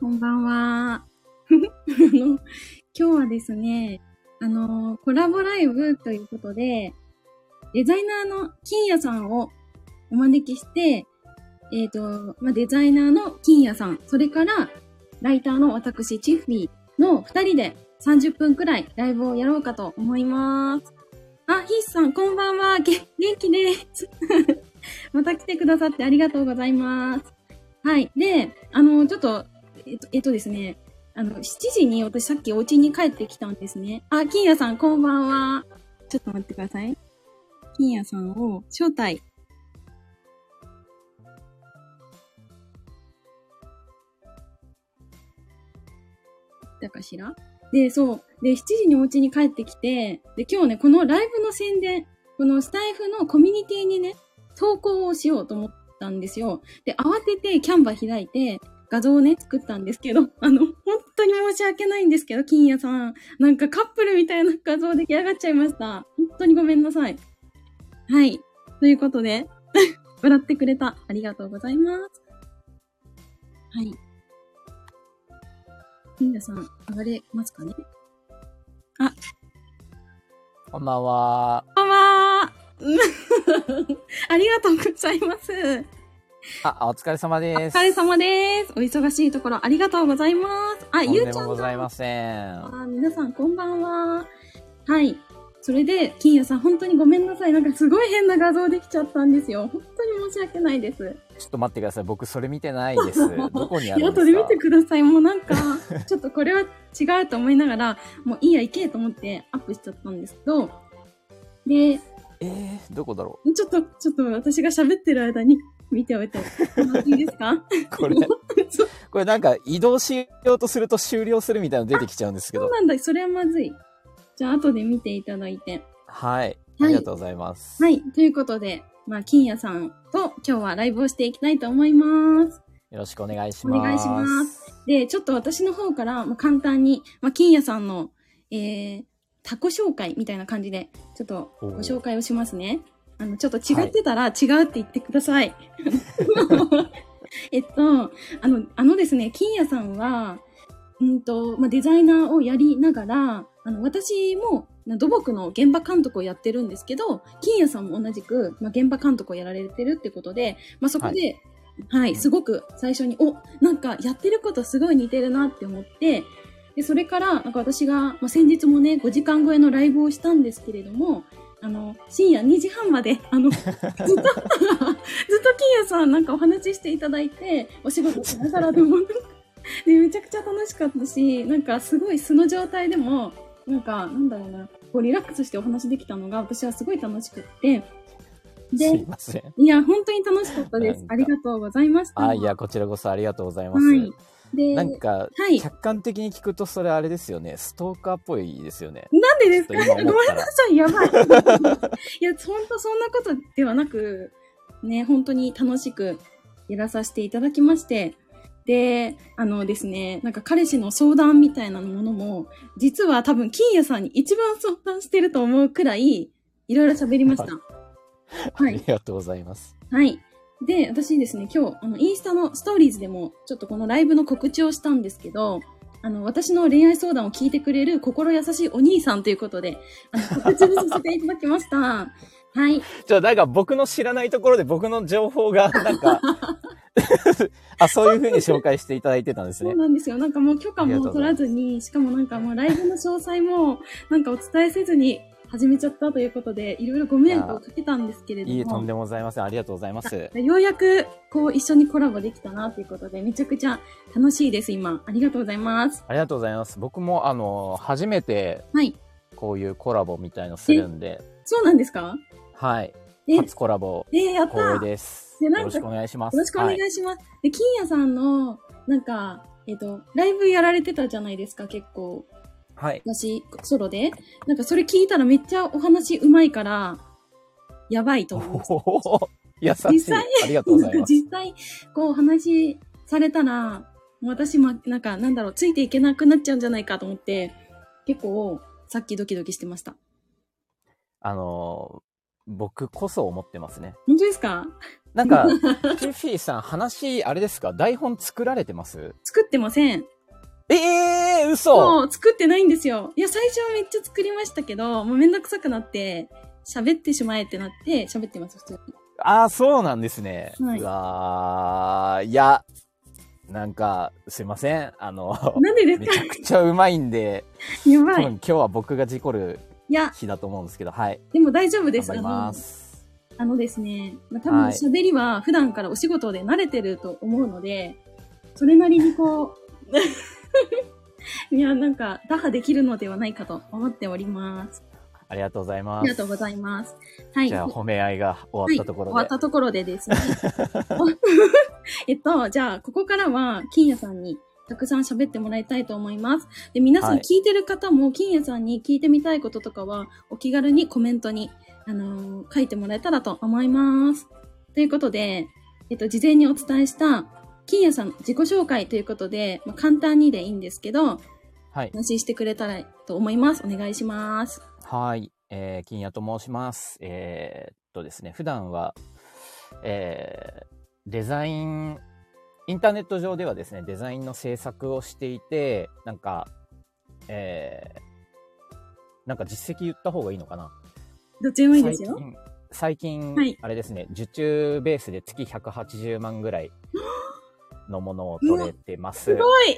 こんばんは。 あの、今日はですね、あの、コラボライブということで、デザイナーの金谷さんをお招きして、えっ、と、まあ、デザイナーの金谷さん、それから、ライターの私、チッフィーの二人で30分くらいライブをやろうかと思います。あ、ヒースさん、こんばんは。げ元気です。 また来てくださってありがとうございます。はい。で、あの、ちょっと、えっと、えっとですね、あの、7時に私さっきお家に帰ってきたんですね。あ、金谷さん、こんばんは。ちょっと待ってください。金谷さんを招待。だかしらで、そう。で、7時にお家に帰ってきて、で、今日ね、このライブの宣伝、このスタイフのコミュニティにね、投稿をしようと思ったんですよ。で、慌ててキャンバ開いて、画像をね、作ったんですけど、 あの、本当に申し訳ないんですけど、金谷さん。なんかカップルみたいな画像出来上がっちゃいました。本当にごめんなさい。はい。ということで、 笑ってくれた。ありがとうございます。はい。金谷さん、上がれますかねこんばんは。こんばんは。 ありがとうございます。あ、お疲れ様おです。疲れ様です。お忙しいところありがとうございます。あ、とんゆうでちゃもんごさん。ざいません。あ皆さんこんばんは。はい。それで、金谷さん、本当にごめんなさい。なんかすごい変な画像できちゃったんですよ。本当に申し訳ないです。ちょっと待ってください。僕、それ見てない です。どこにあいやるん後ですでか見てください。もう なんか、ちょっとこれは違うと思いながら、もういいや、いけと思ってアップしちゃったんですけど、で、えー、どこだろちょっと、ちょっと私が喋ってる間に見ておいてもらっていいですかうこれ、 そうこれなんか移動しようとすると終了するみたいなの出てきちゃうんですけそうど。なんだ。それはまずい。じゃあ、後で見ていただいて。はい。いありがとうございます。はよい。ということで、まあ、金谷さんと今日はライブをしていきたいと思います。ろしくお願いします。お願いします。で、ちょっと私の方から、まあ、簡単に、まあ、金谷さんの、えー、他己紹介みたいな感じで、ちょっとご紹介をしますね。あの、ちょっと違ってたら違うって言ってください。 えっと、あの、あのですね、金谷さんは、うんと、まあ、デザイナーをやりながら、あの、私も、な土木の現場監督をやってるんですけど、金谷さんも同じく、まあ、現場監督をやられてるってことで、まあ、そこで、はい、すごく最初に、お、なんかやってることすごい似てるなって思って、で、それから、なんか私が、まあ、先日もね、5時間超えのライブをしたんですけれども、あの、深夜2時半まで、 あの、ずっと、ずっと金谷さんなんかお話ししていただいて、お仕事しながらでも、で、めちゃくちゃ楽しかったし、なんかすごい素の状態でも、なんか、なんだろうな、こうリラックスしてお話できたのが私はすごい楽しくって、すいで、ません。いや、本当に楽しかったですなん。かありがとうございました。あ、いや、こちらこそありがとうございます。はいで、ななんんか、はい客観的に聞くとそれあれですよね。ストーカーっぽいですよね。でですかちょっと今ご思っめたんらなさい、やばい。い や、ほんとそんなことではなく、ね、本当に楽しくやらさせていただきまして、で、あのですね、なんか彼氏の相談みたいなものも、実は多分金谷さんに一番相談してると思うくらい、いろいろ喋りました。はあいり。がとうございます。はい。で、私ですね、今日、あの、インスタのストーリーズでも、ちょっとこのライブの告知をしたんですけど、あの、私の恋愛相談を聞いてくれる心優しいお兄さんということで、あの、告知をさせていただきま した。はい。じゃあ、なんか僕の知らないところで僕の情報 が、なんか、あ、そういうふうに紹介していただいてたんですそうね。なんですよ。なんかもう許可ありがともうご取ざらいますずに、しかもなんかもうライブの詳細も、なんかお伝えせずに始めちゃったということで、いろいろご迷惑をかけたんですけれども。いいえ、とんでもございません。ありがとうございます。ようやく、こう、一緒にコラボできたな、ということで、めちゃくちゃ楽しいです、今。ありがとうございます。ありがとうございます。僕も、あの、初めて、はい。こういうコラボみたいのするんで、そうなんですかはい。え、初コラボ、えーやった光栄よです。でよなんかろしくお願いします。ろしくお願いはします。で、金谷さんの、なんか、えっ、と、ライブやられてたじゃないですか、結構。はい。私、ソロで。なんか、それ聞いたらめっちゃお話うまいから、やばいとお思う。お 優し実い。際ありがとうございま す。実際、こう、お話されたら、もう私、ま、なんか、なんだろう、ついていけなくなっちゃうんじゃないかと思って、結構、さっきドキドキしてました。あの、僕こそ思ってますね。本当ですかな んか、キッフィーさん、話、あれですか台本作られてます作ってません。ええー、嘘もう作ってないんですよ。いや、最初はめっちゃ作りましたけど、もうめんどくさくなって、喋ってしまえってなって、喋ってます、普通に。ああ、そうなんですね。はいうわーいや、なんか、すいません。あの、 なんでですめかちゃくちゃうまいんで、や多ば分い。今日は僕が事故るいや、日だと思うんですけど、はい。でも大丈夫で頑す。張ありのま、す。あのですね、まあ、多分はい喋りは普段からお仕事で慣れてると思うので、それなりにこう、 いや、なんか、打破できるのではないかと思っております。ありがとうございあまりす。がとうございます。はい。じゃあ、褒め合いがは終いわったところで。終わったところでです ね。えっと、じゃあ、ここからは、金谷さんにたくさん喋ってもらいたいと思います。で、皆さんはい聞いてる方も、金谷さんに聞いてみたいこととかは、お気軽にコメントに、あのー書いてもらえたらと思います。ということで、えっと、事前にお伝えした、金谷さんの自己紹介ということで、まあ、簡単にでいいんですけど、はいお。話ししてくれたらと思います。お願いします。はい、えー、金谷と申します。えーっとですね、普段は、えーデザイン、インターネット上ではですね、デザインの制作をしていて、なんか、えーなんか実績言った方がいいのかなどっちでもいいですよ。最近、最近はいあれですね、受注ベースで月180万ぐ らいのものを取れてます。すごい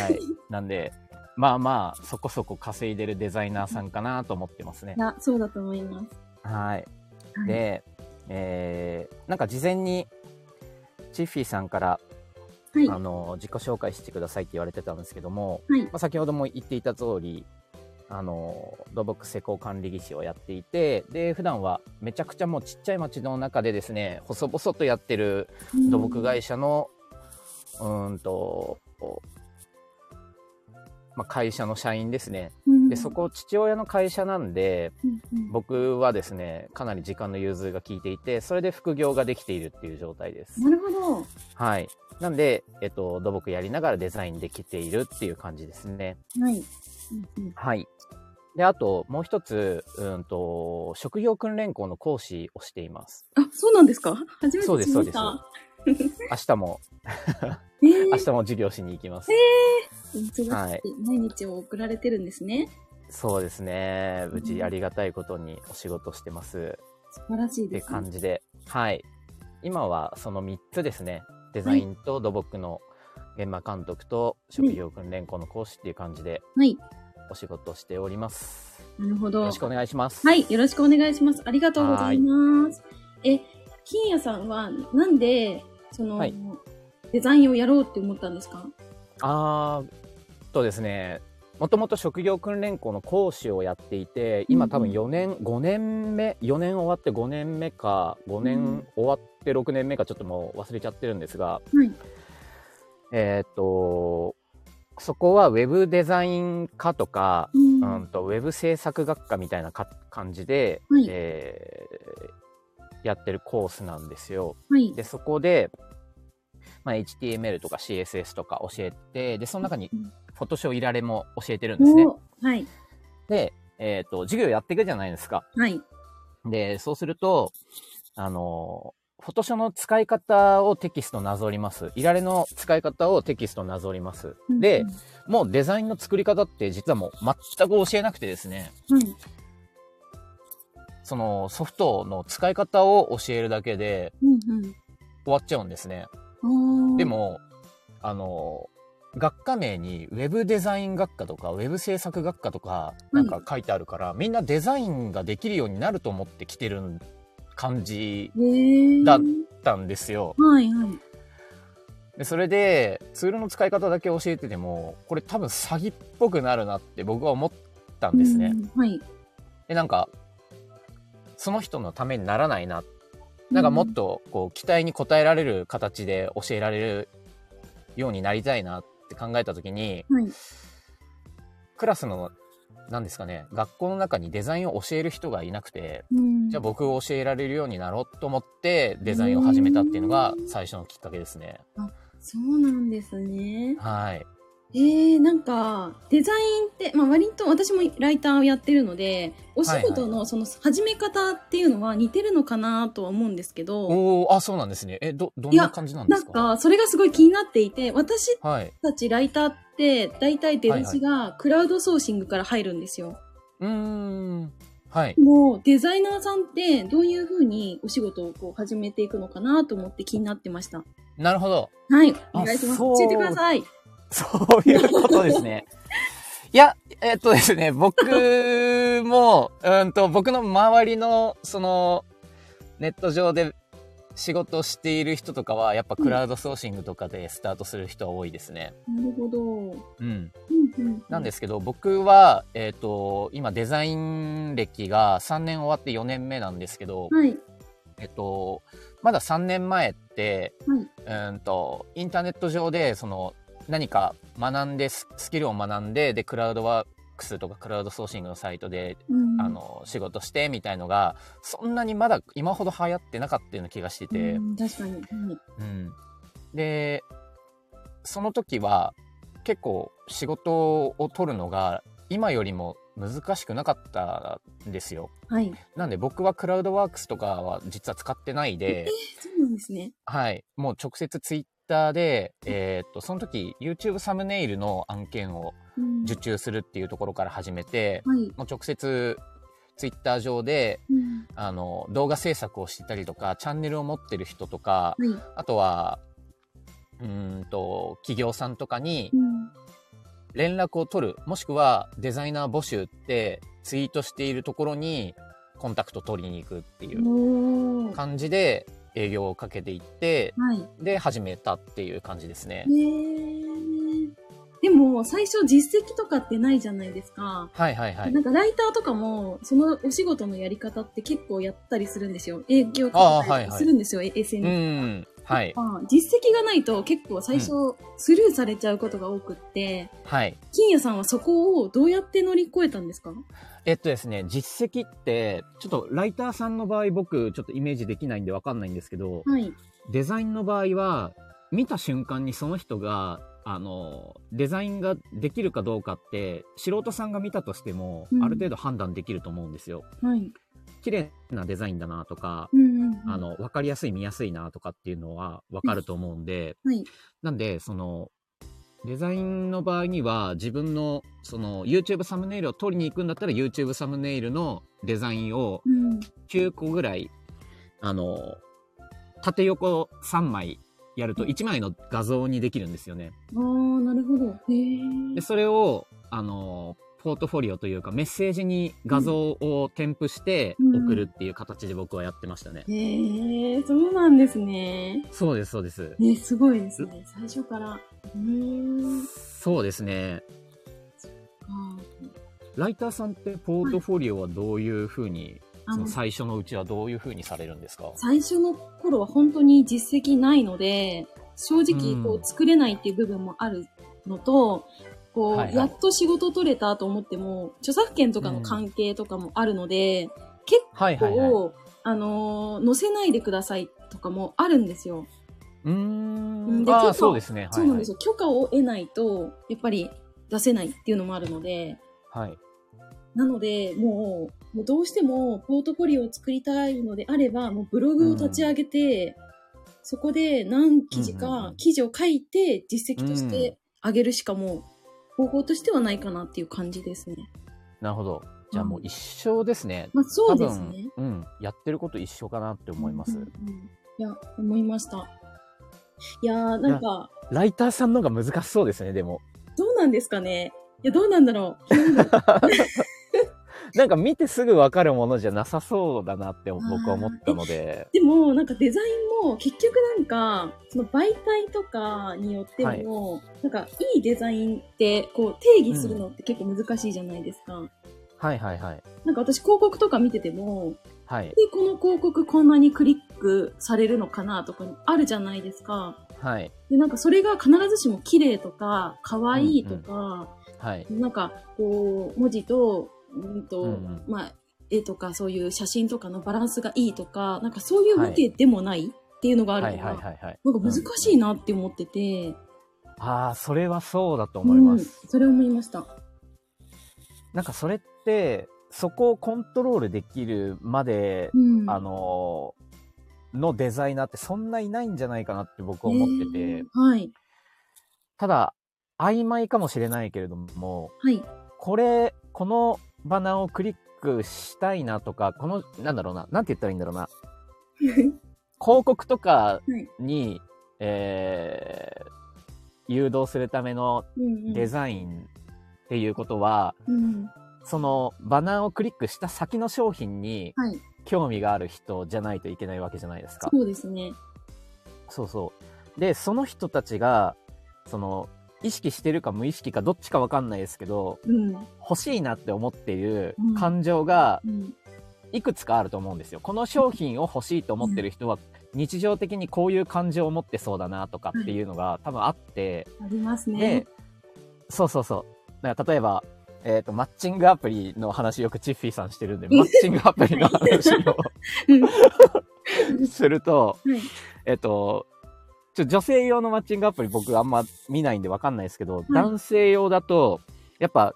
はい。なんで、まあまあ、そこそこ稼いでるデザイナーさんかなと思ってますねい。や、そうだと思います。はい。はいで、えーなんか事前に、チッフィーさんから、はい。あの、自己紹介してくださいって言われてたんですけども、はいまあ、先ほども言っていた通り、あの、土木施工管理技師をやっていて、で、普段はめちゃくちゃもうちっちゃい町の中でですね、細々とやってる土木会社の、うーんと、まあ、会社の社員ですね。うんで、そこ父親の会社なんで、うんうん僕はですねかなり時間の融通が効いていてそれで副業ができているっていう状態ですなるほど。はいなんで、えっと、土木やりながらデザインできているっていう感じですねはい。うんうんはいであともう一つうんと職業訓練校の講師をしていますあ、そうなんですか初めてそうです知りそまうでしすた。明日もえ明ー日も授業しに行きます忙しくてはい毎日を送られてるんですね。そうですねうちありがたいことにお仕事してます素晴らしいってですね。感じで、はい。今はその3つですね。デザインと土木の現場監督と職業訓練校の講師っていう感じではい。お仕事をしております。なるほよどろし。くお願いします。はい。よろしくお願いします。ありがとうございます。え、金谷さんはなんで、その、はいデザインをやろうって思ったんですかあーっとですね、もともと職業訓練校の講師をやっていて、今多分4年、5年目、4年終わって5年目か、5年終わって6年目か、ちょっともう忘れちゃってるんですが、はい。えーっと、そこはウェブデザイン科とか、うんうんとウェブ制作学科みたいなか感じで、はいえーやってるコースなんですよ。はい。でそこで、まあ、HTML とか CSS とか教えてでその中にうんフォトショーいられも教えてるんですね。おはい。で、えー、と授業やっていくじゃないですか。はい。でそうするとあのフォトショーの使い方をテキストなぞります。いられの使い方をテキストなぞります。でうん、もうデザインの作り方って実はもう全く教えなくてですね。うんはい。そのソフトの使い方を教えるだけでうん終わっちゃうんですね。うん。あーで、も、あの、学科名にウェブデザイン学科とかウェブ制作学科とかうなんんか書いてあるから、みんなデザインができるようになると思って来てる感じえー、だはだったんですよ。いはい。でそれでツールの使い方だけ教えてても、これ多分詐欺っぽくなるなって僕は思ったんですね。うん。はい。で、なんか、その人のためにならないななんかもっとこう期待に応えられる形で教えられるようになりたいなって考えた時にうん、はい。クラスの何ですかね学校の中にデザインを教える人がいなくてうんじゃあ僕を教えられるようになろうと思ってデザインを始めたっていうのが最初のきっかけですね。そうなんですね。はい。ええなんか、デザインって、まあ割と私もライターをやってるので、お仕事のその始め方っていうのは似てるのかなとは思うんですけど、おおあ、そうなんですね。え、ど、どんいなや感じなんでなすんかか、それがすごい気になっていて、私はい。たちライターって、大体出だしがクラウドソーシングから入るんですよ。うーん。はい。もう、デザイナーさんってどういうふうにお仕事をこう始めていくのかなと思って気になってました。なるほど。はい、あお願いします。そう教えてください。そういうことですね。いや、えっとですね、僕も、うんと、僕の周りの、その、ネット上で仕事をしている人とかは、やっぱクラウドソーシングとかでスタートする人は多いですね。なるほど。うんうん。うん、なんですすけど、僕は、えっ、と、今デザイン歴が3年終わって4年目なんですけど、はい。えっと、まだ3年前って、はいうーんと、インターネット上で、その、何か学んでス、スキルを学んで、で、クラウドワークスとかクラウドソーシングのサイトで、うんあ、の、仕事して、みたいのが、そんなにまだ今ほど流行ってなかったような気がしてて、うん確かに。はいうん、でその時は結構仕事を取るのが今よりも難しくなかったんですよはい。なんで僕はクラウドワークスとかは実は使ってないで、そうなんですね。はい、もう直接ツイッターで、えーっとその時 YouTube サムネイルの案件をうん受注するっていうところから始めてはい。もう直接ツイッター上でうんあの動画制作をしてたりとかチャンネルを持ってる人とかはい。あとは、うーんと、企業さんとかにうん連絡を取る、もしくはデザイナー募集ってツイートしているところにコンタクト取りに行くっていうおー感じで営業をかけていって、はい。で、始めたっていう感じですね。ねーでも、最初実績とかってないじゃないですか。はいはいはいな。んかライターとかも、そのお仕事のやり方って結構やったりするんですよ。営業あかーけたはりいはいとかするんですよ、えう SNS。ん。はい。まあ実績がないと結構最初スルーされちゃうことが多くって、はい。金谷さんはそこをどうやって乗り越えたんですかえっとですね、実績って、ちょっとライターさんの場合僕ちょっとイメージできないんでわかんないんですけど、はい。デザインの場合は見た瞬間にその人があのデザインができるかどうかって素人さんが見たとしても、うんある程度判断できると思うんですよ。はい。綺麗なデザインだなとか、うんうんうん。あ、の分かりやすい見やすいなとかっていうのは分かると思うんで、はい。なんでそのデザインの場合には自分のその YouTube サムネイルを取りに行くんだったら YouTube サムネイルのデザインをうん。 9個ぐらい、あの、縦横3枚やると1枚の画像にできるんですよね。ああ、なるほど。へえで、。それを、あの、ポートフォリオというかメッセージに画像を添付してうん送るっていう形で僕はやってましたね。へえ、そうなんですね。そうです、そうです。ね、すごいですね。最初から。うーん。そうですね。あライターさんってポートフォリオはどういうふうに、ーあのその最初のうちはどういうふうにされるんですか最初の頃は本当に実績ないので、正うん直こう作れないっていう部分もあるのと、こう、はいはいやっと仕事取れたと思っても、著作権とかの関係とかもあるので、結はいはいはい。う構、あのー載せないでくださいとかもあるんですよ。ーん。でちょああ、っとそうですね。はそいうなんはいです。よ。許可を得ないと、やっぱり出せないっていうのもあるので、はい。なので、もう、もうどうしてもポートフォリオを作りたいのであれば、もうブログを立ち上げて、そこで何記事うんうんうかん、記事を書いて、実績として上げるしかもう、方法としてはないかなっていう感じですね。なるほど。じゃあもう一生ですね。まあ、そ多うです分ね。うん、やってること一緒かなって思います、うんうんうんいや、思いました。いやー、なんか、ライターさんの方が難しそうですねでもどうなんですかね。いや、どうなんだろう。なんか見てすぐ分かるものじゃなさそうだなって僕は思ったのででも、なんかデザインも結局なんか、その媒体とかによっても、なんかいいデザインってこう定義するのって結構難しいじゃないですか。はいはいはいなんか私広告とか見てても、はいで、この広告こんなにクリックされるのかなとかあるじゃないですか。はいで、なんかそれが必ずしも綺麗とか、可愛いとか、はいなんかこう、文字と、うんと、うんうんまあ、絵とかそういう写真とかのバランスがいいとか、なんかそういうわけでもないっていうのがあはいるかはら、いはいはいなんか難しいなって思ってて、ああ、それはそうだと思います。うん、それ思いました。なんかそれって、そこをコントロールできるまで、うん。あのーのデザイナーってそんないないんじゃないかなって僕は思ってて、えーはい。ただ、曖昧かもしれないけれども、はい。 これ、このバナーをクリックしたいなとか、この、なんだろうな、なんて言ったらいいんだろうな、広告とかに、えー誘導するためのうんうんデザインっていうことは、うん。そのバナーをクリックした先の商品にはい。興味がある人じゃないといけないわけじゃないですか。そうですね。そうそう。で、その人たちが、その、意識してるか無意識かどっちかわかんないですけど、うん。欲しいなって思っているうん感情がうん。いくつかあると思うんですよ。この商品を欲しいと思ってる人は、日常的にこういう感情を持ってそうだなとかっていうのが多分あって、ありますねで。、そうそうそう。だから例えば、えっ、と、マッチングアプリの話よくチッフィーさんしてるんで、マ ッチングアプリの話うんをすると、はい。えっと、ちょ女性用のマッチングアプリ僕あんま見ないんでわかんないですけど、男性用だと、やっぱ、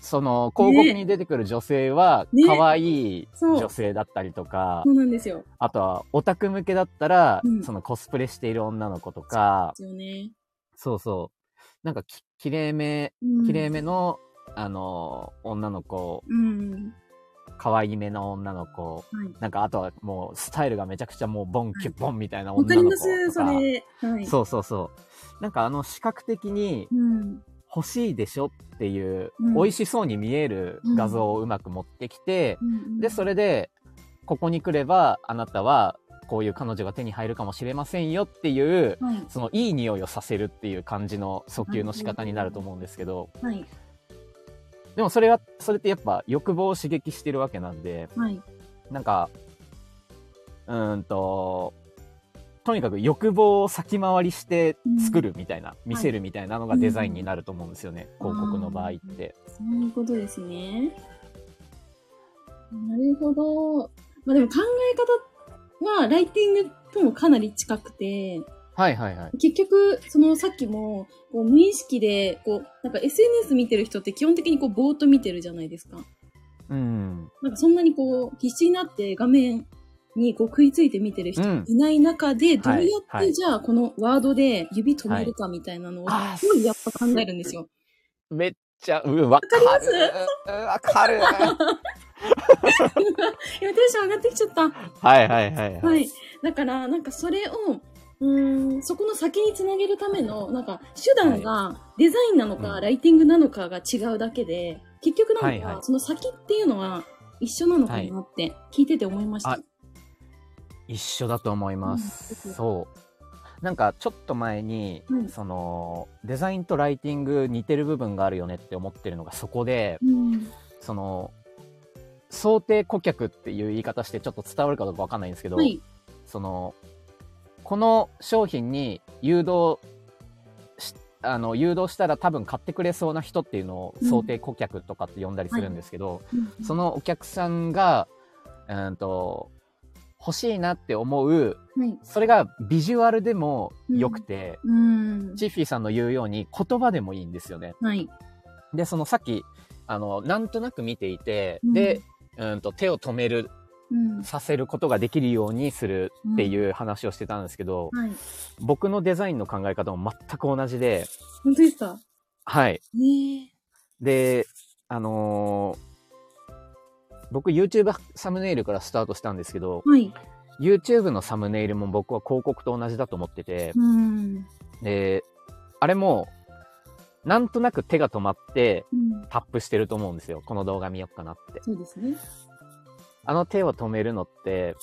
その広告に出てくる女性はね可愛いそう女性だったりとか、そうなんですよ。あとはオタク向けだったら、うんそのコスプレしている女の子とか、ですよね。そうそう、なんかき綺麗め、うん綺麗めの、あの、女の子、うん。可愛いめの女の子、はい。なんかあとはもうスタイルがめちゃくちゃもうボンキュッボンみたいなわか女りのま子とか。す、それ。はい。そうそうそう。なんかあの視覚的にうん。欲しいでしょっていう、うん美味しそうに見える画像をうまく持ってきてう、ん。で、それで、ここに来ればあなたはこういう彼女が手に入るかもしれませんよっていう、はい。そのいい匂いをさせるっていう感じの訴求の仕方になると思うんですけど、はい。でもそれは、それってやっぱ欲望を刺激してるわけなんで、はい。なんか、うーんと、とにかく欲望を先回りして作るみたいな、見せるみたいなのがデザインになると思うんですよね、うん広告の場合って。そういうことですね。なるほど。まあでも考え方はライティングともかなり近くて、はいはいはい。結局、そのさっきも、こう無意識で、こう、なんか SNS 見てる人って基本的にこうぼーっと見てるじゃないですか。うん。なんかそんなにこう、必死になって画面にこう食いついて見てる人うんいない中で、どうやっはていじゃあこのワードで指止めるかみたいなのを、はいすごいやっぱ考えるんですよ。 めっちゃ、うん、わかわかりる。うんわか る。今テンション上がってきちゃった。はいはいはいははい。い。だから、なんかそれを、うーん、そこの先につなげるための、なんか手段がデザインなのか、うんライティングなのかが違うだけで、結局なんか、はいはいその先っていうのは一緒なのかなって聞いてて思いました。あ一緒だと思います。うんそう。なんかちょっと前に、うんそのデザインとライティング似てる部分があるよねって思ってるのがそこで、うん。その想定顧客っていう言い方してちょっと伝わるかどうかわかんないんですけど、はい。そのこの商品に誘導しあの誘導したら多分買ってくれそうな人っていうのをうん想定顧客とかって呼んだりするんですけど、うんそのお客さんが、うん、と欲しいなって思うはい。それがビジュアルでも良くて、うん。チッフィーさんの言うように言葉でもいいんですよね。はい。で、そのさっき、あの、なんとなく見ていて、うんで、うんと手を止める、うん。させることができるようにするっていう話をしてたんですけど、はい。僕のデザインの考え方も全く同じで、本当ですかはい。ねで、あのー僕 YouTube サムネイルからスタートしたんですけどえ。、はい。 YouTube のサムネイルも僕は広告と同じだと思ってて、うん。で、あれも、なんとなく手が止まってうん。タップしてると思うんですよ。この動画見よっかなって。そうですね。あの手を止めるのって、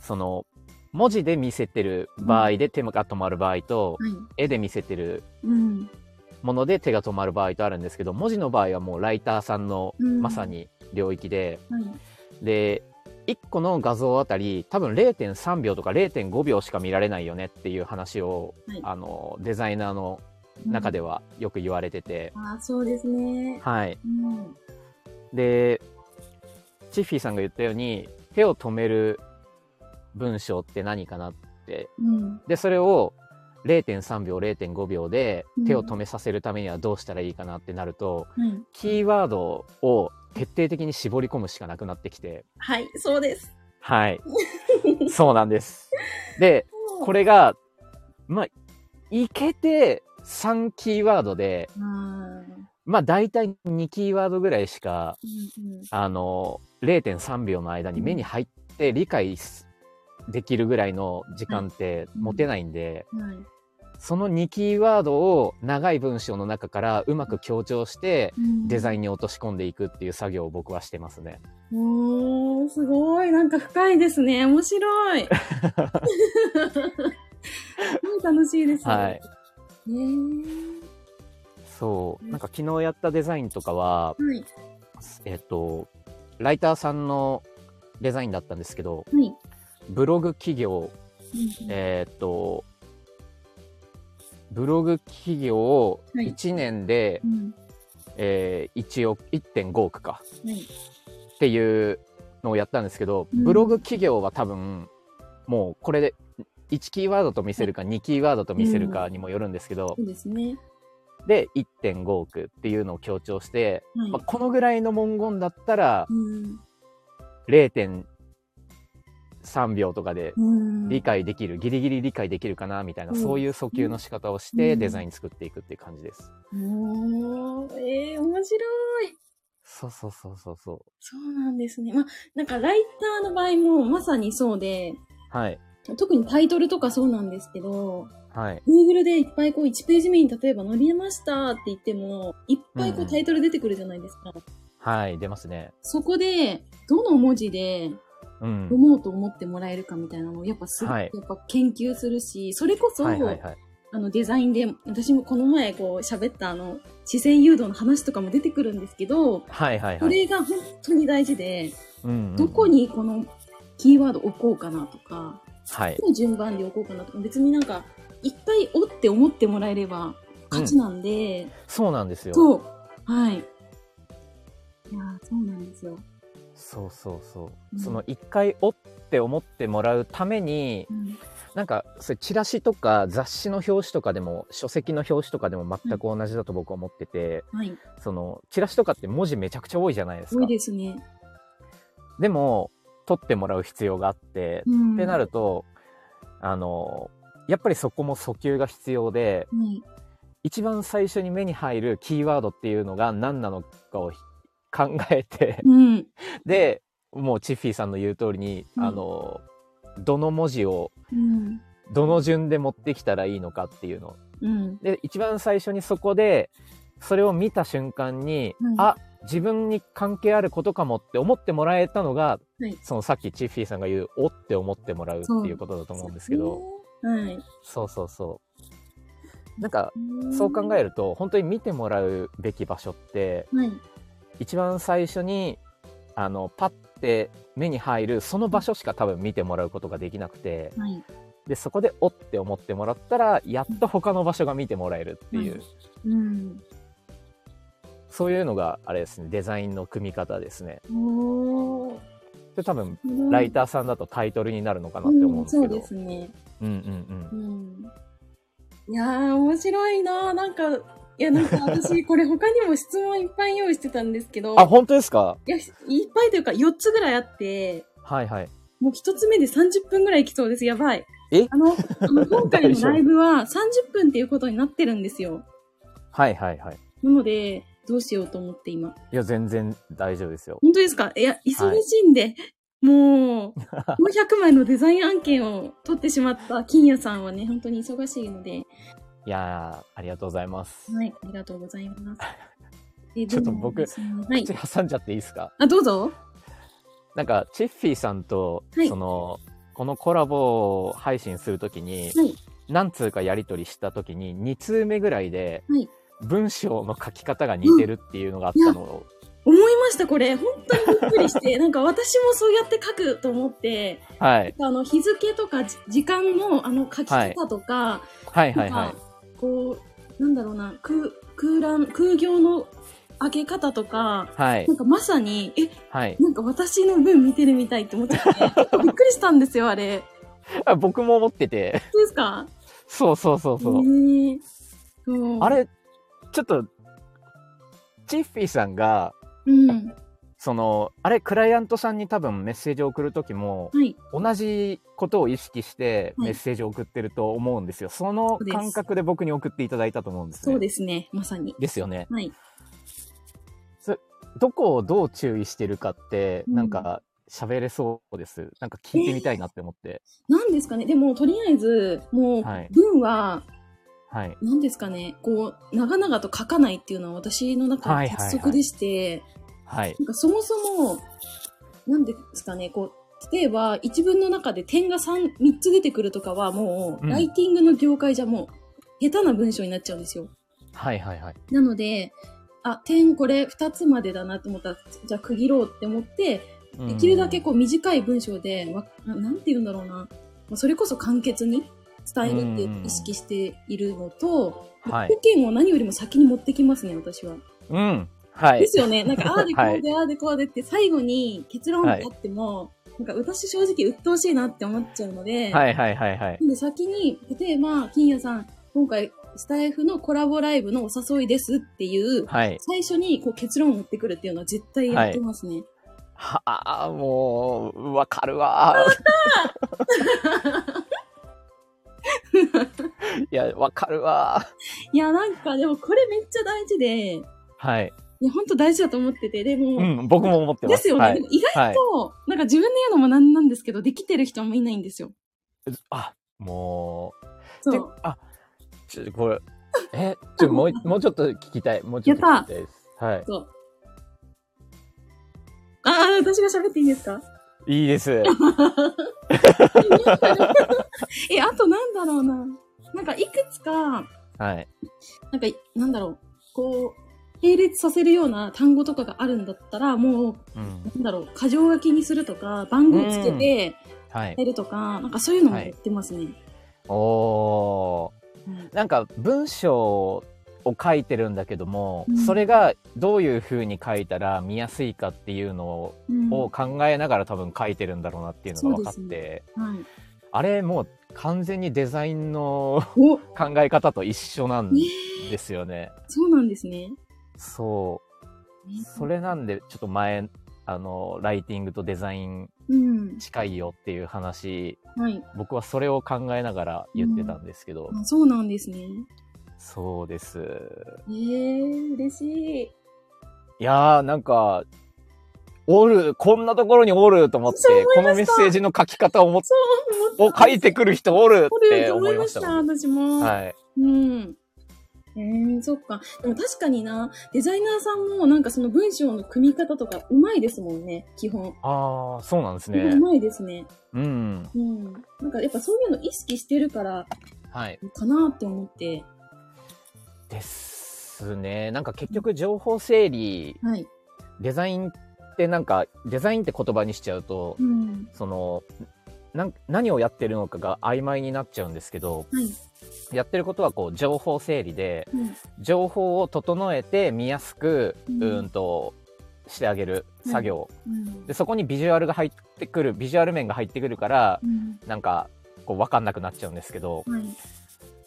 その、文字で見せてる場合で手が止まる場合と、はい。絵で見せてるうん。もので手が止まる場合とあるんですけど、文字の場合はもうライターさんのうんまさに領域で、はい。で、1個の画像あたり、多分0.3秒とか0.5秒しか見られないよねっていう話を、はいあの、デザイナーの中では。はよく言われてて、ああ、そうですね。はい。うん。で、チッフィーさんが言ったように、手を止める文章って何かなってうん。で、それを、 0.3秒0.5秒でうん手を止めさせるためにはどうしたらいいかなってなると、はい。キーワードを徹底的に絞り込むしかなくなってきてはい、そうです。はい そうなんですでこれがまあいけて3キーワードであー。うんまあ大体2キーワードぐらいしかうんあの0.3秒の間に目に入って理解すできるぐらいの時間って持てないんで、はい。その2キーワードを長い文章の中からうまく強調してデザイインに落とし込んでいくっていう作業を僕はしてますね。ン。おー、すごい。なんか深いですね。面白 い。すごい楽しいです。はい。。ねーそうう。んなんか昨日やったデザインとかは、はい。えっと、ライターさんのデザインだったんですけど、はい。ブログ企業、えっと、ブログ企業をはい1年で、うんえー1億、1.5億かはい。っていうのをやったんですけど、うんブログ企業は多分、もうこれで1キーワードと見せるか2キーワードと見せるかにもよるんですけどそ、うですね。で、1.5億っていうのを強調して、はいまあ、。このぐらいの文言だったらうん0.3秒とかでうん理解できる、ギリギリ理解できるかなみたいな、うんそういう訴求の仕方をしうてんデザイン作っていくっていう感じです。おー、えー、面白い。そうそうそうそうそそうなんですね。まあ、なんかライターの場合もまさにそうで、う。はい。特にタイトルとかそうなんですけど、はい。 Google でいっぱいこう1ページ目に例えば載りましたって言っても、いっぱいこううんタイトル出てくるじゃないですか。はい、出ますね。そこで、どの文字でうん。読もうと思ってもらえるかみたいなのをやっぱすごく、はいやっぱ研究するし、それこそ、はいはいはい。あのデザインで、私もこの前こう喋ったあの、視線誘導の話とかも出てくるんですけど、はいはいこはい。れが本当に大事で、うんうんうんどこにこのキーワード置こうかなとか、はい。どの順番で置こうかなとか、別になんか、いっぱい追って思ってもらえれば勝ちなんで、そうなんですよ。そう、はい。いやーそうなんですよ。そうそうそうう。んその一回おって思ってもらうために、うんなんかそれチラシとか雑誌の表紙とかでも書籍の表紙とかでも全く同じだと僕は思ってて、はい。そのチラシとかって文字めちゃくちゃ多いじゃないです多かいですね。でも取ってもらう必要があって、うん。ってなるとあのやっぱりそこも訴求が必要ではい。一番最初に目に入るキーワードっていうのが何なのかを考え てうん。でもうチッフィーさんの言う通りに、うんあのどの文字をうん。どの順で持ってきたらいいのかっていうのうん。で一番最初にそこでそれを見た瞬間に、はいあ自分に関係あることかもって思ってもらえたのが、はいそのさっきチッフィーさんが言う「お」って思ってもらうっていうことだと思うんですけどはい。そう,、そうそうなんかうんそう考えると本当に見てもらうべき場所ってはい。一番最初にあのパッて目に入るその場所しか多分見てもらうことができなくてはい。でそこで「お」って思ってもらったらやっと他の場所が見てもらえるっていう。はいうん。そういうのがあれですね、デザインの組み方ですね。おー。で多分、うんライターさんだとタイトルになるのかなって思うんですけど。うん、そうですね。うんうんうん。いやー、面白いなー。なんか、いや、なんか私、これ他にも質問いっぱい用意してたんですけうど、ん。あ、本当ですかいや、いっぱいというか4つぐらいあって、はいはい。もう1つ目で30分ぐらいいきそうです。やばい。えあの、あの今回大の丈夫ライブは30分っていうことになってるんですよ。はいはいはい。なので、どうしようと思って今。いや、全然大丈夫ですよ。本当ですかいや、忙しいんで、もう、400枚のデザイン案件を取ってしまった金谷さんはね、本当に忙しいので、いやー、ありがとうございます。はい、ありがとうございます。えちょっとでも僕そのはい口。挟んじゃっていいですかあ、どうぞ。なんか、チッフィーさんと、はいその、このコラボ配信するときに、はい何通かやり取りしたときに、2通目ぐらいで、はい文章の書き方が似てるっていうのがあったのを、思いました、これ。本当にびっくり して。なんか私もそうやって書くと思って、はい、あの、日付とかじ時間のあの書き方とか、はいなはんいかはい。こう、なんだろうな、空、空欄、空行の開け方とか、はいなん、かまさに、え、はい。なんか私の分見てるみ たいって思っちゃって、ちょっとびっくりしたんですよ、あれ。あ僕も思ってて、 そうですかそうそうそうそう。へえそうあれ、ちょっと、チッフィーさんが、うん。その、あれ、クライアントさんに多分メッセージを送るときも、はい。同じことを意識してはいメッセージを送ってると思うんですよ。そのそうです感覚で僕に送っていただいたと思うんですね。そうですね。まさに。ですよね。はい。どこをどう注意してるかって、うんなんか喋れそうです。なんか聞いてみたいなって思って。なんですかね。でも、とりあえず、もうはい、文は、はい。なんですかね。こう、長々と書かないっていうのは私の中はのいはいはい鉄則でして、はい。なんかそもそも、なんですかね、こう、例えば一文の中で点が 3, 3つ出てくるとかはもう、うんライティングの業界じゃもう、下手な文章になっちゃうんですよ。はいはいはい。なので、あ、点これ2つまでだなと思ったら、じゃあ区切ろうって思って、できるだけこう短い文章で、わななんて言うんだろうな、まあそれこそ簡潔に伝えるってうん意識しているのと、うん。はい。意見を何よりも先に持ってきますね、私は。うん。はいで。すよね。 なんか、ああでこうで、ああでこうでって、最後に結論があはいっても、なんか私正直鬱陶しいなって思っちゃうので、はいはいはいはい。なんで先に、例えば、金谷さん、今回、スタイフのコラボライブのお誘いですっていう、はい。最初にこう結論を持ってくるっていうのは絶対やってますね。はあ、もう、わかるわ。 いや、わかるわ。い、や、なんか、でもこれめっちゃ大事で、いはい。や、ほんと大事だと思ってて、でも、うん、僕も思ってま。ですすよね。はいでも意外はい。と、なんか自分で言うのもなんなんですけど、できてる人もいないんですよ。あ、もう。そでう。、あ、ちょ、これ、え、ちょ、もう、 もうちょっと聞きたい。もうちょっと聞きたいです。はい。そう。ああ、私が喋っていいんですかいいです。 え、あとなんだろうな。なんかいくつか、はい。なんか、なんだろう、こう、並列させるような単語とかがあるんだったら、もう、うん。なんだろう、箇条書きにするとか、番号つけてはいや。るとか、なんかそういうのもやってますね。おー。うんなんか文章を書いてるんだけども、うんそれがどういう風に書いたら見やすいかっていうのをうんを考えながら多分書いてるんだろうなっていうのが分かっそて、うではい。あれもう完全にデザインのお、考え方と一緒なんねですよね。そうなんですね。そう。それなんでちょっと前あのライティングとデザインうん。近いよっていう話はい。僕はそれを考えながら言ってたんですけど、あそうなんですね。そうです。ええ嬉しい。いやーなんかおるこんなところにおると思ってそう思こいましたのメッセージの書き方をもそう思をった。書いてくる人おるおってると思思いいままししたた、もん。私も。はい。うん。えー、そっか。でも確かにな、デザイナーさんもなんかその文章の組み方とかうまいですもんね、基本。ああ、そうなんですうね。まいですね。うん。うん。なんかやっぱそういうの意識してるからはい。かなって思って。ですね。なんか結局情報整理、はい。デザインってなんか、デザインって言葉にしちゃうとう、ん。その、なん何をやってるのかが曖昧になっちゃうんですけど、はい。やってることはこう、情報整理で、うん。情報を整えて見やすく、ううんーんと、してあげる作業。うんで、そこにビジュアルが入ってくる、ビジュアル面が入ってくるからう、ん。なんか、こう、わかんなくなっちゃうんですけど、はい。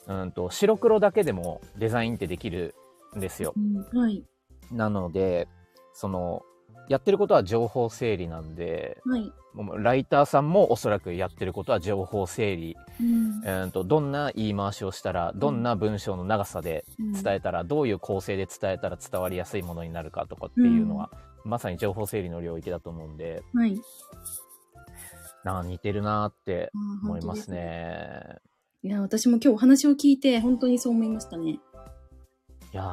うんと白黒だけでもデザインってできるんですよう。ん。はい。なのでそのやってることは情報整理なんではい。もうライターさんもおそらくやってることは情報整理、うん。うん、とどんな言い回しをしたらどんな文章の長さで伝えたらどういう構成で伝えたら伝わりやすいものになるかとかっていうのは、まさに情報整理の領域だと思うんではい。なんか似てるなーってあー思い本当ます。ですね。いや、私も今日お話を聞いて本当にそう思いましたね。いやー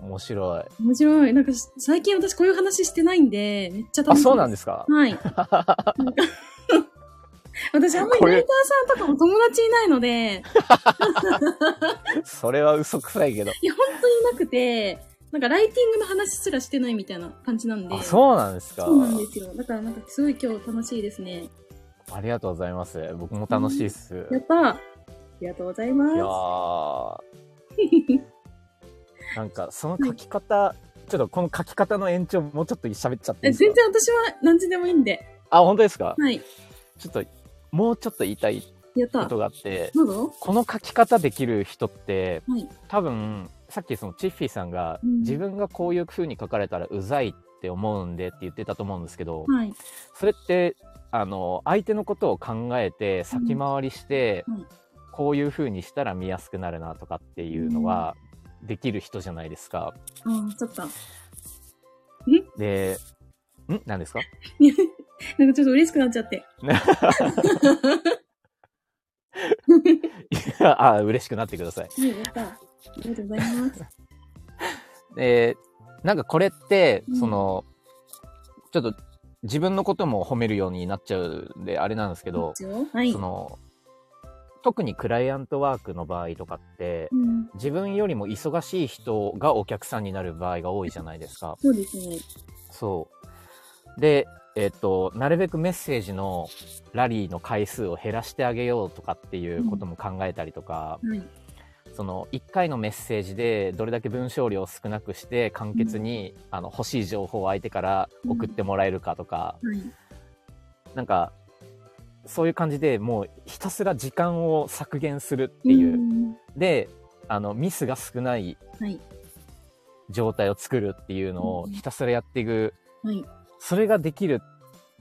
面白い。面白い。なんかし最近私こういう話してないんで、めっちゃあ楽しい。そうなんでですかす。 はい。なんか私あんまりこれライターさんとかも友達いないので、それは嘘くさいけど。いや、本当になくて、なんかライティングの話すらしてないみたいな感じなんで。あ、そうなんですか。 そうなんですよ。だからなんかすごい今日楽しいですね。ありがとうございます。僕も楽しいっす。やったありがとうございます。いや ーなんか、その書き方、ちょっとこの書き方の延長もうちょっと喋っちゃっていえ全いですか然私は何時でもいいんで。あ、本当ですかはい。ちょっと、もうちょっと言いたいやったこ。とがあって、どうぞ。この書き方できる人って、はい。多分、さっきそのチッフィーさんが、うん自分がこういう風に書かれたらうざいって思うんでって言ってたと思うんですけど、はい。それって、あの、相手のことを考えて、先回りして、うんこういう風にしたら見やすくなるなとかっていうのは、できる人じゃないですか。ああ、ちょっと。 で、ん何ですかなんかちょっと嬉しくなっちゃって。いや あ、嬉しくなってください。はい、やった。ありがとうございます。で、なんかこれってう、んその、ちょっと自分のことも褒めるようになっちゃうんで、あれなんですけど、一応はいそ。の、特にクライアントワークの場合とかって、うん。自分よりも忙しい人がお客さんになる場合が多いじゃないですか。そうですね。そう。で、えっと、なるべくメッセージのラリーの回数を減らしてあげようとかっていうことも考えたりとか、はい。その1回のメッセージでどれだけ文章量を少なくして簡潔に、あの欲しい情報を相手から送ってもらえるかとはか、い。なんかそういう感じでもうひたすら時間を削減するっていう、んであのミスが少ないはい。状態を作るっていうのをうんひたすらやっていく、はい。それができる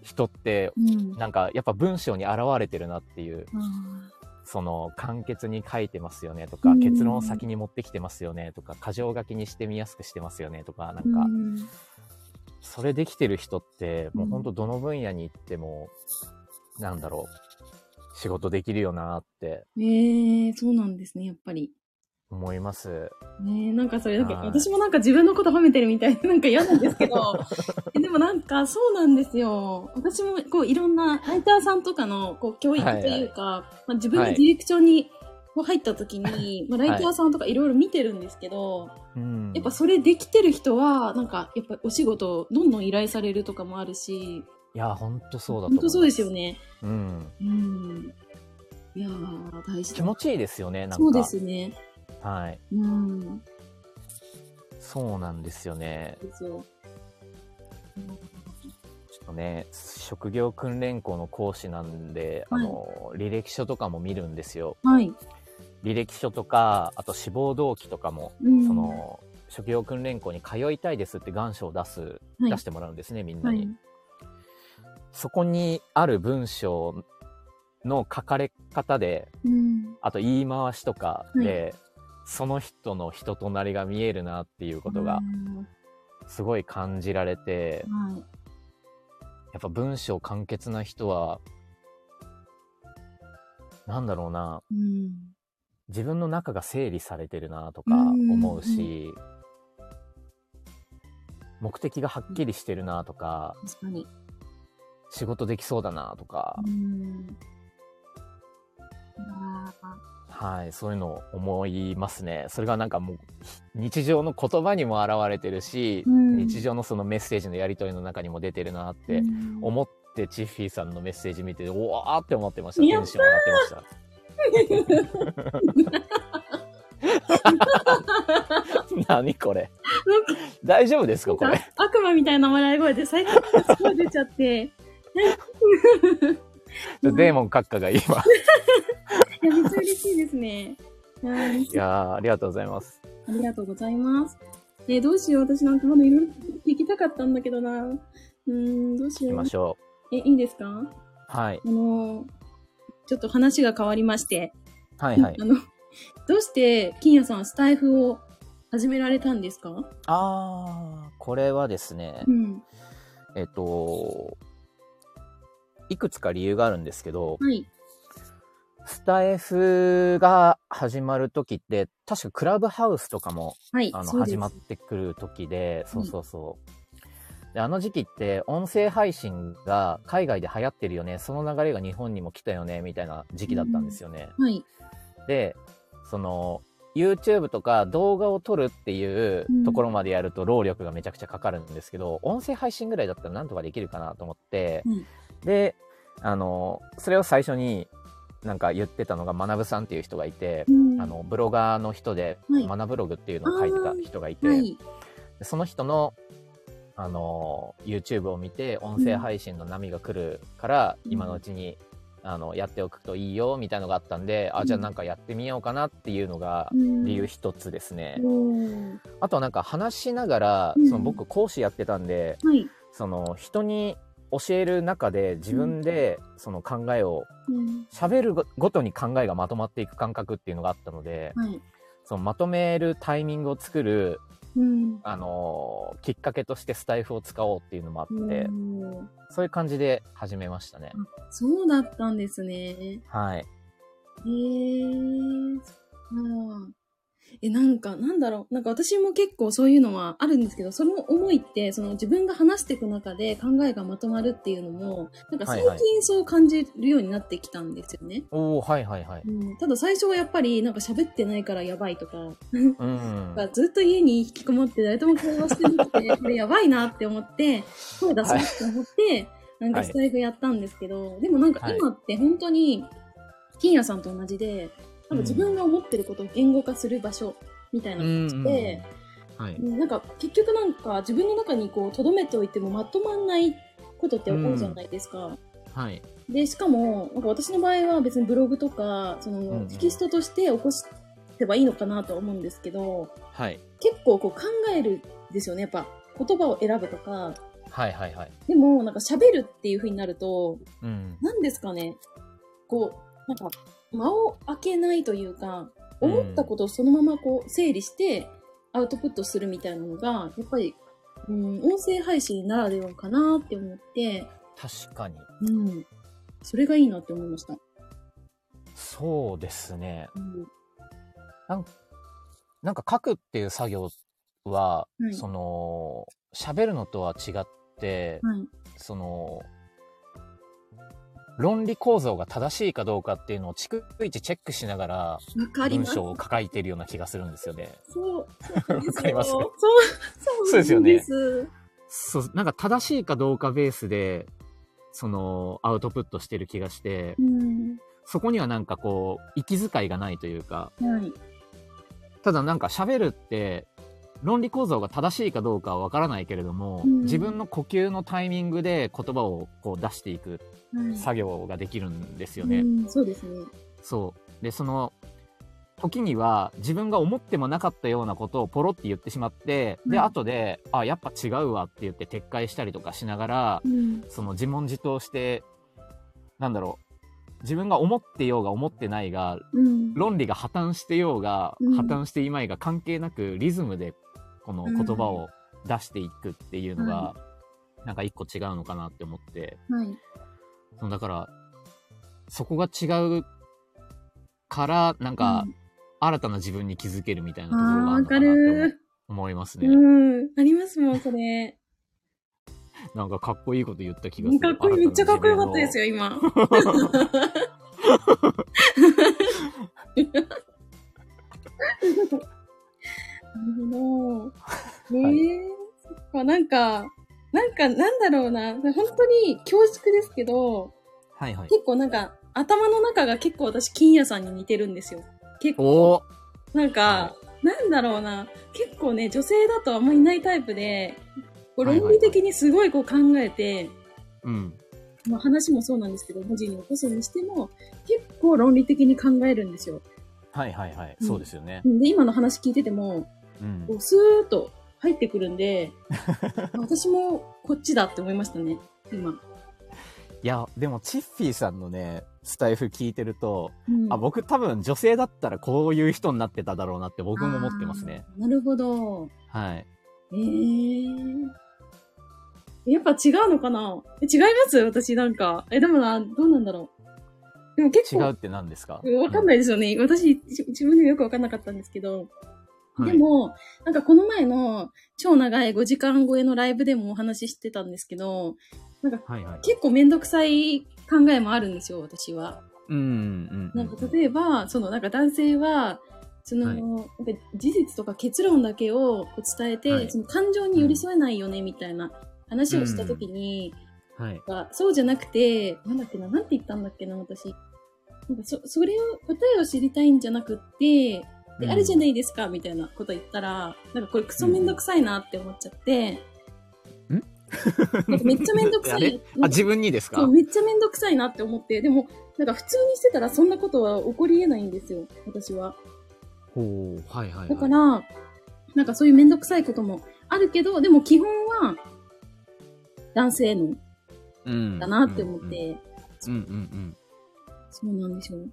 人ってうん。あなんかやっぱ文章に表れてるなっていうあ。その簡潔に書いてますよねとか、うん結論を先に持ってきてますよねとか箇条書きにして見やすくしてますよねとかなんか、うんそれできてる人ってもううんほんとどの分野に行っても、なんだろう仕事できるよなってええそうなんですね、やっぱり。思います。ねえ、なんかそれなんか、はい私もなんか自分のこと褒めてるみたいで、 なんか嫌なんですけど、えでもなんかそうなんですよ。私もこういろんなライターさんとかのこう教育というか、まあ、自分はがいディレクションにこう入った時に、まあ、ライターさんとかいろいろ見てるんですけど、うん、やっぱそれできてる人は、なんかやっぱお仕事をどんどん依頼されるとかもあるし、いやほんとそうだと思本当そうですよね、ね。うん、うん。いやー、大事気だ。持ちいいですよねなんかそうですね。はい、うん。そうなんですよねですよ。ちょっとね職業訓練校の講師なんで、あの履歴書とかも見るんですよ。はい。履歴書とかあと志望動機とかも、うんその職業訓練校に通いたいですって願書を出す、はい出してもらうんですねみんなはに、い。そこにある文章の書かれ方でうん。あと言い回しとかで、その人の人となりが見えるなっていうことがすごい感じられて、うん。はい。やっぱ文章簡潔な人はなんだろうなうん。自分の中が整理されてるなとかうん思うし、目的がはっきりしてるなとか、確かに。仕事できそうだなとか、うん。ああ。はい、そういうのを思いますね。それがなんかもう日常の言葉にも現れてるし、うん日常のそのメッセージのやり取りの中にも出てるなってうん思って、チッフィーさんのメッセージ見て、うわーって思ってました。テやったーンション上がってました。 何これなんか大丈夫ですかこれ。悪魔みたいな笑い声で最後にすごい出ちゃって。デーモン閣下が今。いや、めっちゃ嬉しいですね。いやー嬉しいいあやーありがとうございます。りがとうございます。えーどうしよう。私なんかまだいろいろ聞きたかったんだけどな。うーん、どうし行きようま。しょえ、いいですかう。はい。あのーちょっと話が変わりまして、はいはいあ。の、どうして金谷さんはスタイフを始められたんですかあー、これはですねう、ん。えっと、いくつか理由があるんですけど、はい。スタエフが始まる時って、確かクラブハウスとかもはい。あのそうです始まってくる時で、そうそうそう。であの時期って音声配信が海外で流行ってるよね、その流れが日本にも来たよね、みたいな時期だったんですよね。はい。で、その、YouTube とか動画を撮るっていうところまでやると労力がめちゃくちゃかかるんですけど、音声配信ぐらいだったらなんとかできるかなと思って、うんで、あの、それを最初になんか言ってたのが、まなぶさんっていう人がいて、うんあの、ブロガーの人で、はいマナブログっていうのを書いてた人がいて、はい。でその人の、あの、YouTube を見て、音声配信の波が来るから、うん今のうちにあのやっておくといいよみたいのがあったんで、あじゃあなんかやってみようかなっていうのが理由一つですね。うんあとはなんか話しながら、うんその僕講師やってたんで、はい。その人に教える中で自分でその考えをうん喋るごとに考えがまとまっていく感覚っていうのがあったので、はい。そのまとめるタイミングを作る、うん。あのーきっかけとしてスタイフを使おうっていうのもあって、うんそういう感じで始めましたね。そうだったんですね。はい。へえー、うん。え、なんか、なんだろう。なんか私も結構そういうのはあるんですけど、その思いって、その自分が話していく中で考えがまとまるっていうのも、なんか最はいは近そう感じるようになってきたんですよね。おおはいはいはい。うん、ただ最初はやっぱり、なんか喋ってないからやばいとか、うん。なんかずっと家に引きこもって誰とも会話してな くて、これやばいなって思って、声出そうって思って、なんかスタイフやったんですけど、でもなんか今って本当に、金谷さんと同じで、なんか自分が思ってることを言語化する場所みたいな感じで、はい。うんなんか結局なんか自分の中にこう留めておいてもまとまんないことって起こるじゃないですか。はい。で、しかも、なんか私の場合は別にブログとか、そんうのんテキストとして起こせばいいのかなとは思うんですけど、はい。結構こう考えるんですよね、やっぱ。言葉を選ぶとか。はいはいはい。でも、なんか喋るっていう風になると、うん。何ですかね。こう、なんか、間を開けないというか、思ったことをそのままこう整理してアウトプットするみたいなのが、やっぱり、うん、音声配信ならではかなって思って、確かに。うん。それがいいなって思いました。そうですね。うんなんか書くっていう作業はは、いその喋るのとは違って、はい。その論理構造が正しいかどうかっていうのを逐一チェックしながらわかり文ます。章を書いてるような気がするんですよね。そう。そうわかりますそう、そうそうですよねなんですそうなんか正しいかどうかベースでそのアウトプットしてる気がしてうん。そこにはなんかこう息遣いがないというかはい。ただなんか喋るって論理構造が正しいかどうかはわからないけれども、うん自分の呼吸のタイミングで言葉をこう出していくはい。作業ができるんですよね。うん、そうですね。そうでその時には自分が思ってもなかったようなことをポロって言ってしまって、うでん後であやっぱ違うわって言って撤回したりとかしながらうん。その自問自答してなんだろう自分が思ってようが思ってないがうん。論理が破綻してようが、うん破綻していまいが関係なくリズムでこの言葉を出していくっていうのが、なんか一個違うのかなって思ってはい。そのだからそこが違うからなんかうん新たな自分に気づけるみたいなところあがあ、あるわのかかなってる思思いますー。ね、うん。ありますもん、それ。なんかかっこいいこと言った気がするかっこいい。めっちゃかっこよかったですよよ、今。 なるほど。ねえ、はいそっか、なんか、なんか、なんだろうな。本当に恐縮ですけど、はいはい結構なんか、頭の中が結構私、金谷さんに似てるんですよ。結構、おーなんか、なんだろうな。結構ね、女性だとあんまりいないタイプで、こうはいはい論はい理的にすごいこう考えて、うんまあ、話もそうなんですけど、文字に起こすにしても、結構論理的に考えるんですよ。はいはいはい、うんそうですよね、で、今の話聞いてても、うんこうスーッと入ってくるん で、私もこっちだって思いましたね、今。いやでもチッフィーさんのねスタイフ聞いてるとうんあ僕多分女性だったらこういう人になってただろうなって僕も思ってますね。あーなるほど。はい。えー。やっぱ違うのかなえ違います私なんか。え、でもな、どうなんだろう。でも結違う構っ、て何ですかわかんないですよね。私、じ自分でもよくわかんなかったんですけど。うんでも、なんかこの前の超長い5時間超えのライブでもお話ししてたんですけど、はいはいはい。結構めんどくさい考えもあるんですよ、私は。うんうんうなんんか例えば、そのなんか男性は、その、はいなんか事実とか結論だけをこう伝えて、はいその感情に寄り添えないよね、みたいな話をしたときに、うん。はい。なんかそうじゃなくて、なんだっけな、なんて言ったんだっけな、私。なんかそ、それを、答えを知りたいんじゃなくって、で、あるじゃないですか、みたいなこと言ったら、なんかこれクソめんどくさいなって思っちゃって、うんなんかめっちゃめんど くさあれい。あ、自分にですそかうめっちゃめんどくさいなって思って、でも、なんか普通にしてたらそんなことは起こり得ないんですよ、私は。ほう、はいはい、はい。だから、なんかそういうめんどくさいこともあるけど、でも基本は、男性のうん、だなって思って、うんうんうん。うんうんうんそうなんでしょう。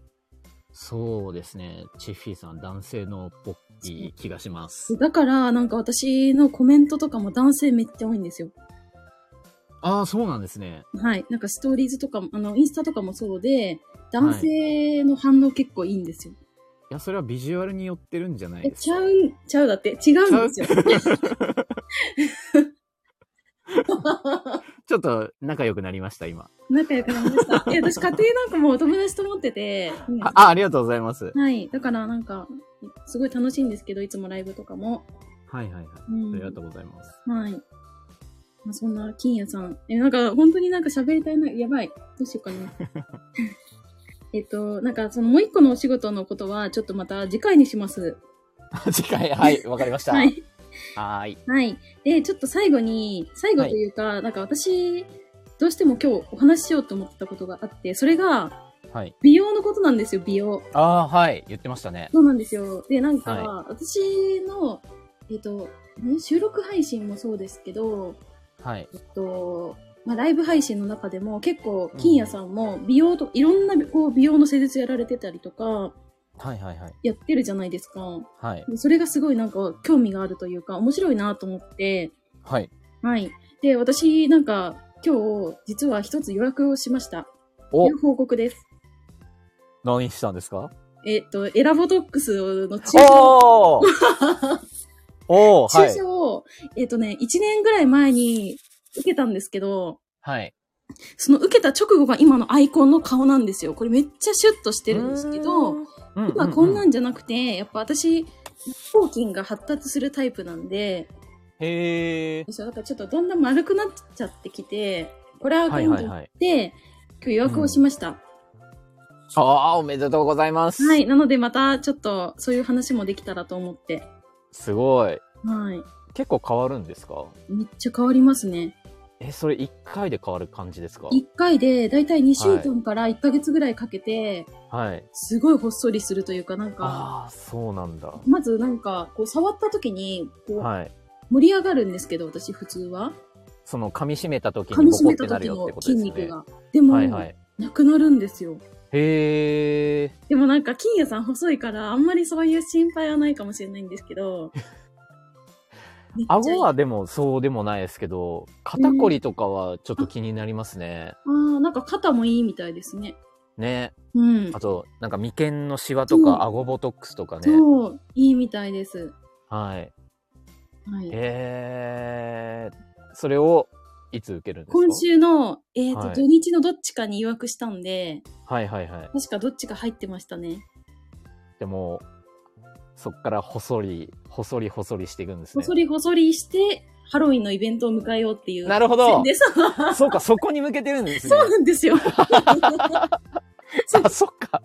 そうですね。チッフィーさん、男性のポッキー気がします。だから、なんか私のコメントとかも男性めっちゃ多いんですよ。ああ、そうなんですね。はい。なんかストーリーズとかも、あの、インスタとかもそうで、男性の反応結構いいんですよ。いや、それはビジュアルによってるんじゃないえ、ですちゃか。う、ちゃうだって、違うんですよ。ちょっと仲良くなりました、今。仲良くなりました。いや、私家庭なんかもう友達と思ってて、うんあ、あありがとうございます。はい。だからなんか、すごい楽しいんですけど、いつもライブとかも。はいはいはい。うん。ありがとうございます。はい。まあ、そんな、金谷さん。え、なんか、本当になんか喋りたいな、やばい。どうしようか な。えっと、なんか、そのもう一個のお仕事のことは、ちょっとまた次回にします。次回、はい、わかりました。ははい。い。はい。はい。で、ちょっと最後に、最後というか、なんか私、どうしても今日お話ししようと思ってたことがあって、それが、はい。美容のことなんですよ、美容。ああ、はい。言ってましたね。そうなんですよ。で、なんか、は私の、えっ、と、ん収録配信もそうですけど、はい。えっと、まあ、ライブ配信の中でも結構、金谷さんも美容と、いろんなこう美容の施術やられてたりとか、はいはいはい。やってるじゃないですか。はい。でそれがすごいなんか興味があるというか、面白いなと思って、はい。はい。で、私なんか今日、実は一つ予約をしました。おという、報告です。何したんですかえっと、エラボトックスの注射 おーおーは注い射。を、えっ、とね、1年ぐらい前に受けたんですけど、はい。その受けた直後が今のアイコンの顔なんですよ。これめっちゃシュッとしてるんですけど、うーん、今こんなうんじゃなくて、やっぱ私、頭筋が発達するタイプなんで、うんへえ。そうだからちょっとだんだん丸くなっちゃってきて、これはは今いはい度はっい。て、今日予約をしました。ああ、おめでとうございます。はい。なのでまたちょっとそういう話もできたらと思って。すごはい。い。結構変わるんですかめっちゃ変わりますね。え、それ1回で変わる感じですか1回でだいたい2週間から1ヶ月ぐらいかけて、はい。すごいほっそりするというかなんか、ああ、そうなんだ。まずなんか、こう触った時に、こうはい。盛り上がるんですけど、私普通は。その噛み締めた時噛にみボ締コっめたてなる時よってのこと筋です肉ね。が。でも、はいはい。なくなるんですよ。へえ。でもなんか、金谷さん細いから、あんまりそういう心配はないかもしれないんですけど。めっちゃ 顎はでもそうでもないですけど、肩こりとかはちょっと気になりますね。ああ、なんか肩もいいみたいですね。ね。うんあ。と、なんか眉間のシワとそうか顎ボトックスとかね。そう、いいみたいです。はい。はい。えー、それをいつ受けるんですか今週の、えっ、と、はい土日のどっちかに予約したんで、はいはいはい。確かどっちか入ってましたね。でも、そっからほそり、ほそりほそりしていくんですほね。そりほそりして、ハロウィンのイベントを迎えようっていう。なるほど線ですそうか、そこに向けてるんですねそう。なんですよ。 あ、そっか。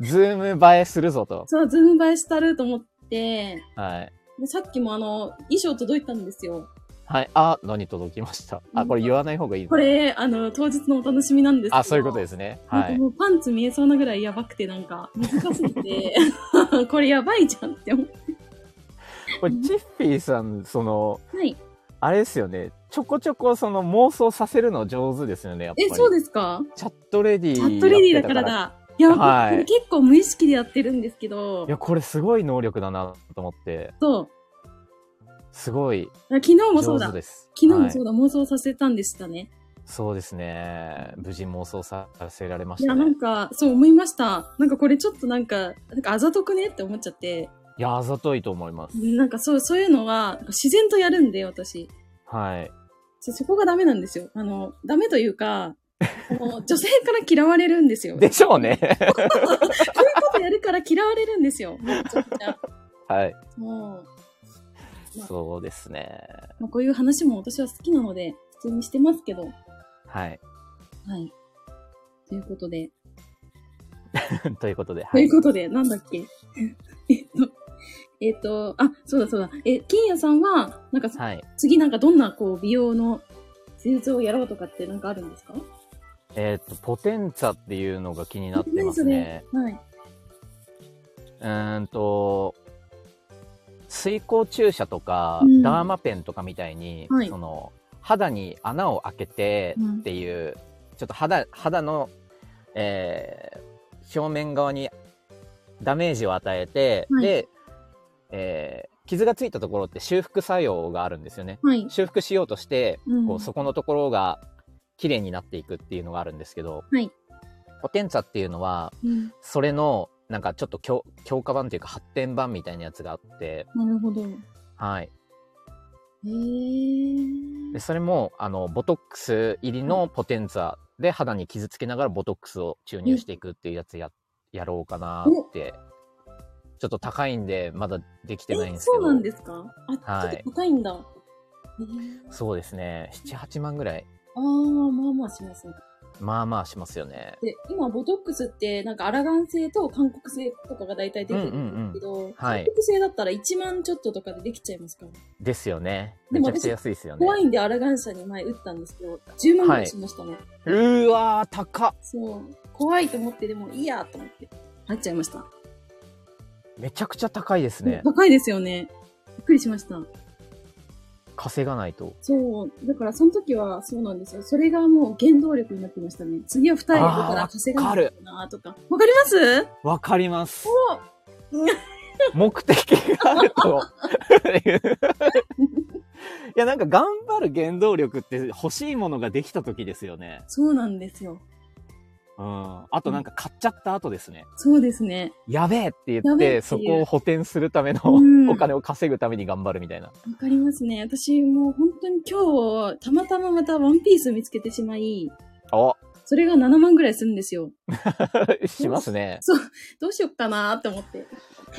ズーム映えするぞと。そう、ズーム映えしたると思って、はい。でさっきもあの、衣装届いたんですよ。はい。あ、何届きました。あ、これ言わない方がいいなこれ、あの、当日のお楽しみなんですけど。あ、そういうことですね。なはんかい。もうパンツ見えそうなぐらいやばくて、なんか、難すぎて、 これやばいじゃんって思って。これ、チッフィーさん、その、はい。あれですよね。ちょこちょこその妄想させるの上手ですよね、やっぱり。え、そうですかチャットレディチャットレディーやっだかてら。ただ。いや、はいこれ結構無意識でやってるんですけどいや、、これすごい能力だなと思って、そう。すごい昨日もそう上だ。手昨です。日もそうはいだ、妄想させたんでしたね。そうですね。無事妄想させられまいしたや、なねん。か、そう思いました。なんかこれちょっとなんか、なんかあざとくねって思っちゃって、いや、あざといと思います。なんかそう、そういうのは、なんか自然とやるんで、私。はい。そうそこがダメなんですよ。あの、ダメというか、あ の女性から嫌われるんですよ。でしょう ね。こういうことやるから嫌われるんですよ。めちゃくちゃ。はい。もそうですね。う、まあ、こういう話も私は好きなので、普通にしてますけど。ははい。 い。ということで。ということで、はとい。いうことで、なんだっけ。えっと、えっと、あ、そうだそうだ。え、金谷さんは、なんか、はい。次なんかどんなこう美容の製造をやろうとかってなんかあるんですかえっと、ポテンツァっていうのが気になってますね。何それはい。うーんと、水光注射とか、うんダーマペンとかみたいに、はいその、肌に穴を開けてっていう、ちょっと肌、肌の、えー表面側にダメージを与えて、はいで、えー傷がついたところって修復作用があるんですよね。はい。修復しようとして、うんこうそこのところが綺麗になっていくっていうのがあるんですけど、はいポテンツァっていうのはうんそれのなんかちょっと強強化版というか発展版みたいなやつがあって、なるほど。へはい、ーでそれもあのボトックス入りのポテンツァで肌に傷つけながらボトックスを注入していくっていうやつややろうかなってちょっと高いんでまだできてないえ、んですそけうどなんですかあ、はいちょっと高いんだ。えーそうですね78万ぐらいあー、まあまあしますね。まあまあしますよねで、今、ボトックスって、なんかアラガン製と韓国製とかが大体出てるんですけど、はい韓国製だったら1万ちょっととかでできちゃいますから、ですよねでめもちゃくちゃ安いですよね怖いんでアラガン社に前打ったんですけど、10万ぐらいしましたね。うーわー高っそう。怖いと思って、でもいいやと思って、入っちゃいました。めちゃくちゃ高いですね。高いですよね。びっくりしました。稼がないと。そう。だから、その時は、そうなんですよ。それがもう原動力になってましたね。次は二人だから稼がないとなとか。わかりますわかります。お目的があると。 いや、なんか頑張る原動力って欲しいものができた時ですよね。そうなんですよ。うん。あとなんか買っちゃった後ですね。そうですね。やべえって言やっべえっていて、うそこを補填するためのうんお金を稼ぐために頑張るみたいな。わかりますね。私もう本当に今日、たまたままたワンピース見つけてしまい、おそれが7万ぐらいするんですよ。 しますね。どうしよっかなーって思って。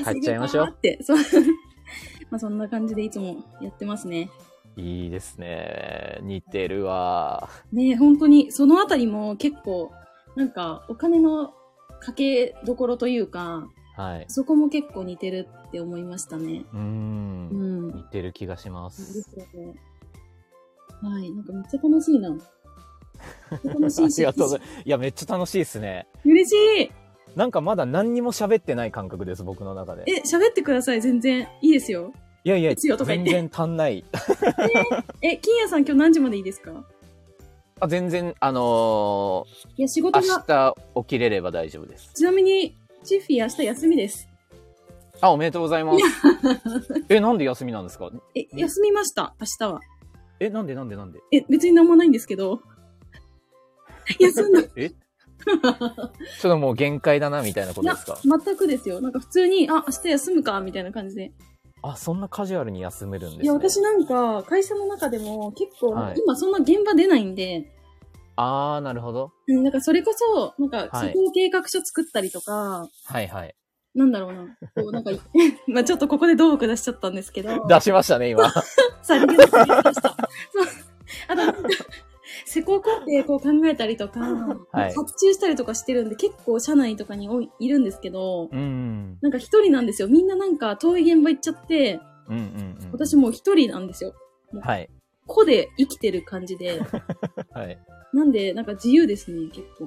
買っちゃいましょ稼ぎかなうーって。そう。 まあそんな感じでいつもやってますね。いいですね。似てるわ。ねえ本当に、そのあたりも結構、なんかお金のかけどころというか、はい。そこも結構似てるって思いましたね。う。うんん。似てる気がしまそうすで。すよね。はい。なんかめっちゃ楽 しいな。めっちゃ楽しいし。ありがとうございます。いや、めっちゃ楽しいですね。嬉しいなんかまだ何にも喋ってない感覚です、僕の中で。え、喋ってください、全然。いいですよ。いやいや、ですよとか言全って然足んない。 え、金谷さん今日何時までいいですかあ全然、あのいや、仕ー事明が、日起きれれば大丈夫です。ちなみに、チッフィー明日休みです。あ、おめでとうござ います。え、なんで休みなんですかえ、休みました、明日は。え、なんでなんでなんでえ、別になんもないんですけど。 休んだ。い えちょっともう限界だな、みたいなことでやすか、全くですよ。なんか普通に、あ、明日休むか、みたいな感じで。あ、そんなカジュアルに休めるんですね。いや、私なんか、会社の中でも結構、はい今そんな現場出ないんで、あー、なるほど。うん、なんかそれこそ、なんか、は施い工計画書作ったりとか、はいはい。なんだろうな。こう、なんか、 まあちょっとここで道具出しちゃったんですけど。出しました ね、今。さりげなく言いました。そうあとなんか、施工工程こう考えたりとか、はい発注したりとかしてるんで、結構社内とかに多いいるんですけど、うん。なんか一人なんですよ。みんななんか遠い現場行っちゃって、うんうんうん。私もう一人なんですよ。はい。個で生きてる感じ で。はい。なんで、なんか自由ですね、結構。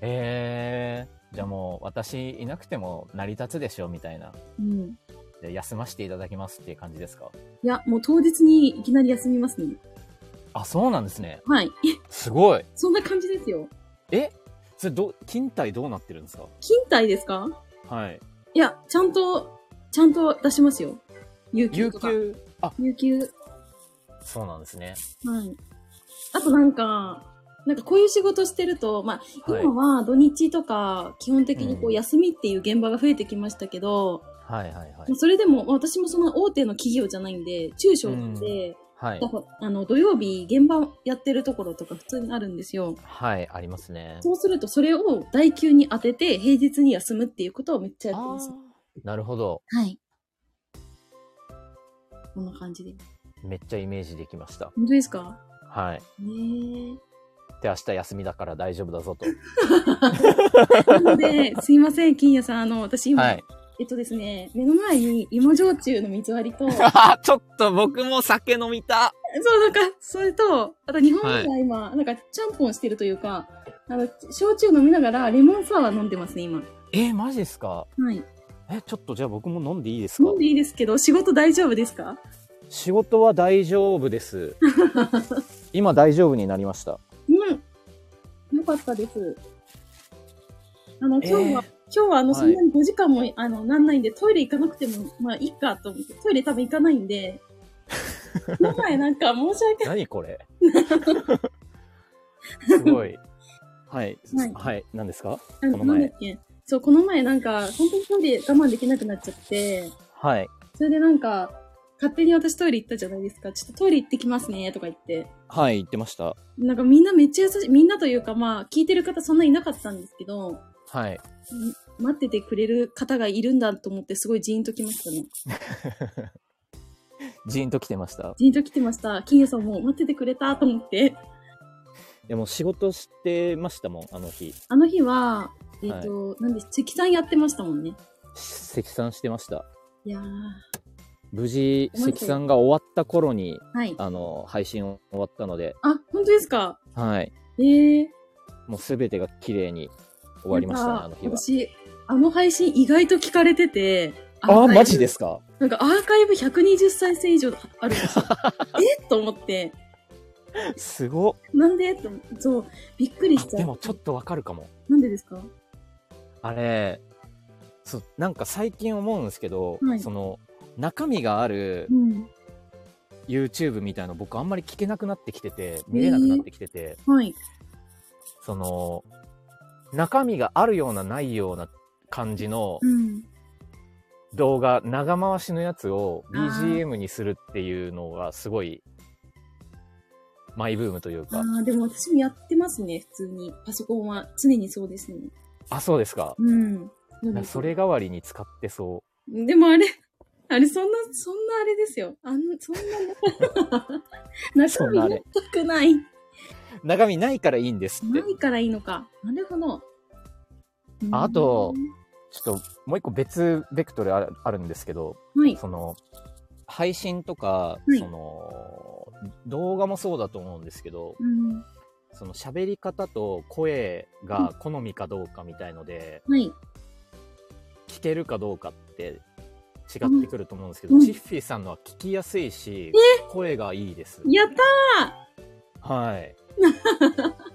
えー、じゃあもう私いなくても成り立つでしょ、みたいな。うん。で休ませていただきますっていう感じですかいや、もう当日にいきなり休みますね。あそうなんですねはい。 すごいそんな感じですよ。えそれど勤怠どうなってるんですか勤怠ですかはいいや、ちゃんと、ちゃんと出しますよ。有給有とか。給あ有給。そうなんですねはい。あとなんか、なんかこういう仕事してると、まあ、はい今は土日とか、基本的にこうんう休みっていう現場が増えてきましたけど、はいはいはまあそれでも、まあ私もその大手の企業じゃないんで、中小なんで、はいだからあの土曜日現場やってるところとか普通にあるんですよ。はいありますねそうすると、それを代休に当てて、平日に休むっていうことをめっちゃやってあます。ーなるほどはい。こんな感じで。めっちゃイメージできました本当ですかはいねえ。で明日休みだから大丈夫だぞと なので、すいません、金谷さん。あの、私今、はいえっとですね、目の前に芋焼酎の水割りと、そう、 ちょっと僕も酒飲みた。なんか、それと、あと日本人が今、なんか、ちゃんぽんしてるというか、あの、焼酎飲みながらレモンサワー飲んでますね、今。え、マジですかはい。え、ちょっとじゃあ僕も飲んでいいですか飲んでいいですけど、仕事大丈夫ですか仕事は大丈 夫です。今大丈夫になりました。うん。よかったです。あの、今日は、えー今日はあの、はいそんなに5時間も、あの、なんないんで、トイレ行かなくても、まあ、いいかと思って、トイレ多分行かないん で、この前なんか申し訳ない。何 これすごい。はい。はいはい。何ですかあのこの前なんだっけそう、この前なんか、本当にトイレ我慢できなくなっちゃって、はい。それでなんか、勝手に私トイレ行ったじゃないですか。ちょっとトイレ行ってきますね、とか言って。はい、言ってました。なんかみんなめっちゃ優しい、みんなというかまあ、聞いてる方そんないなかったんですけど、はい。待っててくれる方がいるんだと思ってすごいジーンときましたね。ジーンと来てました。ジーンと来てました。金谷さんも待っててくれたと思って。でも仕事してましたもん、あの日。あの日は、えっ、と、なんで、積算やってましたもんね。積算してました。いやー、無事、思いっきり積算が終わった頃に、はい。あ、あの、配信を終わったので、本当ですかはい。えー。もうすべてが綺麗に終わりましたね、なんかあの日は。私、あの配信意外と聞かれてて。あ、マジですすかなんかアーカイブ120再生以上あるん ですよ。えっと思って。すごっ。なんでと思ってそう、びっくりしあちゃでうも。ちょっとわかるかも。なんでですかあれ、そう、なんか最近思うんですけど、はいその、中身があるうん。 YouTube みたいの僕あんまり聞けなくなってきてて、見れなくなってきてて、はい。その、中身があるようなないような感じのうん。動画、長回しのやつをあー BGM にするっていうのがすごい、マイブームというあか、あ、でも私もやってますね、普通に。パソコンは常にそうですね。あ、そうですか。うん。なんかそれ代わりに使ってそでもあれ、あれ、そんな、そんなあれですよ。あん、そん な、そ中んなあ身れ全くない。う。中身ないからいいんですってな。いからいいのか。なるほど。うんあと、ちょっともう一個別ベクトルあるあるんですけど、はい。その、配信とか、はいその、動画もそうだと思うんですけど、うん。その喋り方と声が好みかどうかみたいので、はい。聞けるかどうかって違ってくると思うんですけど、うんチッフィーさんのは聞きやすいし、声がいいです。やった はい。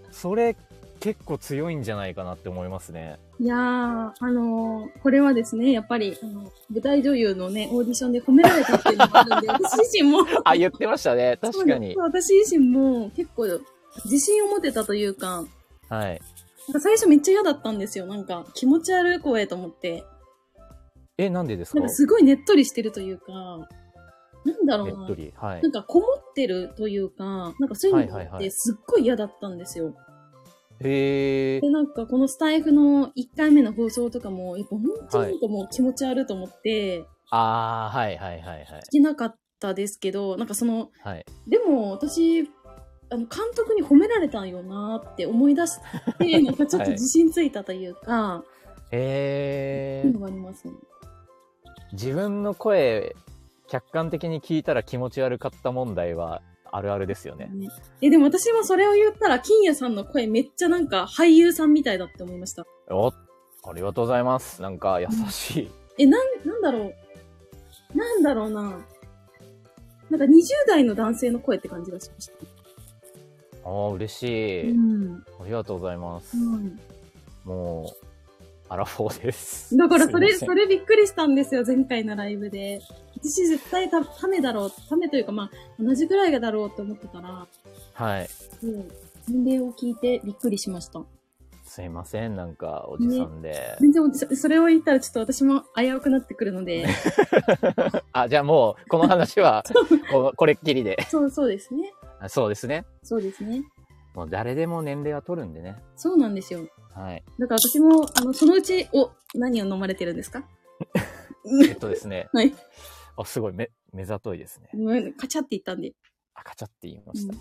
それ結構強いんじゃないかなって思いますね。ーいやー、あのーこれはですね、やっぱり、あの、舞台女優のね、オーディションで褒められたっていうのもあるん で、私自身も、あ、言ってましたね。確かにそう。私自身も結構自信を持てたというか、はい。なんか最初めっちゃ嫌だったんですよ。なんか気持ち悪い声と思って。え、なんでですかなんかすごいねっとりしてるというか、なんだろねうっなと。り。はいなん。かこもってるというか、なんかそういうのがはいあっはいはていすっごい嫌だったんですよ。へえ。で、なんかこのスタイフの1回目の放送とかも、やっぱ本当になんかもう気持ち悪いと思って、ああ、はいはいはいはい聞。けなかったですけど、なんかその、はい。でも私、あの監督に褒められたんよなーって思い出 して、なんかちょっと自信ついたというか、っていへえう。のがありますね。自分の声、客観的に聞いたら気持ち悪かった問題はあるあるですよね。ねえ、でも私もそれを言ったら、金谷さんの声めっちゃなんか俳優さんみたいだって思いました。おありがとうございます。なんか優しい。え、なん、なんだろう。なんだろうな。なんか20代の男性の声って感じがしました。ああ、嬉しい。うん。ありがとうございます。うん。もう、アラフォーです。だからそれ、すいそまれびっくりしたんですよ、前回のライブで。私絶対た、ためだろう、ためというかまあ、同じぐらいがだろうって思ってたら、せんはい。そう、年齢を聞いてびっくりしました。すいません。なんか、おじさんで。全然おじさん、それを言ったらちょっと私も危うくなってくるの で、あ、じゃあもう、この話 は、ここれっきりで。そう、そうですね。あそうですね。そうですね。もう誰でも年齢は取るんでね。そうなんですよ。はい。だから私も、あの、そのうち、お、何を飲まれてるん ですかえっとですね。はい。あ、すごい、め、目ざといですね。うんカチャって言ったんで。赤茶って言いました。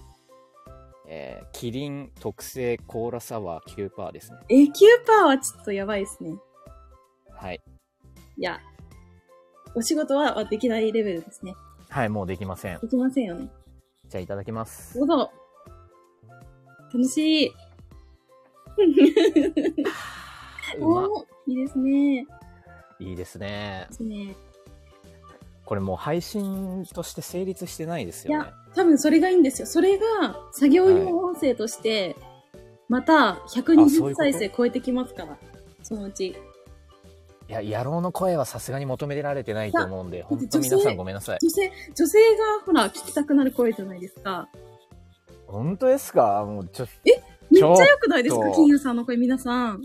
えー、キリン特製コーラサワー9%ですね。え、9%はちょっとやばいですね。はい。いや、お仕事はできないレベルですね。はい、もうできません。できませんよね。じゃあいただきます。どうぞ。楽しい。うま。おーいいですね。いいですねで。すね。これもう配信として成立してないですよね。多分それがいいんですよ。それが作業用音声として、またあそういうこ120と再生超えてきますから。そのうち。いや、野郎の声はさすがに求められてないと思うんで、だって本女性当皆さんごめんなさい。女性、女性がほら、聞きたくなる声じゃないですか。本当ですかもうちょ、めっちちょっとゃ良くないですか金魚さんの声、皆さん。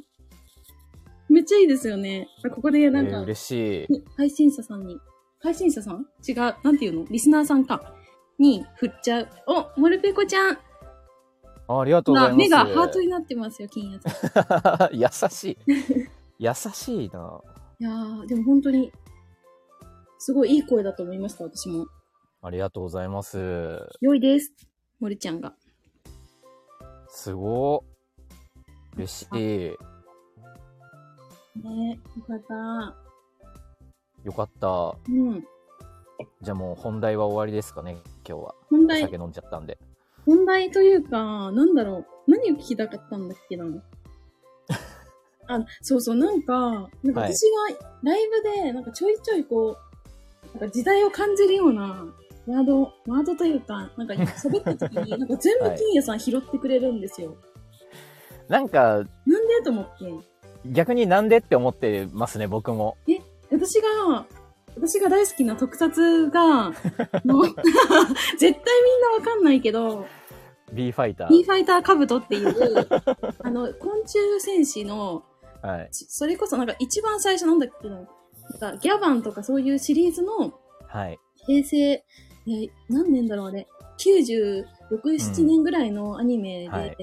めっちゃいいですよね。ここでえなんーか、嬉しい。配信者さんに、配信者さん違う、なんていうのリスナーさんか。に振っちゃう。お、モルペコちゃんあありがとうございがます。目がハートになってますよ、金魚さん。い 優しい。優しいな。やー、でも本当に、すごいいい声だと思いました、私も。ありがとうございます。良いです。モルちゃんが。すごい。嬉しい。ねよかった。よかった。うん。じゃあもう本題は終わりですかね、今日は。本お題酒飲んじゃったんで。問題というか、なんだろう。何を聞きたかったんだっけ な。あ、そうそう、なんか、なんかはい私がライブで、なんかちょいちょいこう、なんか時代を感じるようなワード、ワードというか、なんか喋った時 に、なんか全部金屋さん拾ってくれるんですよ。なんか、なんでと思って。逆になんでって思ってますね、僕も。私が、私が大好きな特撮 が、もう絶対みんなわかんないけど、 B ファイタ B ー。ファイターカブトっていう、あの、昆虫戦士の、はい。そそれこそなんか一番最初なんだっけな、なんかギャバンとかそういうシリーズのはい。平成、いや何年だろうあれ、96、う7ん年ぐらいのアニメで、はい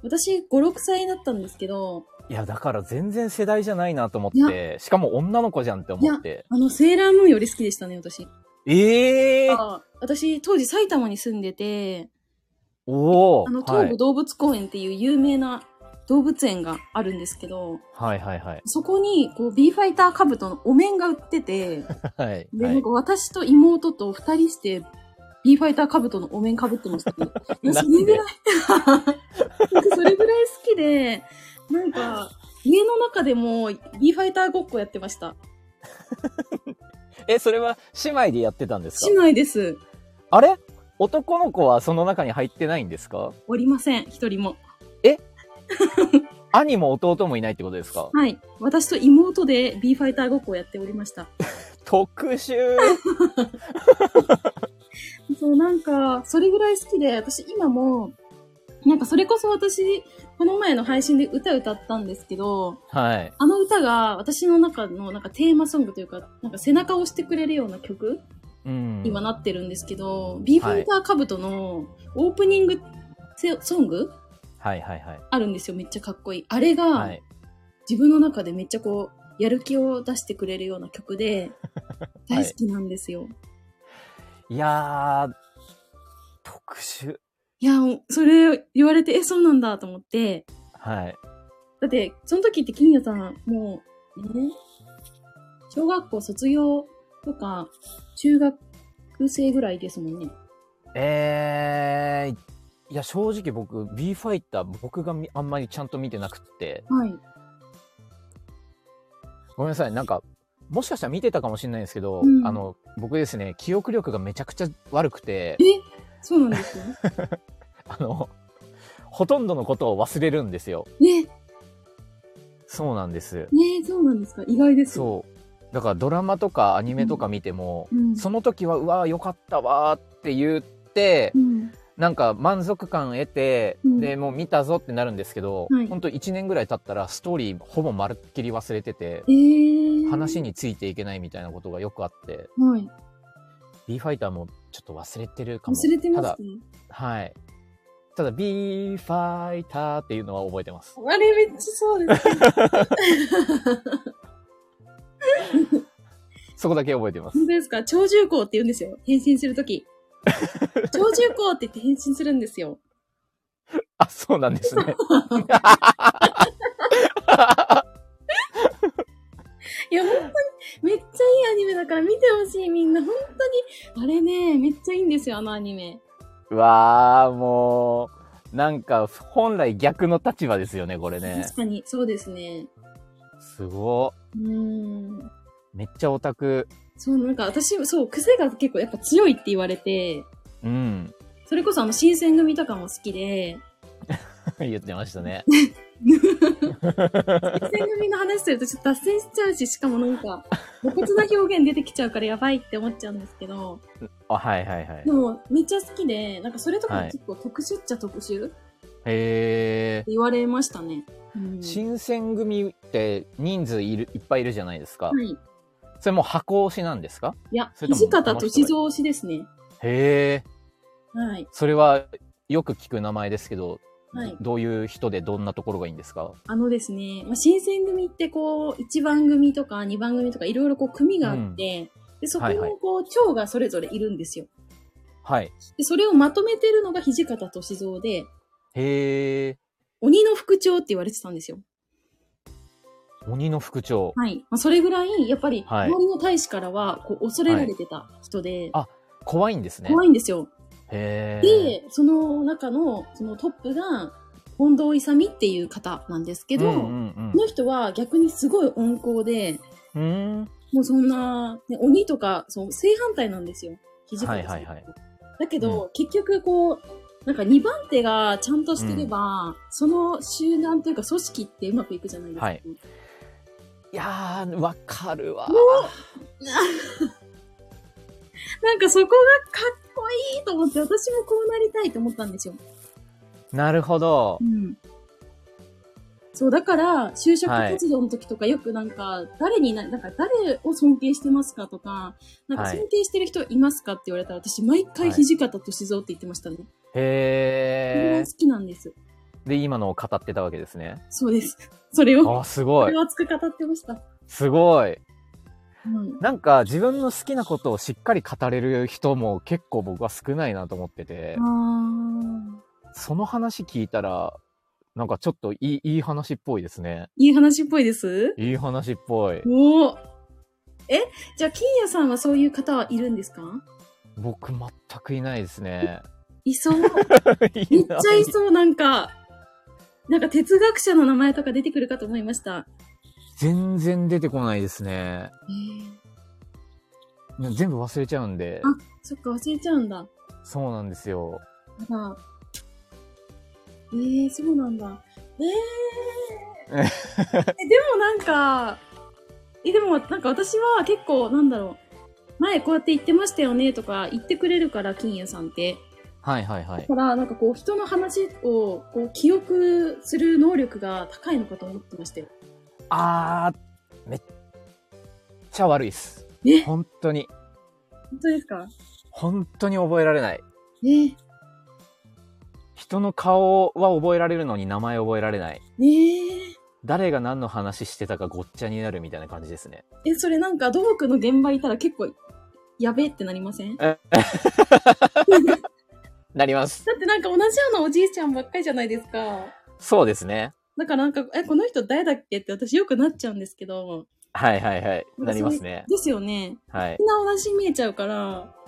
私5、6歳だったんですけど、いや、だから全然世代じゃないなと思いって、しかも女の子じゃんって思って。あの、セーラームーンより好きでしたね、私。ええー、あ私、当時埼玉に住んでて、おおあの、は東い武、動物公園っていう有名な動物園があるんですけど、はいはいはい。そこに、こう、B ファイターカブトのお面が売ってて、はい。で、はなんいか私と妹と二人して、B ファイターカブトのお面かぶってましたね。いや それぐらい、 なんかそれぐらい好きで、なんか、家の中でも B ファイターごっこやってました。え、それは姉妹でやってたんです姉か妹です。あれ男の子はその中に入ってないんですかおりません、一人も。兄も弟もいないってことで すかはい。私と妹で B ファイターごっこをやっておりました。特 殊そう、なんか、それぐらい好きで、私今も、なんかそれこそ私、この前の配信で歌歌ったんですけど、はい。あの歌が私の中のなんかテーマソングというか、なんか背中を押してくれるような曲うん。にはなってるんですけど、ビーファイターカブトのオープニングせソングはいはいはい。あるんですよ。めっちゃかっこいい。あれはがい。自分の中でめっちゃこう、やる気を出してくれるような曲 で、はい大好きなんですよ。いやー、特殊。い、や、それ言われて、え、そうなんだと思って、はい。だって、その時って金谷さん、もう、ね、小学校卒業とか、中学生ぐらいですもんね。えー、いや、正直僕、B ファイター、僕がみあんまりちゃんと見てなくって、はい。ごめんなさい、なんか、もしかしたら見てたかもしれないんですけど、うんあの、僕ですね、記憶力がめちゃくちゃ悪くて え、そうなん ですよ。あの、ほとんどのことを忘れるんですよ。ね、ねそうなんです。そうなんですか。意外です。そう。だからドラマとかアニメとか見ても、うん。その時は、うわー、よかったわーって言ってう、ん。なんか満足感得て、うんでもう見たぞってなるんですけど、はいほんと1年ぐらい経ったらストーリーほぼまるっきり忘れてて、えー。話についていけないみたいなことがよくあって、はい。 B ファイターもちょっと忘れてるかも。忘れてまたすだ、はい。ただ B ファイターっていうのは覚えてます。あれめっちゃそう ですね。そこだけ覚えてます。本当ですか超重工って言うんですよ。変身すると き。超重工って言って変身するんですよ。あ、そうなんですね。いや、本当に、めっちゃいいアニメだから見てほしい、みんな。本当に。あれね、めっちゃいいんですよ、あのアニメ。うわー、もう、なんか、本来逆の立場ですよね、これね。確かに、そうですね。すごうーん。い。めっちゃオタク。そう、なんか私、そう、癖が結構やっぱ強いって言われて、うん。 それこそあの、新選組とかも好きで、言ってました ね。新選組の話するとちょっと脱線しちゃうし、しかもなんか、露骨な表現出てきちゃうからやばいって思っちゃうんですけど、あ、はいはいはいで。もめっちゃ好きで、なんかそれとかも結構特殊っちゃ特殊ってへ言われましたね。うんー。新選組って人数いるいっぱいいるじゃないですか。はい。それもう箱推しなんですかいや、それとも土方歳三推しですね。へー。はい。それはよく聞く名前ですけど、はいどういう人でどんなところがいいんですかあのですね、まあ、新選組ってこう、1番組とか2番組とかいろいろこう組があって、で、そこはいのはいこう、長がそれぞれいるんですよ。はい。で、それをまとめてるのが土方歳三で、へー。鬼の副長って言われてたんですよ。鬼の副長。はい。まあ、それぐらい、やっぱり、はい周りの大使からは、こう、恐れられてた人で、あ怖いんですね。怖いんですよ。へー。で、その中の、そのトップが、近藤勇っていう方なんですけど、うんうんこの人は逆にすごい温厚で、うん。うーん。もうそんな、ね、鬼とか、そう、正反対なんですよ。土方は歳い三はいはい。だけど、結局こう、なんか2番手がちゃんとしてれば、その集団というか組織ってうまくいくじゃないですか。はいいやー、わかるわ。なんかそこがかっこいいと思って、私もこうなりたいと思ったんですよ。なるほどう。ん。そう、だから、就職活動の時とか、よくなんか、誰にな、なんか誰を尊敬してますかとか、なんかはい尊敬してる人いますかって言われたら、私毎回はい土方歳三って言ってましたね。それへが好きなんです。ー。で、今のを語ってたわけですね。そうです。 それを、あ、すそごいれ。を熱く語ってました。すごい。うん。なんか自分の好きなことをしっかり語れる人も結構僕は少ないなと思ってて、ああ、その話聞いたら、なんかちょっといい、いい話っぽいですね。いい話っぽいです。いい話っぽい。おお。え、じゃあ、金谷さんはそういう方はいるんですか僕全くいないですね。い そう。 めっめちゃいそう、なんか。なんか哲学者の名前とか出てくるかと思いました。全然出てこないですね。えー、全部忘れちゃうんで。あそっか、忘れちゃうんだ。そうなんですよ。あら。えー、そうなんだ。え ー、え、でもなんか、え、でもなんか私は結構、なんだろう。前こうやって言ってましたよねとか言ってくれるから、金谷さんって。はいはいはだい。から、なんかこう、人の話を、こう、記憶する能力が高いのかと思ってましたよ。あー、めっちゃ悪いっす。え本当に、本当ですか本当に覚えられない。ね人の顔は覚えられるのに名前覚えられない。え。ね誰が何の話してたかごっちゃになるみたいな感じですね。え。え、それなんか、土木の現場いたら結構、やべえってなりませんだなります。ってなんか同じようなおじいちゃんばっかりじゃないですか。そうですね。だからなんか、え、この人誰だっけって私よくなっちゃうんですけど。はいはいはい。なりますねそ。れですよね。はいみ。んな同じに見えちゃうから。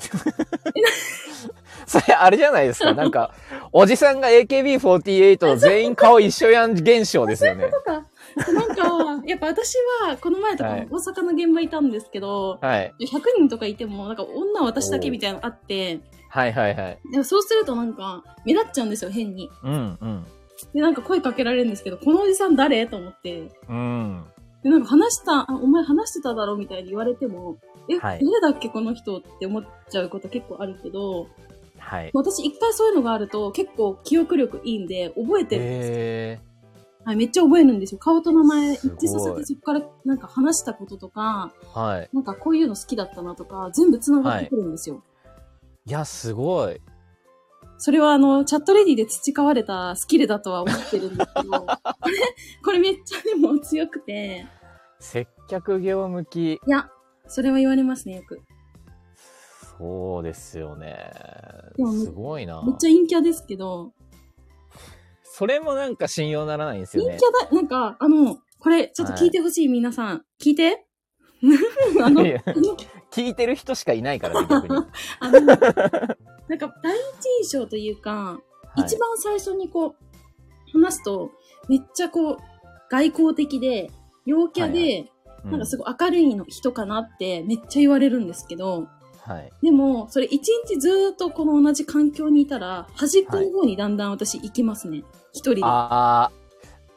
それあれじゃないですか。なんか、おじさんが AKB48 全員顔一緒やん現象ですよね。 とか、なんか、やっぱ私は、この前とかはい大阪の現場いたんですけど、はい。 100人とかいても、なんか女は私だけみたいなのあって、はいはいはい。でもそうするとなんか目立っちゃうんですよ、変に。うんうん。で、なんか声かけられるんですけど、このおじさん誰と思って。うん。で、なんか話した、あ、お前話してただろみたいに言われても、え、はい誰だっけこの人って思っちゃうこと結構あるけど、はい。私一回そういうのがあると結構記憶力いいんで、覚えてるんですよ。えはい、めっちゃ覚えるんですよ。顔と名前一すごい致させて、そこからなんか話したこととか、ー、はい。なんかこういうの好きだったなとか、全部繋がってくるんですよ。いや、すごい。それはあの、チャットレディで培われたスキルだとは思ってるんですけど、こ れ、これめっちゃでも強くて、接客業向き。いや、それは言われますね、よく。そうですよねでも。めすごいなめ。っちゃ陰キャですけど、それもなんか信用ならないんですよ陰ねキ。ャだ、なんか、あの、これ、ちょっと聞いてほしい、皆さん。聞いて。 あの、いやあの聞いてる人しかいないからね、逆に。あ の、なんか第一印象というか、はい一番最初にこう、話すと、めっちゃこう、外交的で、陽キャで、はいはなんかすごごい明るいの人かなってめっちゃ言われるんですけど、はい。でも、それ一日ずーっとこの同じ環境にいたら、端っこの方にだんだん私行きますね。一人で。わあ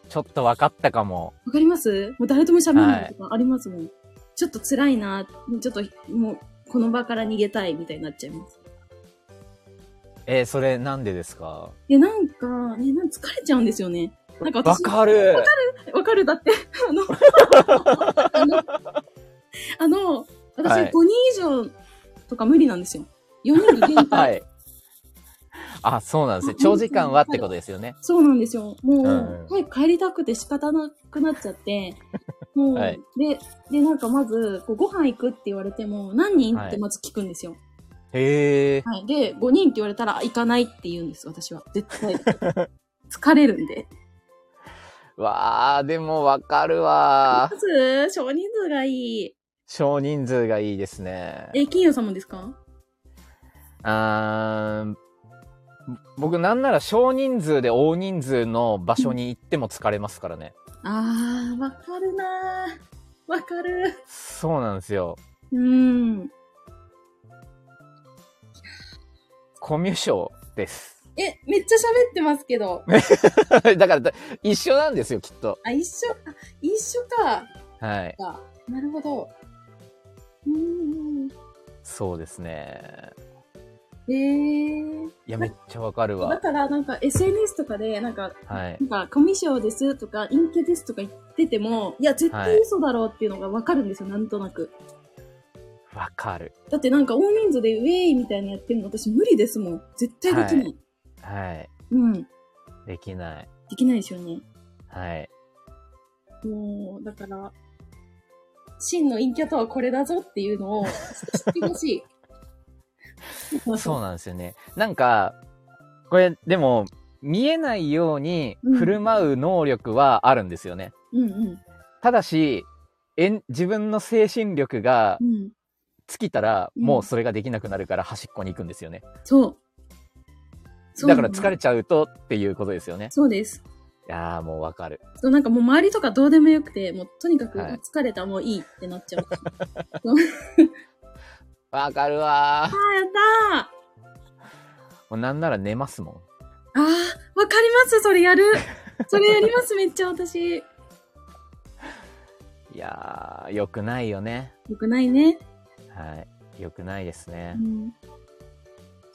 ー、ちょっと分かったかも。かりますもう誰とも喋らないとかありますもん。ちょっと辛いな、ちょっともう、この場から逃げたいみたいになっちゃいます。えーそれなんでですかで、なんか、ね、なんか疲れちゃうんですよね。なんかわ私、かるわかるだって、 あ の、あの、あの、私は5い人以上とか無理なんですよ。4人限界。はい。あ、そうなんですね。長時間はってことですよね。そうなんですよ。もう、うん早く帰りたくて仕方なくなっちゃって、もう、はいで、で、なんかまず、こうご飯行くって言われても、何人はいってまず聞くんですよ。へえ。はい。で、5人って言われたら、あ行かないって言うんです、私は。絶対。疲れるんで。わあ、でもわかるわま。ず、少人数がいい。少人数がいいですね。え、金曜さんもですかあー僕なんなら少人数で大人数の場所に行っても疲れますからね。あー、わかるなー。わかる。そうなんですよ。うん。コミュ障です。 え、めっちゃ喋ってますけど。だからだ一緒なんですよ、きっと。あ、一緒、あ、一緒か。はい。かなるほど。うん。そうですね。へえー。いや、めっちゃわかるだ わ。から、なんか SNS とかで、なんか、はいな。んか、コミュ障ですとか、陰キャですとか言ってても、いや、絶は対い嘘だろうっていうのがわかるんですよ、なんとなく。わかる。だってなんか、大人数でウェイみたいなのやってるの、私無理ですもん。絶対できない。ははい。うん。でできない。きないですよね。はい。もう、だから、真の陰キャとはこれだぞっていうのを知ってほしい。そうなんですよね。なんか、これ、でも、見えないように振る舞う能力はあるんですよね。う。うんうん。ただし、えん自分の精神力がうん。尽きたら、うんもうそれができなくなるから端っこに行くんですよね。そう。そうだなかのら疲れちゃうとっていうことですよね。そうです。いやーもうわかる。そうなんかもう周りとかどうでもよくて、もうとにかく、はい疲れた、もういいってなっちゃう。あわかるわー。あ、やったーもうなんなら寝ますもん。ああ、わかります、それやる。それやります、めっちゃ私。よいやー、良くないよね。くないね。はい。良くないですうね。ん、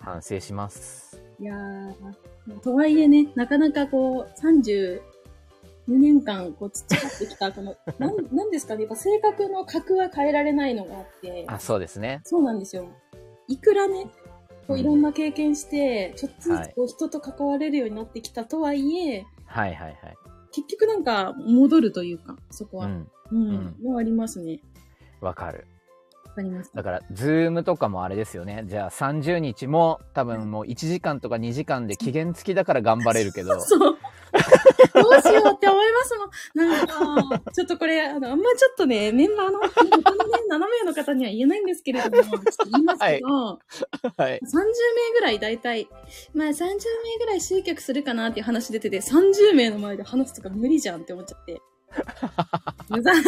反省します。いやー、とはいえね、なかなかこう、32年間、こう、培ってきた、この、 なん、なんですかね、やっぱ性格の格は変えられないのがあって。あ、そうですね。そうなんですよ。いくらね、こういろんな経験して、ちょっとずつこう人と関われるようになってきたとはいえ、はいはいはい。結局なんか戻るというか、そこうは。ん。うん。うんもうありますね。わかる。わかりましただ。から、ズームとかもあれですよね。じゃあ30日も多分もう1時間とか2時間で期限付きだから頑張れるけど。 そう。どうしようって思いますもん。なんか、ちょっとこれ、あの、あんまちょっとね、メンバーの、他のね、7名の方には言えないんですけれども、ちょっと言いますけど、はい。 30名ぐらい大体、まあ30名ぐらい集客するかなっていう話出てて、30名の前で話すとか無理じゃんって思っちゃって。無駄や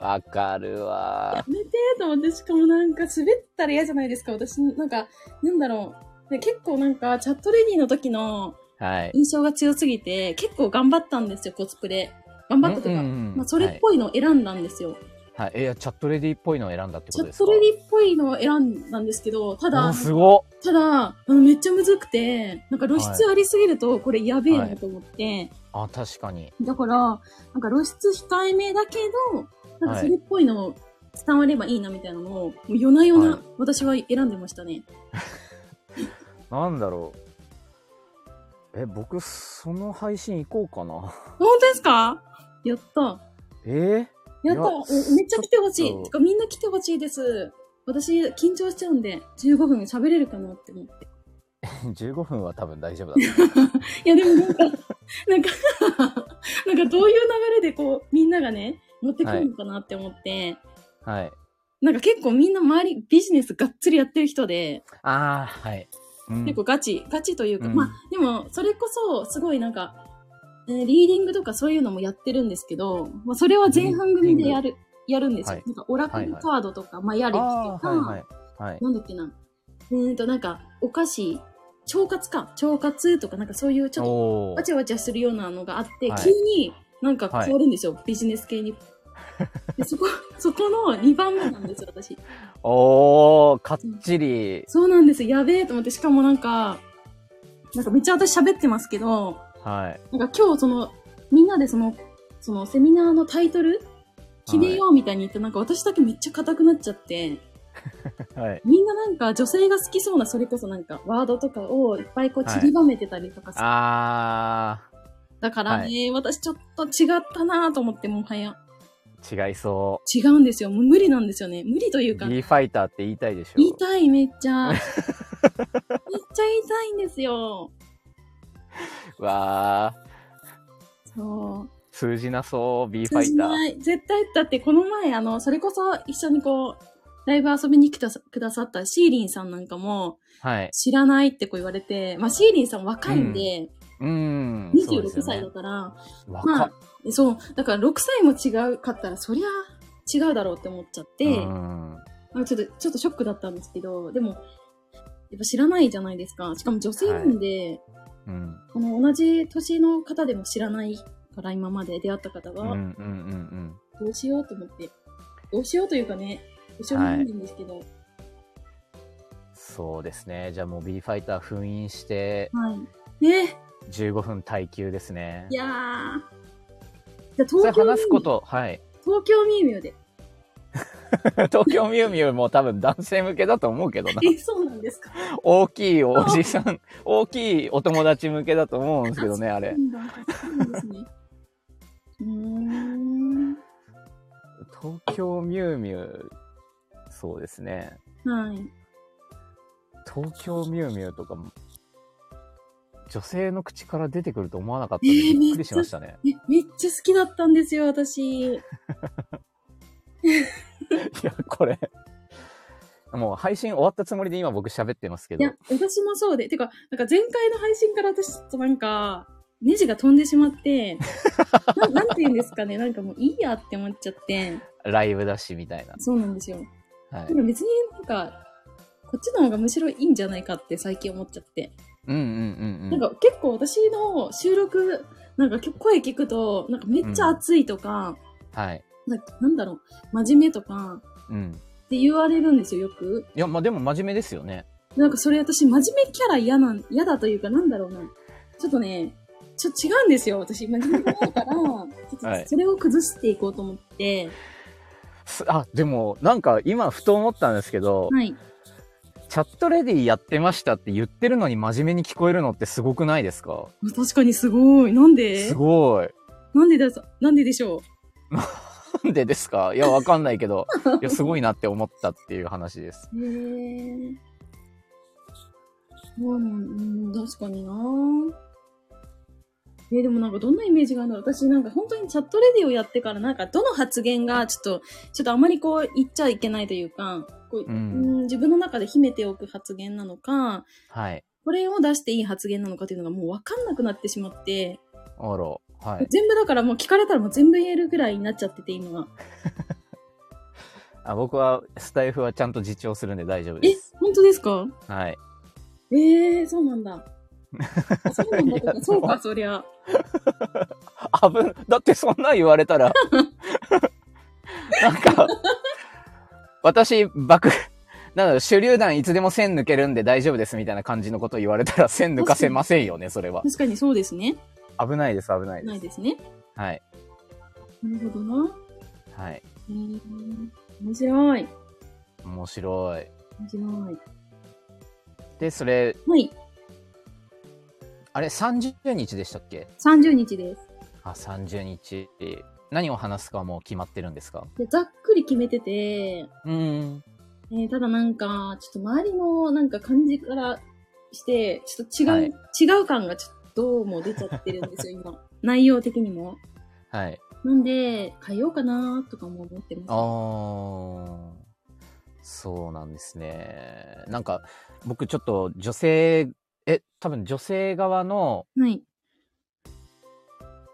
わかるわめてーと思って、しかもなんか滑ったら嫌じゃないですか、私。なんか、なんだろう。で結構なんか、チャットレディの時のー。はい。印象が強すぎて、結構頑張ったんですよ、コスプレ。頑張ったとか。うんうんうんまあ、それっぽいのを選んだんですよ。はい。えいや、チャットレディっぽいのを選んだってこチとャでッすトかレディっぽいのを選んだんですけど、たおだ、すごっただ、あのめっちゃむずくて、なんか露出ありすぎると、これやべえはないと思って、あ、確かに。だから、なんか露出控えめだけど、なんはかいそれっぽいの伝わればいいなみたいなのを、もう夜な夜な、はい私は選んでましたね。なんだろう。え、僕、その配信行こうかな。本当ですかやった。 えやっいた。やおめっちゃ来てほしちょっい。とてかみんな来てほしいです。私、緊張しちゃうんで、15分喋れるかなって思って。ー、15分は多分大丈夫だと思う。 いや、でもなんか、なんか、なんかどういう流れでこう、みんながね、持ってくるのかなって思って、 はい。なんか結構みんな周りビジネスがっつりやってる人で、ああ、はい。うん結構ガチ、ガチというか、うんまあでもそれこそすごいなんか、えーリーディングとかそういうのもやってるんですけど、まあそれは前半組でやる、やるんですよ。はいなんかオラクルカードとか、マヤ歴とあか、あ、はいはい。はい。なんだっけな、うーんとなんかお菓子、腸活か、腸活とかなんかそういうちょっとおおわ。ちゃわちゃするようなのがあって、はい急になんか変わるんですよ、ビジネス系 に。でそこ、そこの2番目なんですよ、私。おお、かっちり。そうなんです。やべえと思って、しかもなんか、なんかめっちゃ私喋ってますけど、はい。なんか今日その、みんなでその、そのセミナーのタイトル決めようみたいに言って、なんか私だけめっちゃ硬くなっちゃって、はい。みんななんか女性が好きそうな、それこそなんかワードとかをいっぱいこうはい散りばめてたりとかさ、あだからね、は私ちょっと違ったなぁと思って、もはや。あ、違いそ違うんですよ。もう無理なんですよね。無理というう。か、 B ファイターって言いたいでしょ。言いたいめっち ゃ。めっちゃ言いたいんですよ。わあ、そう。通じなそう、B ファ通じイター。ない。絶対、だってこの前、あの、それこそ一緒にこう、ライブ遊びに来たさくださったシーリンさんなんかも、はい。知らないってこう言われて、まあシーリンさん若いんで、うん。そうです26よね歳だから、若っまあ、そう、だから6歳も違うかったら、そりゃ違うだろうって思っちゃって、うんまあちょっと、ちょっとショックだったんですけど、でも、やっぱ知らないじゃないですか。しかも女性なんで、うん。この同じ年の方でも知らないから、今まで出会った方うが、んうんうんどうしようと思って。どうしようというかね、どうしようもないんですけど。はい。うん。そうですね。じゃあもう B ファイター封印してね、 15分耐久ですねい。やー。じゃあそれ東京ミューミュー話すこと、はい。東京ミューミュー で。東京ミュウミュウも多分男性向けだと思うけどな。え、そうなんですか。大きいおじさん、大きいお友達向けだと思うんですけどね、あそれう。なんだそうなん ですね。うーん。東京ミュウミュウ、そうですね。はい。東京ミュウミュウとかも、女性の口から出てくると思わなかったんえで、ーびっくりしましたね。え、めっちゃ好きだったんですよ、私。いや、これ。もう配信終わったつもりで今僕喋ってますけいどや。、私もそうで。てか、なんか前回の配信から私ちょっとなんか、ネジが飛んでしまって、 ななんて言うんですかね、なんかもういいやって思っちゃって。ライブだしみたいな。そうなんですよ。はいで。も別になんか、こっちの方がむしろいいんじゃないかって最近思っちゃって。うんうんうんうなんん。か結構私の収録、なんか声聞くと、なんかめっちゃ熱いとか、はい。なんかなんだろう、真面目とかうん。って言われるんですよ、よく。いや、まあでも真面目ですよね。なんかそれ私真面目キャラ嫌なん、嫌だというかなんだろうな。ちょっとね、ちょっと違うんですよ、私。真面目だ から、ちょはっいとそれを崩していこうと思って。すあ、でもなんか今ふと思ったんですけど、はい。チャットレディやってましたって言ってるのに真面目に聞こえるのってすごくないですか確かにすごい。なんですごい。なんでだぞ、なんででしょうなんでですかいや、わかんないけど、 いや、すごいなって思ったっていう話です。へえ。そうなん、うん、確かになえでもなんかどんなイメージがあるんだろう私なんか本当にチャットレディをやってからなんかどの発言がちょっと、ちょっとあまりこう言っちゃいけないというか、こうううんん自分の中で秘めておく発言なのか、はい。これを出していい発言なのかというのがもうわかんなくなってしまって、あら、はい。全部だからもう聞かれたらもう全部言えるぐらいになっちゃってて今は。あ僕は、スタイフはちゃんと自重するんで大丈夫えです。、本当ですかはい。ええそうなんだ。あそうなんだといか、やそうか、そりゃ。あぶ、だってそんなん言われた ら、なんか、私、爆、なんだろう、手榴弾いつでも線抜けるんで大丈夫ですみたいな感じのこと言われたら線抜かせませんよね、それは。確かにそうですね。危ないです、危ないでなす。いですね。はい。なるほどな。はい。へー面白い。面白い。面白い。で、それ、はい。あれ、30日でしたっけ30日です。あ、30日。何を話すかはもう決まってるんですかでざっくり決めてて、えうーん。ーただなんか、ちょっと周りのなんか感じからして、ちょっと違う、はい 違う感がちょっとどうも出ちゃってるんですよ、今。内容的にも。はい。なんで、変えようかなとかも思ってます。ああ、そうなんですね。なんか、僕ちょっと女性、え、多分女性側の、はい。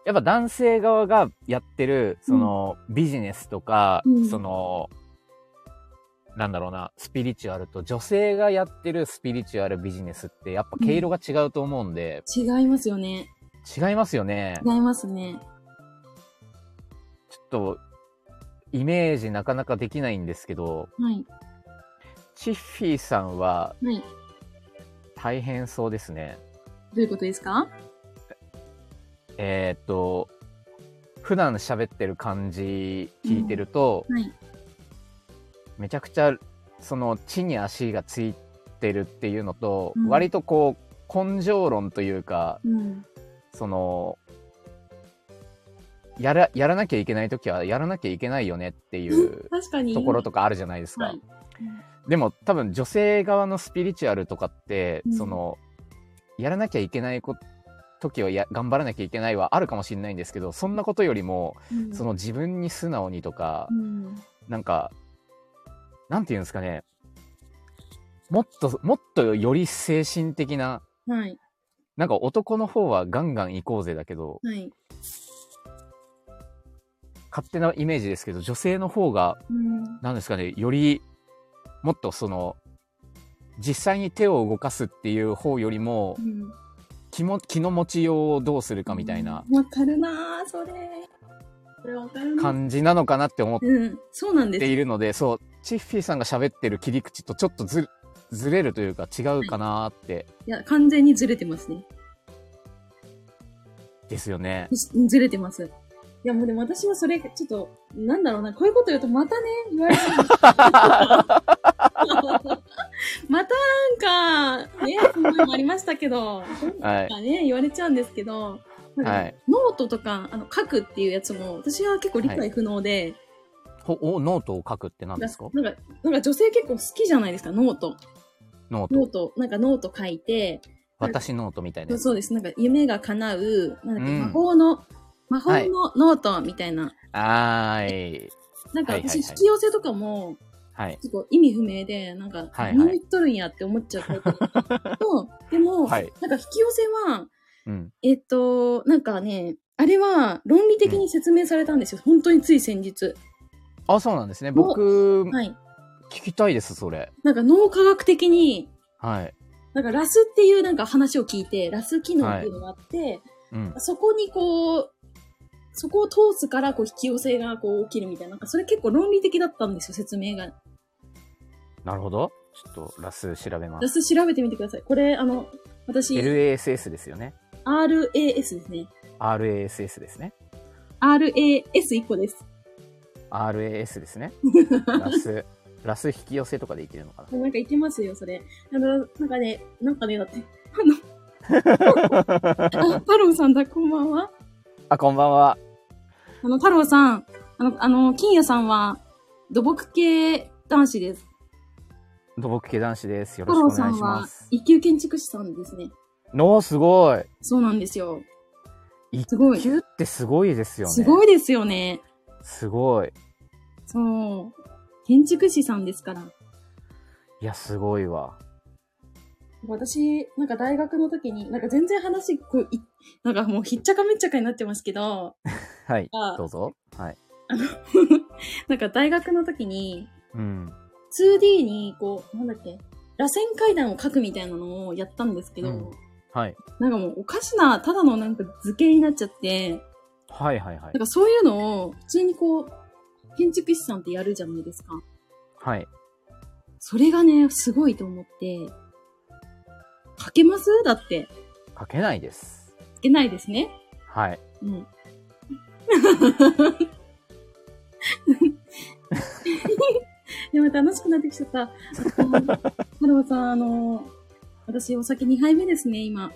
やっぱ男性側がやってる、その、ビジネスとか、うんその、なんだろうな、スピリチュアルと女性がやってるスピリチュアルビジネスって、やっぱ毛色が違うと思うんで、違いますよね。違いますよね。違いますね。ちょっと、イメージなかなかできないんですけど、はい。チッフィーさんははい。ど大変そうですね。ういうことですかえーっと、普段喋ってる感じ聞いてると、はい。めちゃくちゃ、その、地に足がついてるっていうのと、うん割とこう、根性論というか、うん。その、やら、やらなきゃいけない時は、やらなきゃいけないよねってい う確かに。ところとかあるじゃないですか。はい。でも多分女性側のスピリチュアルとかって、うんそのやらなきゃいけないこ時をや頑張らなきゃいけないはあるかもしれないんですけどそんなことよりも、うんその自分に素直にとかう、ん。なんかなんていうんですかねもっともっとより精神的なはい。なんか男の方はガンガン行こうぜだけどはい。勝手なイメージですけど女性の方がうん。なんですかね、より、もっとその、実際に手を動かすっていう方よりもう、ん。気も気の持ちようをどうするかみたいなわかるなぁ、それ。それわかるなぁ感じなのかなって思っうん。そうなんですているので、そう、チッフィーさんが喋ってる切り口とちょっとずずれるというか違うかなーって、いや、完全にずれてますね。ですよね。しずれてます。いや、もうでも私はそれ、ちょっと、なんだろうな、こういうこと言うとまたね、言われるんですまたなんか、ね、そんなのもありましたけど、はなんい。かね、言われちゃうんですけど、はいノートとか、あの、書くっていうやつも、私は結構理解不能で、ほおノートを書くって何ですかなんか、なんか女性結構好きじゃないですか、ノート。ノーノト。ート、なんかノート書いて、私ノートみたいなそやうつ。そうです。なんか夢が叶う、なんだっけうん魔法の、魔法はいのノートみたいな。はーい。なんかはいはいはい私、引き寄せとかも、はい。結構意味不明で、なんか、はいはい何言っとるんやって思っちゃうタイ プと、でも、はいなんか引き寄せは、うん。えっと、なんかね、あれは論理的に説明されたんですよ。本当につい先日。あ、そうなんですね。僕、はい。聞きたいです、それ。なんか脳科学的に、はい。なんかラスっていうなんか話を聞いて、ラス機能っていうのがあって、うん。そこにこう、そこを通すからこう引き寄せがこう起きるみたいな、なんかそれ結構論理的だったんですよ、説明が。なるほど。ちょっとラス調べまラす。ス調べてみてください。これ、あの、私、 LASS ですよね。 RAS ですね。 RASS ですね。 RAS1 個です。 RAS です ね。ラス、ラス引き寄せとかでいけるのかなんかいけますよ、それ。あの、なんかね、なんかね、だって、 あの、あ、太郎さんだ、こんばんは。な。あ、こんばんは。あの、太郎さん、あの、あの、金谷さんは、土木系男子です。土木系男子です。よ太ろしくお郎さ願いんしはます、。一級建築士さんですね。のすごい。そうなんですよ。一すごい級ってすごいですよね。すごいですよね。すごい。そう。建築士さんですから。いや、すごいわ。私、なんか大学の時に、なんか全然話、こう、いなんかもうひっちゃかめっちゃかになってますけど、はいあ。どうぞ。はい。 なんか大学の時に、うん。 2D に、こう、なんだっけ、螺旋階段を描くみたいなのをやったんですけど、うんはい。なんかもうおかしな、ただのなんか図形になっちゃって、はいはいはいなん。かそういうのを、普通にこう、建築士さんってやるじゃないですか。はい。それがね、すごいと思って、書けますだって、書けないです。書けないですね。はい。うん。 でも楽しくなってきちゃった。あのハローさん、あの、私お酒2杯目ですね、今。は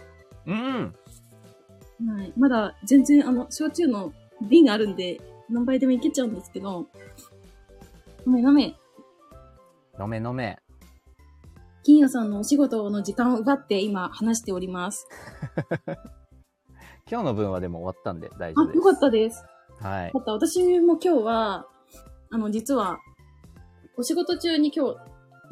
うん。い。まだ全然、あの、焼酎の瓶があるんで、何杯でもいけちゃうんですけど。飲め飲め。飲め飲め。金谷さんのお仕事の時間を奪って今話しております。今日の分はでも終わったんで大丈夫あ、です。よかったです。はい。また私も今日は、あの、実は、お仕事中に今日、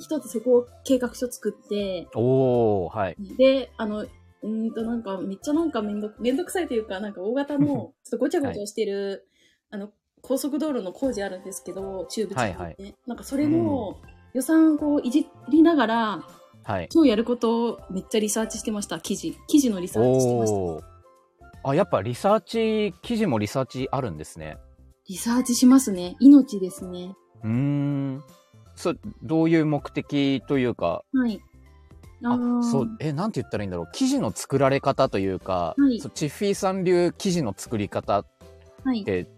一つ施工計画書作って、おー、はい。で、あの、うーんと、なんか、めっちゃなんかめんどく、めんどくさいというか、なんか大型の、ちょっとごちゃごちゃしてる、あの、高速道路の工事あるんですけど、中部地区、ねはいはいなんかそれの予算をこういじりながら、はい。今日やることをめっちゃリサーチしてました、記事。記事のリサーチしてました。おー。あ、やっぱリサーチ、記事もリサーチあるんですね。リサーチしますね。命ですね。うーん。そう、どういう目的というか、はい。ああーそう、え、なんて言ったらいいんだろう。記事の作られ方というか、はいそうチッフィーさん流記事の作り方っはい。て、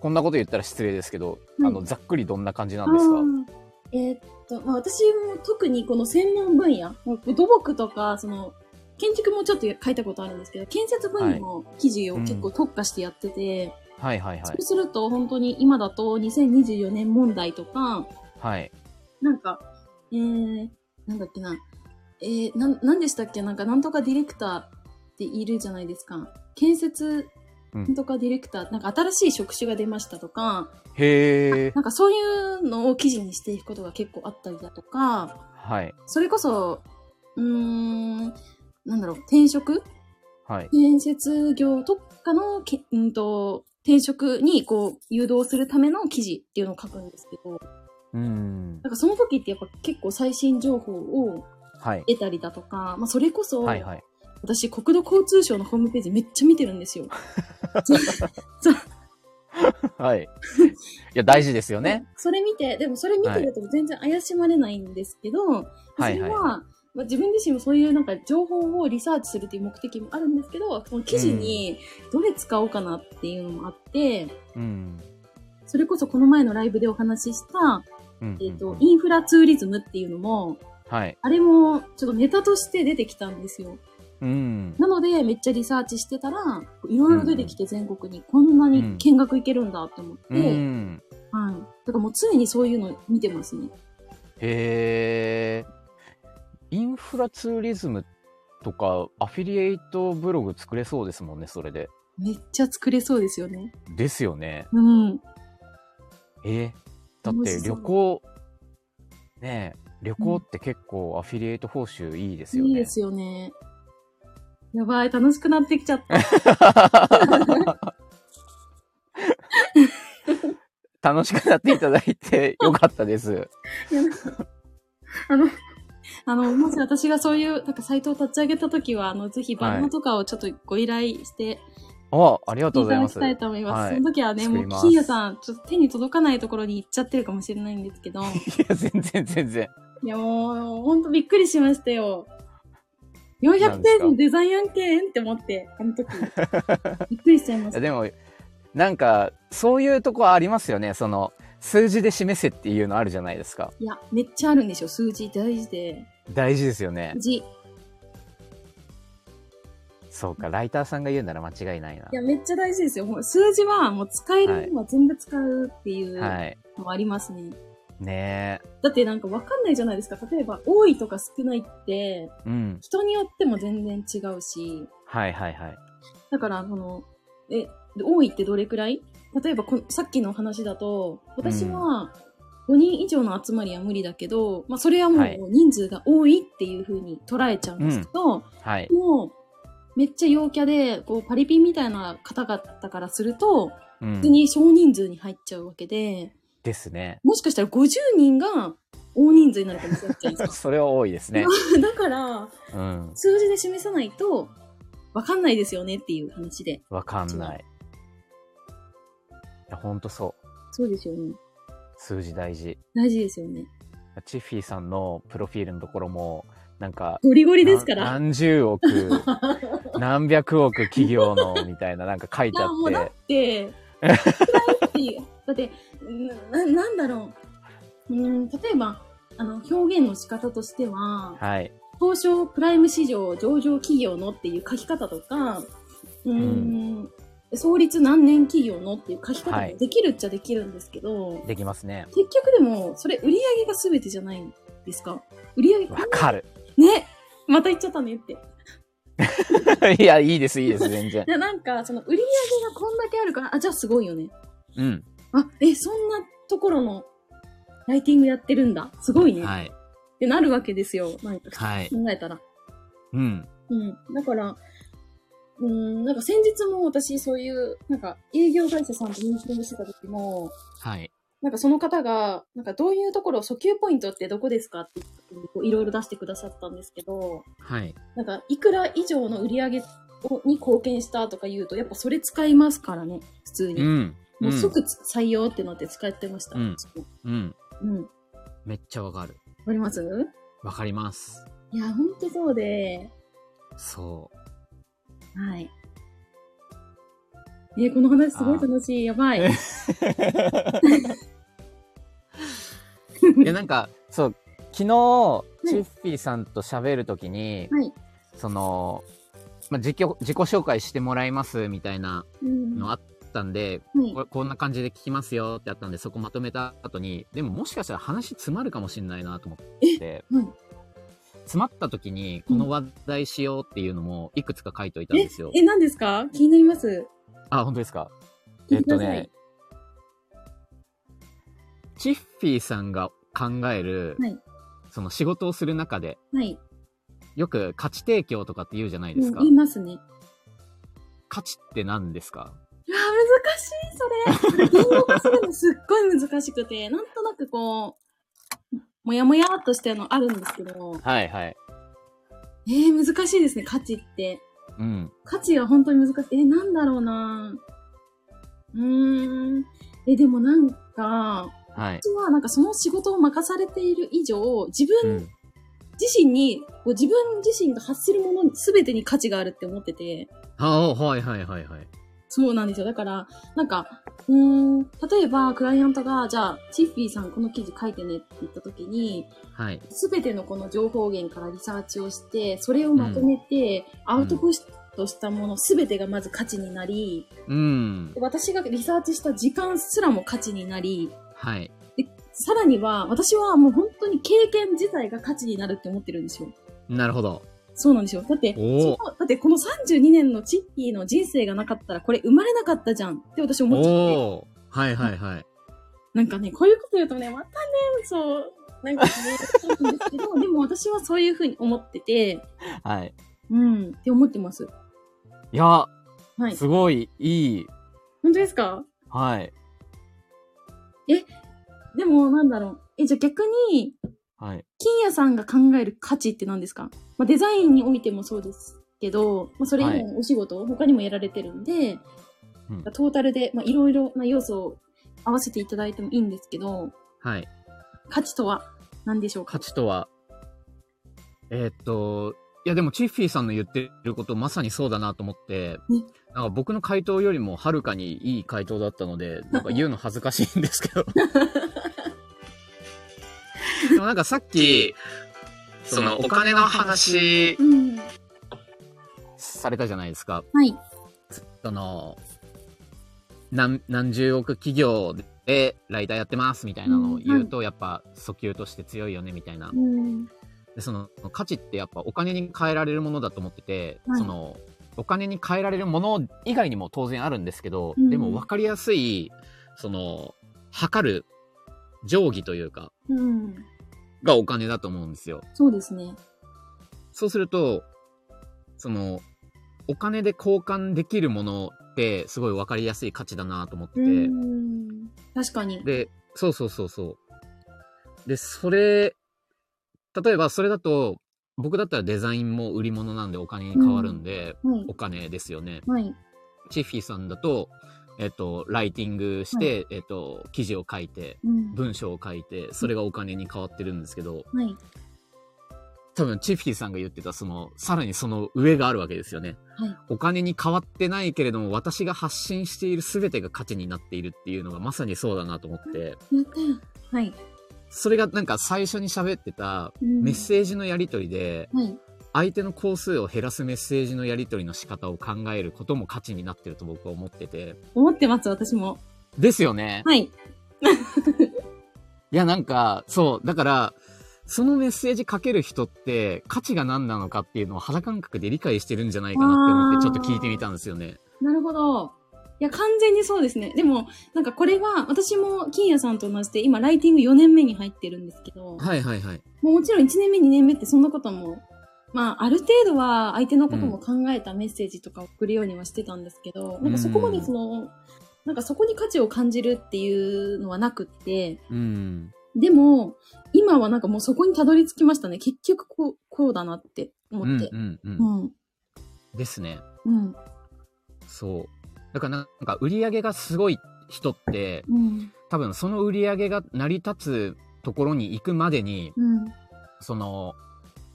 こんなこと言ったら失礼ですけど、はいあの、ざっくりどんな感じなんですかあーえーっと、まあ、私も特にこの専門分野、もう土木とか、その、建築もちょっと書いたことあるんですけど、建設分野の記事を結構特化してやってて、はいはいはいそう。すると本当に今だと2024年問題とか、はい。なんか、えー、なんだっけな、えー、なん、なんでしたっけなんか、なんとかディレクターっているじゃないですか。建設、なんとかディレクター、なんか新しい職種が出ましたとか、へえ。なんかそういうのを記事にしていくことが結構あったりだとか、はい。それこそ、うーん、なんだろう、転職はい。建設業特化のけ、うんと、転職にこう誘導するための記事っていうのを書くんですけど、うーん。なんかその時ってやっぱ結構最新情報をはい。得たりだとか、まあそれこそ、はいはい。私国土交通省のホームページめっちゃ見てるんですよ。そうそうはい。いや、大事ですよね。それ見て、でもそれ見てると全然怪しまれないんですけど、はいそれは、はいまあ、自分自身もそういうなんか情報をリサーチするという目的もあるんですけど、この記事にどれ使おうかなっていうのもあって、うん。それこそこの前のライブでお話しした、うんえっ、と、うんうんインフラツーリズムっていうのも、はい。あれもちょっとネタとして出てきたんですよ。うん。なので、めっちゃリサーチしてたら、いろいろ出てきて全国にこんなに見学行けるんだって思って、うん。はい。だからもう常にそういうの見てますね。へえ。インフラツーリズムとか、アフィリエイトブログ作れそうですもんね、それで。めっちゃ作れそうですよね。ですよね。うん。えーだっ面白てそう旅行、ねえ、旅行って結構アフィリエイト報酬いいですよね。いいですよね。やばい、楽しくなってきちゃ った。楽しくなっていただ いてよかったです。あの、あの、もし私がそういう、なんかサイトを立ち上げたときは、あの、ぜひバンドとかをちょっとご依頼して、あ、ありがとういごたざいだまきす。たいと思います。はいその時はね、作もりう、ます金谷さん、ちょっと手に届かないところに行っちゃってるかもしれないんですけ ど、いや、全然全然。いや、もう、ほんとびっくりしましたよ。400何です点かのデザイン案件って思って、あの時。びっくりしちゃいまいしや た。でも、なんか、そういうとこありますよね。その、数字で示せっていうのあるじゃないですか。いや、めっちゃあるんですよ。数字大事で。大事ですよね数。字。いそうか、ライターさんが言うなら間違いないな。や、めっちゃ大事ですよ。もう数字はもう使えるものは全部使うっていうはい。のもありますね。ねえ。だってなんかわかんないじゃないですか。例えば、多いとか少ないって、うん。人によっても全然違うし、はいはいはい。だから、その、え、多いってどれくらい例えばこ、さっきの話だと、私は5人以上の集まりは無理だけど、まあ、それはもはいう人数が多いっていう風に捉えちゃうんですけど、はい。もう、めっちゃ陽キャで、こう、パリピみたいな方々からすると、う普ん通。に少人数に入っちゃうわけで、ですね。 もしかしたら50人が大人数になるかもしれないじゃないですか。それは多いで すね。だから、うん。数字で示さないと、わかんないですよねっていう話で。わかんない。いや、ほんとそう。そうですよね。数字大事。大事ですよね。チッフィーさんのプロフィールのところも、なんか、ゴリゴリですかなら。何十 億、何百億企業の、みたいな、なんか書いいてあや、もうだっ、ってて、辛いっていう。だって、な、なんだろう。うん、例えば、あの、表現の仕方としては、はい。東証プライム市場上場企業のっていう書き方とか、うーん、創立何年企業のっていう書き方はいもできるっちゃできるんですけど、できますね。結局でも、それ売り上げが全てじゃないんですか売り上げ、わかる。 ねまた言っちゃったねって。いや、いいです、いいです、全然い。や、なんか、その売り上げがこんだけあるから、あ、じゃあすごいよね。うん。あ、え、そんなところのライティングやってるんだ。すごいね。っはい。てなるわけですよ。なんかはい。考えたら。うん。うん。だから、うん、なんか先日も私そういう、なんか営業会社さんとミーティングしてた時も、はい。なんかその方が、なんかどういうところ、訴求ポイントってどこですかって言ってこういろいろ出してくださったんですけど、はい。なんかいくら以上の売り上げをに貢献したとか言うと、やっぱそれ使いますからね、普通に。うん。もう即採用ってのって使ってました。うんうん。うん。わめっちゃわかる。かりますわかります。いや、ほんとそうで。そはい。え、この話すごい楽しい。やばい。う。で、なんか、そう、昨日、チいッフィーさんと喋るときに、はい。その、まあ、自己、自己紹介してもらいますみたいなうん。のはあったんで、い。ここんな感じで聞きますよってあったんで、そこまとめた後に、でももしかしたら話詰まるかもしれないなと思って、うん詰まった時にこの話題しようっていうのもいくつか書いといたんえですよ。、え、何ですか気になります。あ、本当ですか聞えいってくとださいね、チッフィーさんが考える、はいその仕事をする中で、はい。よく価値提供とかって言うじゃないでうすん、か。言いますね。価値って何ですかうわ、難しい、それ。言語化するのすっごい難しくて、 なんとなくこう、もやもやっとしたのあるんですけど、はいはい。えー、難しいですね、価値って。うん。価値は本当に難しい。え、なんだろうなうーん。え、でもなんか、はい。私はなんかその仕事を任されている以上、自う分ん。自身に、こう自分自身が発するもの全てに価値があるって思ってて、あはいはいはいはい。そうなんですよ。だから、なんか、うーん、例えばクライアントが、じゃあ、チッフィーさんこの記事書いてねって言った時に、はい。すべてのこの情報源からリサーチをして、それをまとめて、アウトプットしたものすべてがまず価値になり、うん。私がリサーチした時間すらも価値になり、はい。さらには、私はもう本当に経験自体が価値になるって思ってるんですよ。なるほど。そうなんですよ。だって、そおのーだってこの32年のチッピーの人生がなかったらこれ生まれなかったじゃんって私思っちゃって。おーはいはいはい。なんかね、こういうこと言うとね、またね、そう、なんかね、そうなんですけど、でも私はそういうふうに思ってて、 はい。うん、って思ってます。いや、はい。すごいいい。本当ですかはい。でも、なんだろう。え、じゃあ逆に、はい。金谷さんが考える価値って何ですか、まあ、デザインにおいてもそうですけど、まあ、それ以外のお仕事、他にもやられてるんで、うんトータルで、まあ、いろいろな要素を合わせていただいてもいいんですけど、はい。価値とは何でしょうか価値とは、えーっと、いやでもチッフィーさんの言ってることまさにそうだなと思ってね、なんか僕の回答よりもはるかにいい回答だったの で、なんか言うの恥ずかしいんです けど。でもなんかさっき、そのお金の話うん。はされたじゃないですか。い。その、何、何十億企業でライターやってますみたいなのを言うと、やっぱ訴求として強いよねみたいなう。ん。で、その価値ってやっぱお金に変えられるものだと思ってて、はいその、お金に変えられるもの以外にも当然あるんですけど、うんでも分かりやすい、その、測る定規というか、うん。がお金だと思うんですよ。そうですね。そうすると、その、お金で交換できるものってすごい分かりやすい価値だなと思ってて、うん。確かに。で、そうそうそうそう。で、それ、例えばそれだと、僕だったらデザインも売り物なんでお金に変わるんで、はいお。金ですよね。はい。チッフィーさんだと、えっと、ライティングして、えっと、記事を書いて、うん。文章を書いて、それがお金に変わってるんですけど、はい。多分チッフィーさんが言ってた、その、さらにその上があるわけですよね。はいお金に変わってないけれども、私が発信している全てが価値になっているっていうのがまさにそうだなと思って、やった。はい。それがなんか最初に喋ってたうんメッセージのやり取りで、はい。相手の工数を減らすメッセージのやり取りの仕方を考えることも価値になってると僕は思ってて。思ってます、私も。ですよね。はい。いやなんか、そう、だから、そのメッセージかける人って価値が何なのかっていうのを肌感覚で理解してるんじゃないかなって思ってちょっと聞いてみたんですよね。なるほど。いや、完全にそうですね。でも、なんかこれは、私も金谷さんと同じで、今、ライティング4年目に入ってるんですけど、はいはいはい。もうもちろん1年目、2年目ってそんなことも、まあ、ある程度は相手のことも考えたメッセージとか送るようにはしてたんですけど、なんかそこまでその、なんかそこに価値を感じるっていうのはなくって、うん。でも、今はなんかもうそこにたどり着きましたね。結局こう、こうだなって思うんうって。んう。うんん。うん。ですね。うん。そう。だからなんか売り上げがすごい人って、うん。多分その売り上げが成り立つところに行くまでに、うん。その、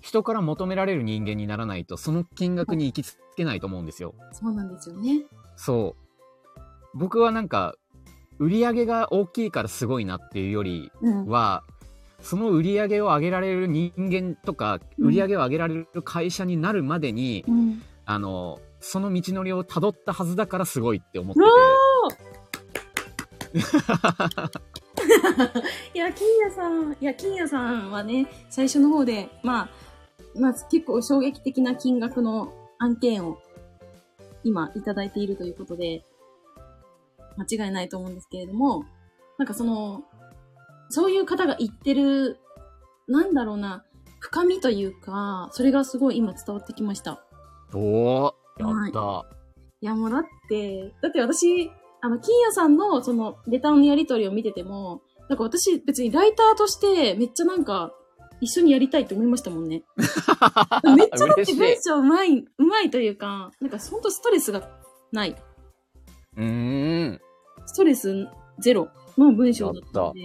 人から求められる人間にならないと、その金額に行きつけないと思うんですよ。そうなんですよね。そう。僕はなんか、売り上げが大きいからすごいなっていうよりうん。は、その売り上げを上げられる人間とか、うん売り上げを上げられる会社になるまでに、うん。あの、その道のりを辿ったはずだからすごいって思ってうてわ。いや、金谷さん、いや、金谷さんはね、最初の方で、まあ、まあ、結構衝撃的な金額の案件を今いただいているということで、間違いないと思うんですけれども、なんかその、そういう方が言ってる、なんだろうな、深みというか、それがすごい今伝わってきました。おー、やった。いや、もうだって、だって私、あの、金谷さんのその、レターのやり取りを見てても、なんか私、別にライターとして、めっちゃなんか、一緒にやりたいって思いましたもん ね。めっちゃだっ嬉てしい文章うまい、うまいというか、なんかほんとストレスがない。うーん。ストレスゼロの文章だったので、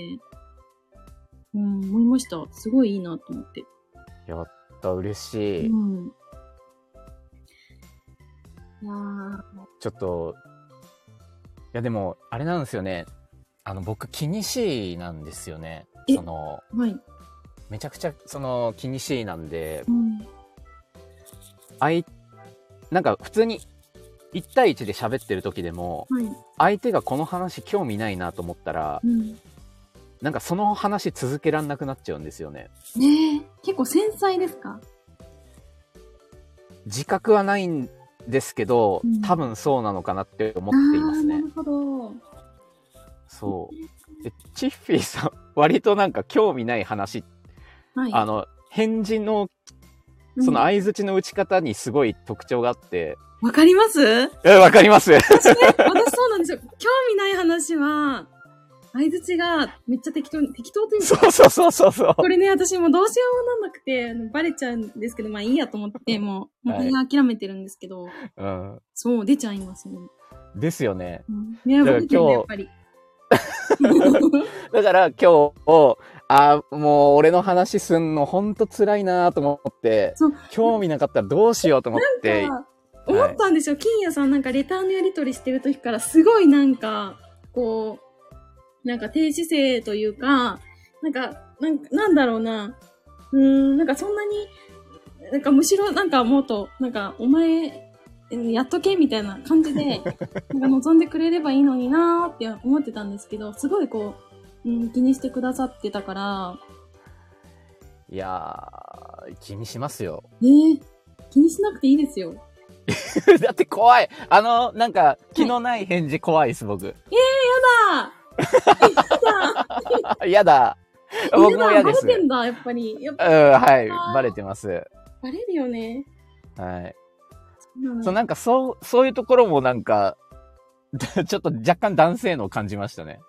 うん、思いました。すごいいいなと思って。やった、嬉しい。うん。いやー、ちょっと、いやでも、あれなんですよね。あの、僕、気にしいなんですよね。えその、はい。めちゃくちゃ、その、気にしいなんで、うん。あい、なんか普通に、1対1で喋ってる時でも、はい。相手がこの話興味ないなと思ったら、うん。なんかその話続けらんなくなっちゃうんですよね。ねえ、結構繊細ですか自覚はないんですけどうん、多分そうなのかなって思あっていますあーなねる。ほど。そう。で、チッフィーさん、割となんか興味ない話はい。あの、返事の、うんその相づちの打ち方にすごい特徴があって、わかりますえ、わかります私ね、私そうなんですよ。興味ない話は、相づちがめっちゃ適当に、適当というか、 そうそうそうそうそう。これね、私もうどうしようもなんなくて、あのバレちゃうんですけど、まあいいやと思って、もう、もうはいこれ諦めてるんですけど、うん。そう、出ちゃいますね。ですよね。うん、ね、だか僕らね、今日やっぱり。うだから今日、あーもう俺の話すんのほんと辛いなと思ってそう、興味なかったらどうしようと思ってん、か思ったんですよ、金谷さんなんかレターのやり取りしてる時からすごいなんかこうなんか低姿勢というかなんかなんかなんだろうなうーんなんかそんなになんかむしろなんかもっとなんかお前うんやっとけみたいな感じ でなんか望んでくれればいいのになーって思ってたんですけどすごいこう、うん、気にしてくださってたからいやー、気にしますよ。 ねえ気にしなくていいですよだって怖い。あの、なんか、気のない返事怖いです、僕。あやだ。ー僕も嫌でバレす。てうん、んだやっぱりやっぱはい。バレてます。バレるよねはい。うんそう、なんかそう、そういうところもなんか、 ちょっと若干男性のを感じましたね。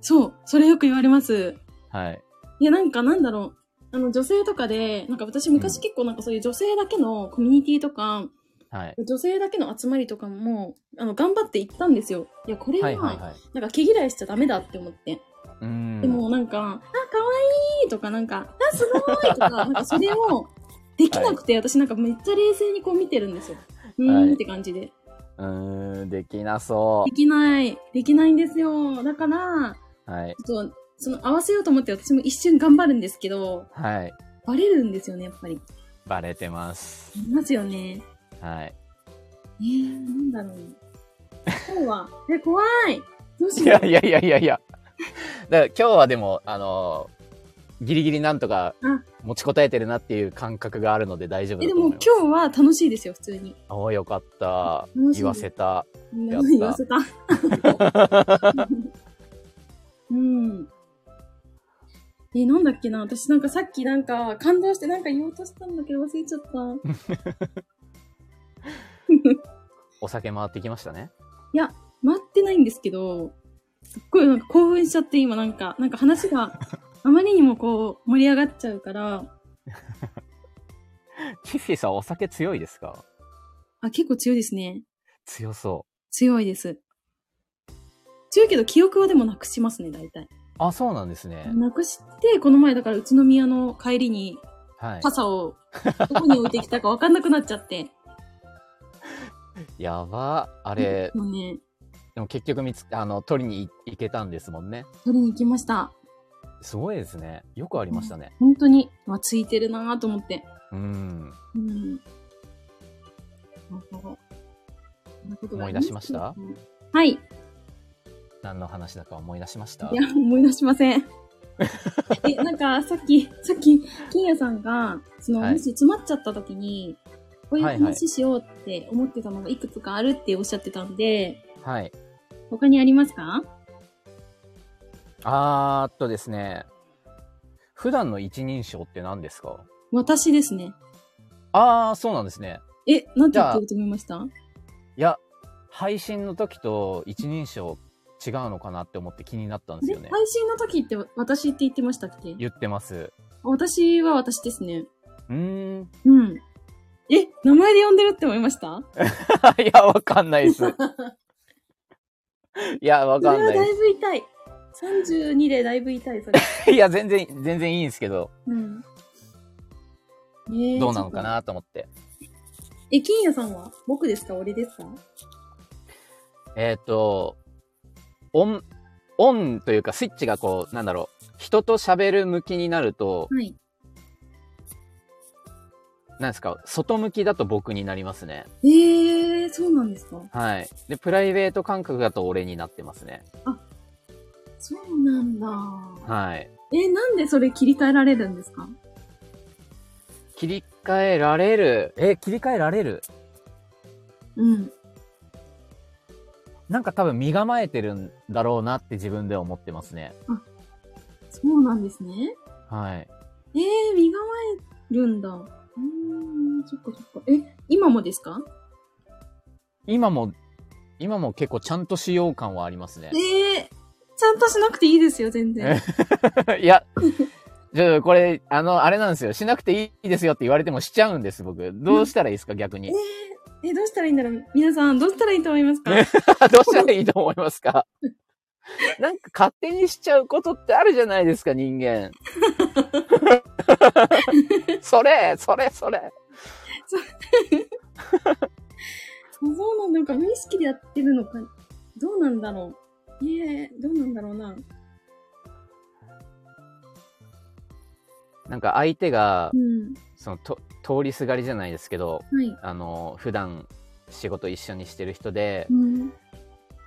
そう、それよく言われます。はい。いや、なんかなんだろう。あの、女性とかで、なんか私昔結構なんかそういう女性だけのコミュニティとか、はい。女性だけの集まりとかも、あの、頑張って行ったんですよ。いや、これは、はいはいはい。なんか毛嫌いしちゃダメだって思って。うーん。でもなんか、あ、かわいいとかなんか、あ、すごい とか、なんかそれを、できなくて、私なんかめっちゃ冷静にこう見てるんですよ。うーんって感じで。うーん、できなそできない。できないんですよ。だから、う。はい。ちょっと、その合わせようと思って私も一瞬頑張るんですけど、はい。バレるんですよね、やっぱり。バレてます。いますよね。はい。えー、なんだろう。今日は、え、怖いどうしいよやいやいやいやいや。だから今日はでも、あのギリギリなんとかあ持ちこたえてるなっていう感覚があるので大丈夫え、だでと思もい今ます。日は楽しいですよ、普通に。おーよかった。楽しいです言わせた。やった言わせ た。うん。え、なんだっけな私なんかさっきなんか感動してなんか言おうとしたんだけど忘れちゃった。お酒回ってきましたね。待ってないんですけど、すっごいなんか興奮しちゃって今なんか、なんか話があまりにもこう盛り上がっちゃうから、キッフィーさんお酒強いですかあ、結構強いですね。強そ強いです。強いけど記憶はでもなくしますね、大体。う。あ、そうなんですね。なくして、この前だから宇都宮の帰りにはい。傘をどこに置いてきたか分かんなくなっちゃって。やば。ああれ、もうね、でも結局見つ、あの、取りに行けたんですもんね。取りに行きました。すごいですね。よくありましたね。本当に、まあ、ついてるなぁと思って。うん。うん。なるほどこんなことがあ思い出しましたはい。い何の話だか思い出しましたや、思い出しま せん。え、なんか、さっき、さっき、金谷さんが、その、はいもし詰まっちゃった時に、こういうはいはい話しようって思ってたのがいくつかあるっておっしゃってたんで、はい。他にありますかあーっとですね。普段の一人称って何ですか私ですね。あー、そうなんですね。え、なんて言じゃっあてると思いましたいや、配信の時と一人称違うのかなって思って気になったんですよねえ。配信の時って私って言ってましたっけ言ってます。私は私ですね。うーん。 うん。え、名前で呼んでるって思いましたいや、わかんない です。いや、わそれかんはないだでいぶ痛い。32でだいぶ痛い、それ。す。いや、全然、全然いいんですけど、 うん。えどうなのかなと思って。え、金谷さんは僕ですか俺ですかえっ、と、オン、オンというかスイッチがこう、なんだろう、人と喋る向きになると、はい。なんですか、外向きだと僕になりますね。えー、そうなんですかはい。で、プライベート感覚だと俺になってますね。そうなんだ。はい。え、なんでそれ切り替えられるんですか切り替えられる。え、切り替えられるうん。なんか多分身構えてるんだろうなって自分では思ってますね。そうなんですね。はい。えー、身構えるんだ。うーん、そっかそっか。え、今もですか今も、今も結構ちゃんと使用感はありますねえ。ー、ちゃんとしなくていいですよ、全然。 いや、ちょ、これ、あの、あれなんですよ。しなくていいですよって言われてもしちゃうんです、僕。どうしたらいいですか、逆に。え、どうしたらいいんだろう皆さん、どうしたらいいと思いますか どうしたらいいと思いますかなんか勝手にしちゃうことってあるじゃないですか、人間。それ、それ、それ。そうなんだ、なんか無意識でやってるのか、どうなんだろう。えー、どうなんだろうな。なんか相手がう、ん。その、と、通りすがりじゃないですけど、はい。あの、普段仕事一緒にしてる人でう、ん。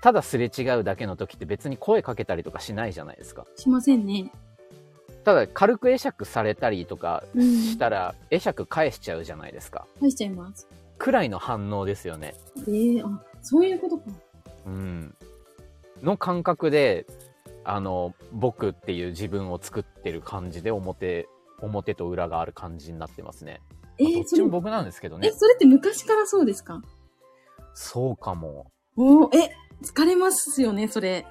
ただすれ違うだけの時って別に声かけたりとかしないじゃないですか。しませんね。ただ軽く会釈されたりとかうんしたら、会釈返しちゃうじゃないですか。返しちゃいます。くらいの反応ですよね。えー、あ、そういうことか。うん。の感覚で、あの、僕っていう自分を作ってる感じで表、表と裏がある感じになってますね。えどー、っそちれも、僕なんですけどえ、ね。それって昔からそうですかそうかも。おー、え、疲れますよね、それ。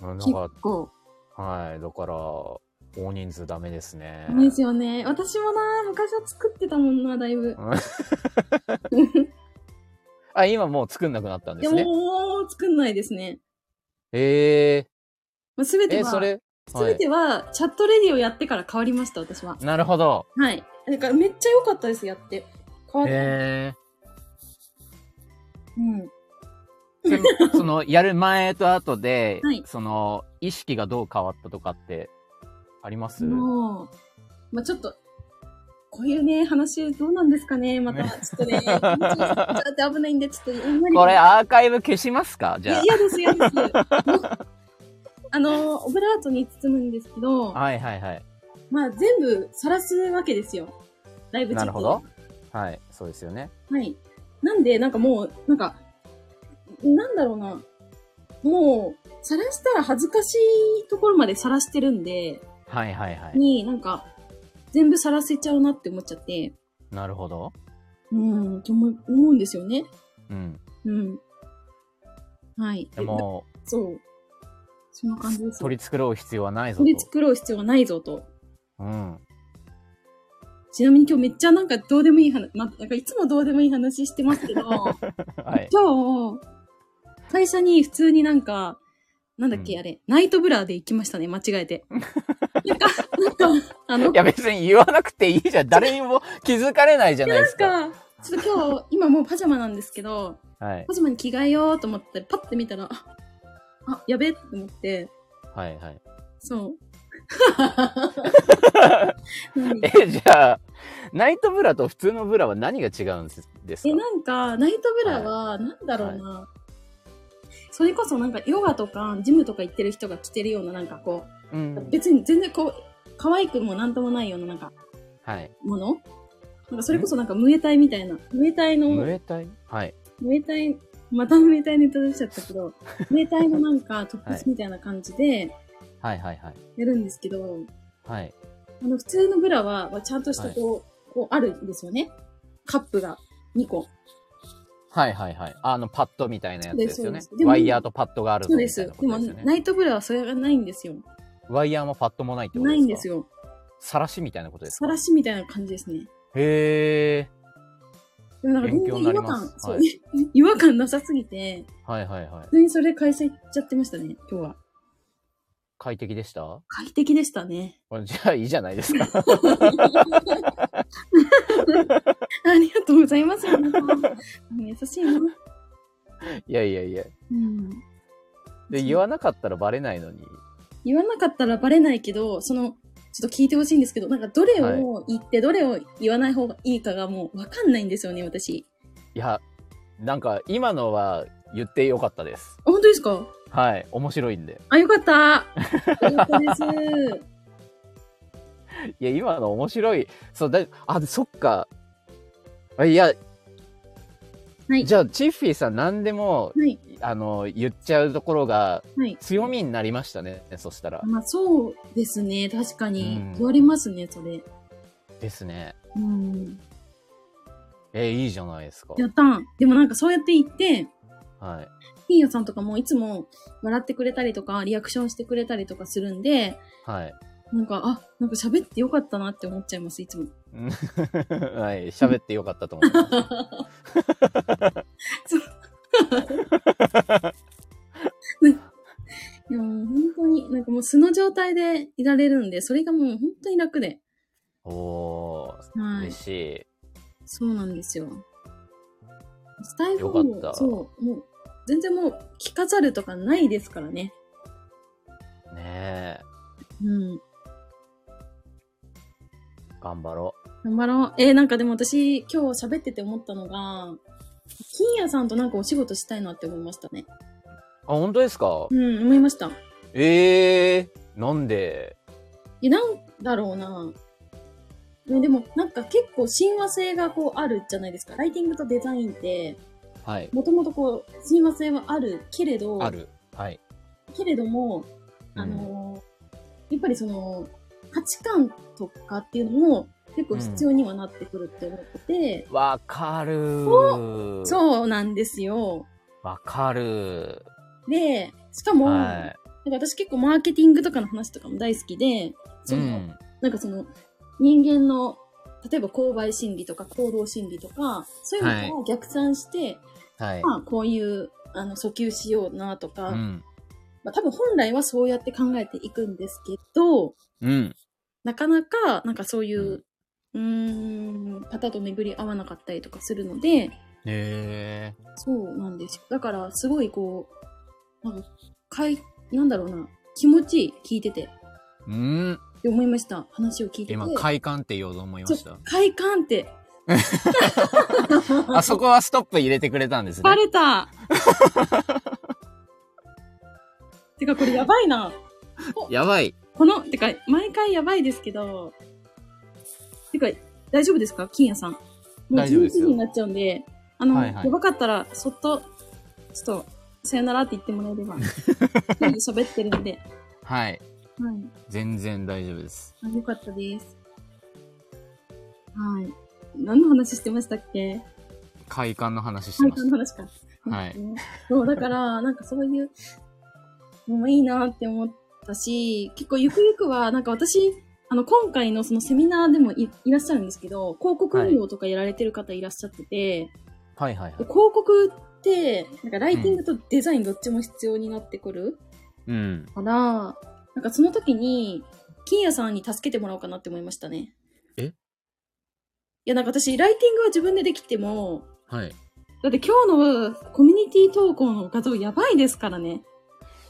なん結か、構。はい。だから、大人数ダメですねダ。メですよね。私もな、昔は作ってたもんな、だいぶ。あ、今もう作んなくなったんでですね。も、作んないですね。えまあ、すべー、てえ、は、それ、すべては、チャットレディをやってから変わりました、私は。なるほど。はい。なんかめっちゃ良かったです、やって。変わった。えうん。ー、そその、やる前と後で、はいその、意識がどう変わったとかって、ありますもう、まあちょっと、こういうね、話どうなんですかね、また、ねちょっとね、ちょっと危ないんで、ちょっと、あんまりこれアーカイブ消しますかいじゃや、嫌です、嫌です。あの、オブラートに包むんですけど、あ。はいはいはい。まあ、全部晒すわけですよ。ライブチなットるほをど。はい、そうですよね。はい。なんで、なんかもう、なんか、なんだろうな。もう、晒したら恥ずかしいところまで晒してるんで、はいはいはい。に、なんか、全部晒せちゃうなって思っちゃって、なるほど。うん、と思う思うんですよね。うん。うん。はい。でも、そう。そんな感じです。取り繕う必要はないぞ取りと。繕う必要はないぞと。うん。ちなみに今日めっちゃなんかどうでもいい話、まあ、なんかいつもどうでもいい話してますけど、 はい。今日、会社に普通になんか、なんだっけ、うんあれ、ナイトブラで行きましたね、間違え て。なんか、なんか、あの、いや別に言わなくていいじゃん。誰にも気づかれないじゃないですか。なんか、ちょっと今日、今もうパジャマなんですけど、はいパ。ジャマに着替えようと思って、パッて見たら、あ、あやべえって思って、はい はい。 そう。何え、じゃあ、ナイトブラと普通のブラは何が違うんですですえ、かなんか、ナイトブラは、なんだろうな、それこそなんかヨガとかジムとか行ってる人が着てるようななんかこうう、ん。別に全然こう、可愛くもなんともないようななんかはい。ものなんかそれこそなんかムエタイみたいな、ムエタイの、ムムエタイはい。エタイ、またムエタイネタ出しちゃったけ ど、ムエタイのなんかトップスみたいな感じではいはいはい。やるんですけど、はい。あの普通のブラはまあちゃんとしたこう、こうあるんですよね。カップが2個。はいはいはい。あの、パッドみたいなやつですよねそうですそうで。すワイヤーとパッドがあるそぞうみでたいすな。こでとも、ですよナね。イトブラはそれがないんですよ。ワイヤーもパッドもないってことですかないんです。よ。さらしみたいなことですさからしみたいな感じですね。へえ。でもなんか全勉強然に違なり和ま感、すそう、 は違和感なさすぎて、はいはいはい普。通にそれ会社行っちゃってましたね、今日は。快適でした快適でしたね。 じゃあいいじゃないですか。ありがとうございます。皆 さんうん優しいな。いやいやいや。うん。で、言わなかったらバレないのに。言わなかったらバレないけど、その、ちょっと聞いてほしいんですけど、なんかどれを言って、どれを言わない方がいいかがもうわかんないんですよね、私。いや、なんか今のは言ってよかったですあ。本当ですかはい。面白いんで。あ、よか った。よかったです。いや、今の面白い。そう、だあ、そっか。あいや、はいじゃあ、チッフィーさん何でも、はい、あの、言っちゃうところがはい。強みになりましたね。そしたら。まあそうですね、確かにうん。言われますね、それ。ですね。うん。え、いいじゃないですか。やったん。でもなんかそうやって言って、はい。金谷さんとかもいつも笑ってくれたりとか、リアクションしてくれたりとかするんで、はい。 なんか、あ、なんか喋ってよかったなって思っちゃいます、いつも。はい。喋ってよかったと思います。いや、もう本当に、なんかもう素の状態でいられるんで、それがもう本当に楽で。おー、はい嬉。しい。そうなんですよ。スタイフよもかっ、たそう、もう、全然もう、着飾るとかないですからね。ねえ、うん。頑張ろ頑張ろう。えーなんかでも私、今日喋ってて思ったのが、金谷さんとなんかお仕事したいなって思いましたね。う。あ、本当ですかうん、思いました。ええー、なんでえ、なんだろうな。ねでも、なんか結構親和性がこうあるじゃないですか。ライティングとデザインって、はい。もともとこう、親和性はあるけれど、ある。はい。けれども、あのーやっぱりその、価値観とかっていうのも結構必要にはなってくるって思ってて、わかるー。そうなんですよ。わかるで、しかー。も、はなんか私結構マーケティングとかの話とかも大好きで、い。そうの、ん。なんかその、人間の、例えば購買心理とか行動心理とか、そういうのを逆算して、はい。まあこういう、あの、訴求しようなとか、うん。まあ多分本来はそうやって考えていくんですけど、うん。なかなか、なんかそういう、うーん、方と巡り合わなかったりとかするので、ええそうなんですよ。だから、すごいこう、なんか、かい、なんだろうな、気持ちいい、聞いてて、っー。うん。て思いました。話を聞いてて。今、快感って言おうと思いまちょした。快感って。 あそこはストップ入れてくれたんですねバ。レ たてか、これやばいな。やばい。この、てか、毎回やばいですけど、てか、大丈夫ですか金谷さん。もう大丈夫11です時よになっちゃうんで、あの、はいはいやばかったら、そっと、ちょっと、さよならって言ってもらえれば、 一人で喋ってるんで、はい。はい。全然大丈夫です。あ、よかったです。はい。何の話してましたっけ快感の話して体ま感のし話か。た。はい。ねそう、だから、なんかそういうのもいいなって思ったし、結構ゆくゆくは、なんか私、あの、今回のそのセミナーでもいいらっしゃるんですけど、広告運用とかやられてる方いらっしゃってて、はいはいはいで広。告って、なんかライティングとデザインどっちも必要になってくるうん。から、なんかその時に、金谷さんに助けてもらおうかなって思いましたね。えいや、なんか私、ライティングは自分でできても、はい。だって今日のコミュニティ投稿の画像やばいですからね。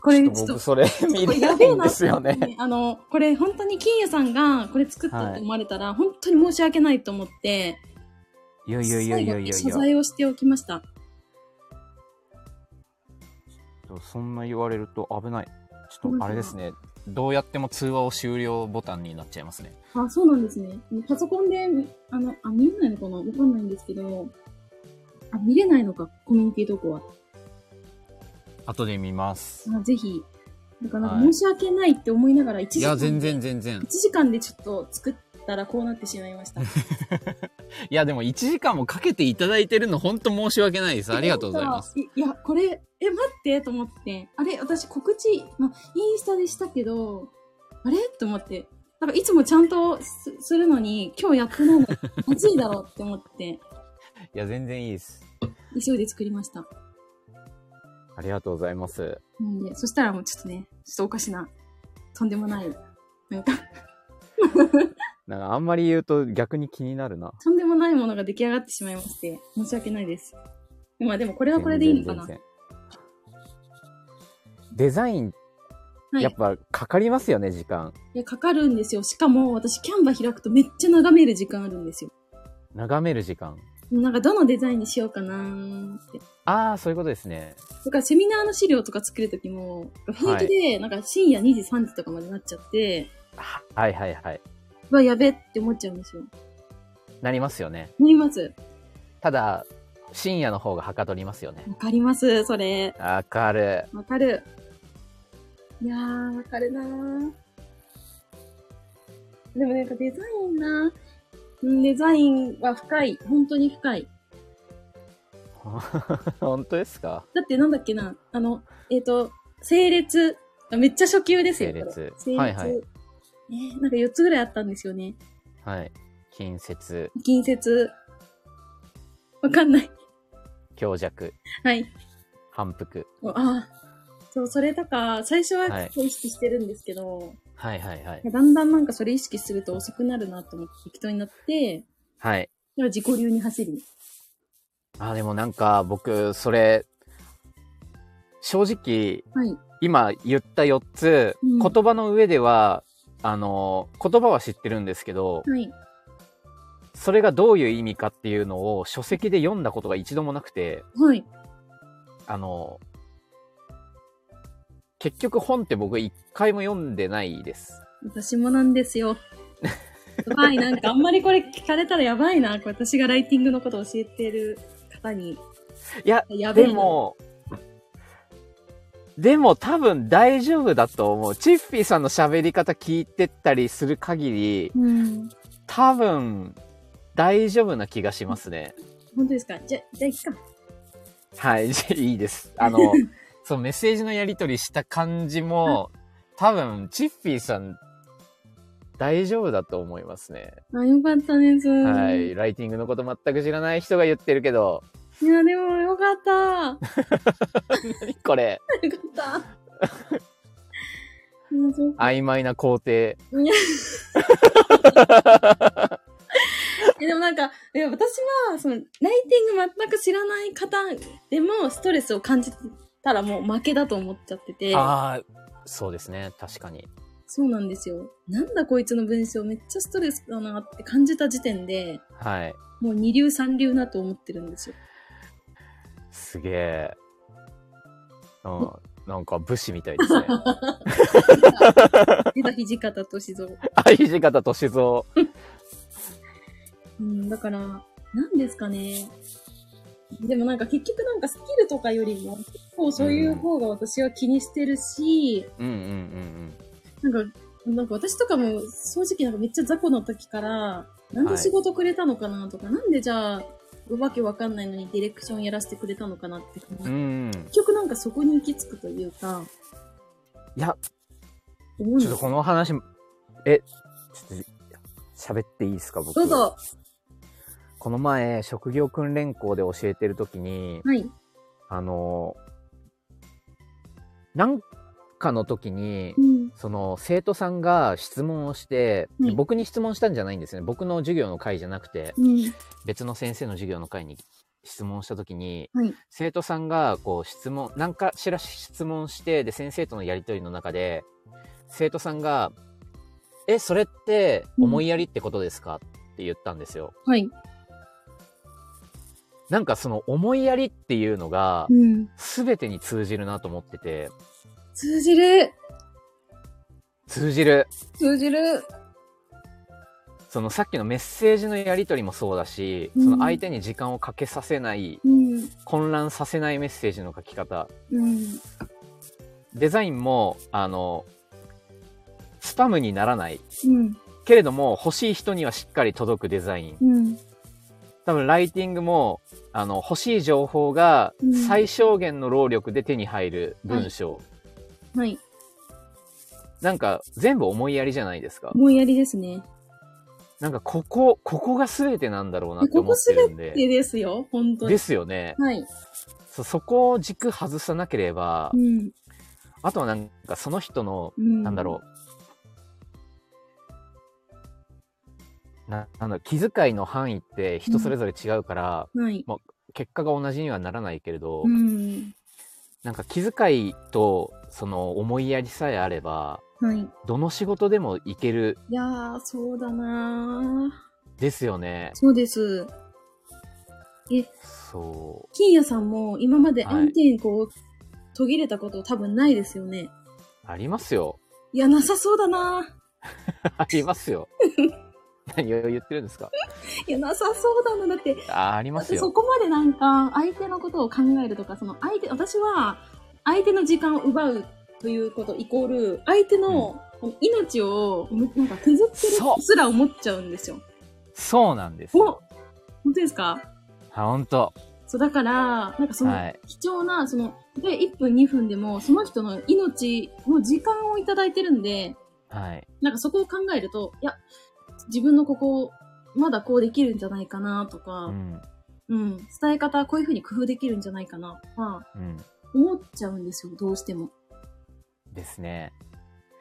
これちょっと、僕それ見これれなやべいえんなでってすよ思ってね。あの、これ本当に金谷さんがこれ作ったって思われたら、本当に申し訳ないと思って、いやいやいや最いや後いにや謝いや。罪をしておきました。そんな言われると危ない。ちょっとあれですね。どうやっても通話を終了ボタンになっちゃいますね。あ、そうなんですね。パソコンで、あの、あ、見えないのかなわかんないんですけど、あ、見れないのか、コミュニティ投稿は。後で見ます。あぜひ。だからはい申し訳ないって思いながら1い時間、や、全然全然1。時間でちょっと作ったらこうなってしまいました。いや、でも1時間もかけていただいてるの、本当申し訳ないです。ありがとうございます。え。いや、これ、え、待って、と思って。あれ、私告知、まあ、インスタでしたけど、あれと思って。なんかいつもちゃんとすするのに、今日やってないの、 まずいだろうって思って、いや、全然いいです。急いで作りました。ありがとうございます。なんで、そしたらもうちょっとね、ちょっとおかしな、とんでもない、なんか、 なんかあんまり言うと逆に気になるな。とんでもないものが出来上がってしまいまして、申し訳ないです。まあでもこれはこれでいいのかな。全然全然デザイン、はい。やっぱかかりますよね、時間。いやかかるんですよ。しかも私、キャンバ開くとめっちゃ眺める時間あるんですよ。眺める時間。なんかどのデザインにしようかなーって。ああ、そういうことですね。だからセミナーの資料とか作るときも、平気で、なんか深夜2時、3時とかまでなっちゃって、ははいはいはい。うわ、やべって思っちゃうんですよ。なりますよね。なります。ただ、深夜の方がはかどりますよね。わかります、それ。わかる。わかる。いやー、わかるなー。でもなんかデザインなうんデザインは深い。本当に深い。 本当ですかだってなんだっけな、あの、えっ、と、整列。めっちゃ初級ですよ。整列これ整列。はいはいえーなんか4つぐらいあったんですよね。はい。近接、近接。わかんない。 強弱、はい。反復。ああ。そう、それとか、最初ははい結構意識してるんですけど、はいはいはい。だんだんなんかそれ意識すると遅くなるなと思って適当になって、はい。だから自己流に走り。あー、でもなんか僕、それ、正直、はい。今言った4つ、うん言葉の上では、あの、言葉は知ってるんですけど、はい。それがどういう意味かっていうのを書籍で読んだことが一度もなくて、はい。あの、結局本って僕一回も読んでないです。私もなんですよ。やばい、なんかあんまりこれ聞かれたらやばいな。これ私がライティングのことを教えてる方に。いや、やべえでな、も、でも多分大丈夫だと思う。チッピーさんの喋り方聞いてったりする限り、うん。多分大丈夫な気がしますね。本当ですかじゃ、じゃあ、いっか。はい、じゃあいいです。あ の、そう、メッセージのやり取りした感じも、多分、チッフィーさん、大丈夫だと思いますね。あ、よかったです。はい。ライティングのこと全く知らない人が言ってるけど、いや、でもよかった。 何これ、よかった。いやそう曖昧な工程。えでもなんか、いや私は、その、ライティング全く知らない方でも、ストレスを感じたらもう負けだと思っちゃってて、ああ、そうですね。確かに。そうなんですよ。なんだこいつの文章めっちゃストレスだなって感じた時点で、はい。もう二流三流なと思ってるんですよ。すげえ。うん。なんか武士みたいです ね。出た土方歳三。あ、土方歳三。うん、だから、なんですかね。でもなんか結局なんかスキルとかよりも、結構そういう方が私は気にしてるし、うんうんうんなんか、なんか私とかも正直なんかめっちゃ雑魚の時から、なんで仕事くれたのかなとか、なんでじゃあ、わけわかんないのにディレクションやらせてくれたのかなって、うん。うん。結局なんかそこに行き着くというか、いや、思うんでちすょっとこの話、え、ちょっと喋っていいですか、僕。どうぞ。この前、職業訓練校で教えてるときに、はい。あの、なんかの時にう、ん。その生徒さんが質問をして、はい僕に質問したんじゃないんですね。僕の授業の回じゃなくて、うん。別の先生の授業の回に質問した時に、はい生徒さんがこう質問何かしら質問してで先生とのやり取りの中で生徒さんが「えそれって思いやりってことですか?」って言ったんですよ。はい。なんかその思いやりっていうのがうん。全てに通じるなと思ってて通じる。通じる通じる。そのさっきのメッセージのやり取りもそうだしうんその相手に時間をかけさせないうん。混乱させないメッセージの書き方うん。デザインもあのスパムにならないうん。けれども欲しい人にはしっかり届くデザインうん。多分ライティングもあの欲しい情報がうん最小限の労力で手に入る文章、はい。なんか全部思いやりじゃないですか、思いやりですね。なんかここここが全てなんだろうなってこ思こってするんべでてですよ、本当でに。すよねはい。そそこを軸外さなければ、うん。あとはなんかその人のうん。なんだろう。ななんだろう気遣いの範囲って人それぞれ違うから、う。はい。結果が同じにはならないけれど、うん。なんか気遣いとその思いやりさえあればはい。いどの仕事でもいけるやー、そうだなー。ですよね。そうです。そ金谷さんも今まではい案件こう、途切れたこと多分ないですよね。うありますよ いや、なさそうだなありま すよ。何を言ってるんですかー。いや、なさそうだな。だって、あありますそよ。こまでなんか相手のことを考えるとかその相手私は相手の時間を奪うということイコール相手のこの命をむなんか削ってるそうすら思っちゃうんですよ。そうなんですおよ。本当ですかあ本当。そうだからなんかそのはい貴重な、そので1分2分でもその人の命の時間をいただいてるんではい。なんかそこを考えるといや自分のここまだこうできるんじゃないかなとか、ううんん。伝え方こういうふうに工夫できるんじゃないかなとか。うん。思っちゃうんですよ、どうしても。ですね。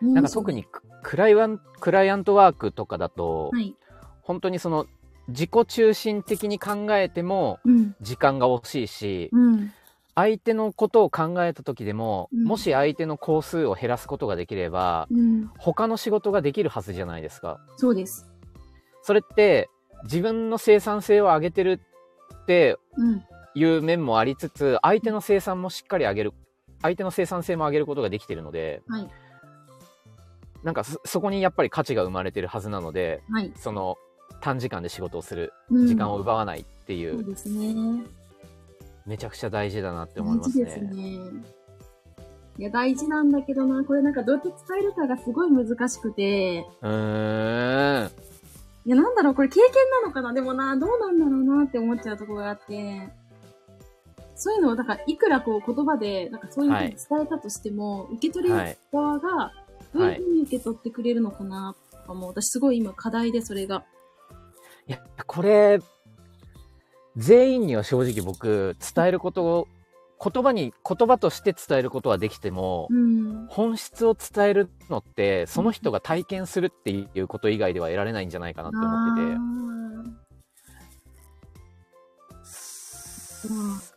ななんか特にククライワンクライアントワークとかだと、はい。本当にその自己中心的に考えてもうん。時間が惜しいし、うん。相手のことを考えた時でも、うんもし相手の工数を減らすことができればうん。他の仕事ができるはずじゃないですか。そうです。それって自分の生産性を上げてるってうん。いう面もありつつ相手の生産もしっかり上げる相手の生産性も上げることができてるのではい。なんかそそこにやっぱり価値が生まれてるはずなのではい。その短時間で仕事をするうん時間を奪わないっていうそうですね。めちゃくちゃ大事だなって思い大ま事すですね。ね。いや、大事なんだけどな、これなんかどうやって伝えるかがすごい難しくて、うーん。いや、なんだろう、これ経験なのかなでもな、どうなんだろうなって思っちゃうところがあって、そういうのを、だから、いくらこう言葉で、なんかそういうふうに伝えたとしても、受け取りはい。側がどういうふうに受け取ってくれるのかなとかも、私すごい今課題でそれが。いや、これ、全員には正直僕、伝えることを、言葉に、言葉として伝えることはできてもう、ん。本質を伝えるのって、その人が体験するっていうこと以外では得られないんじゃないかなって思ってて。あーうん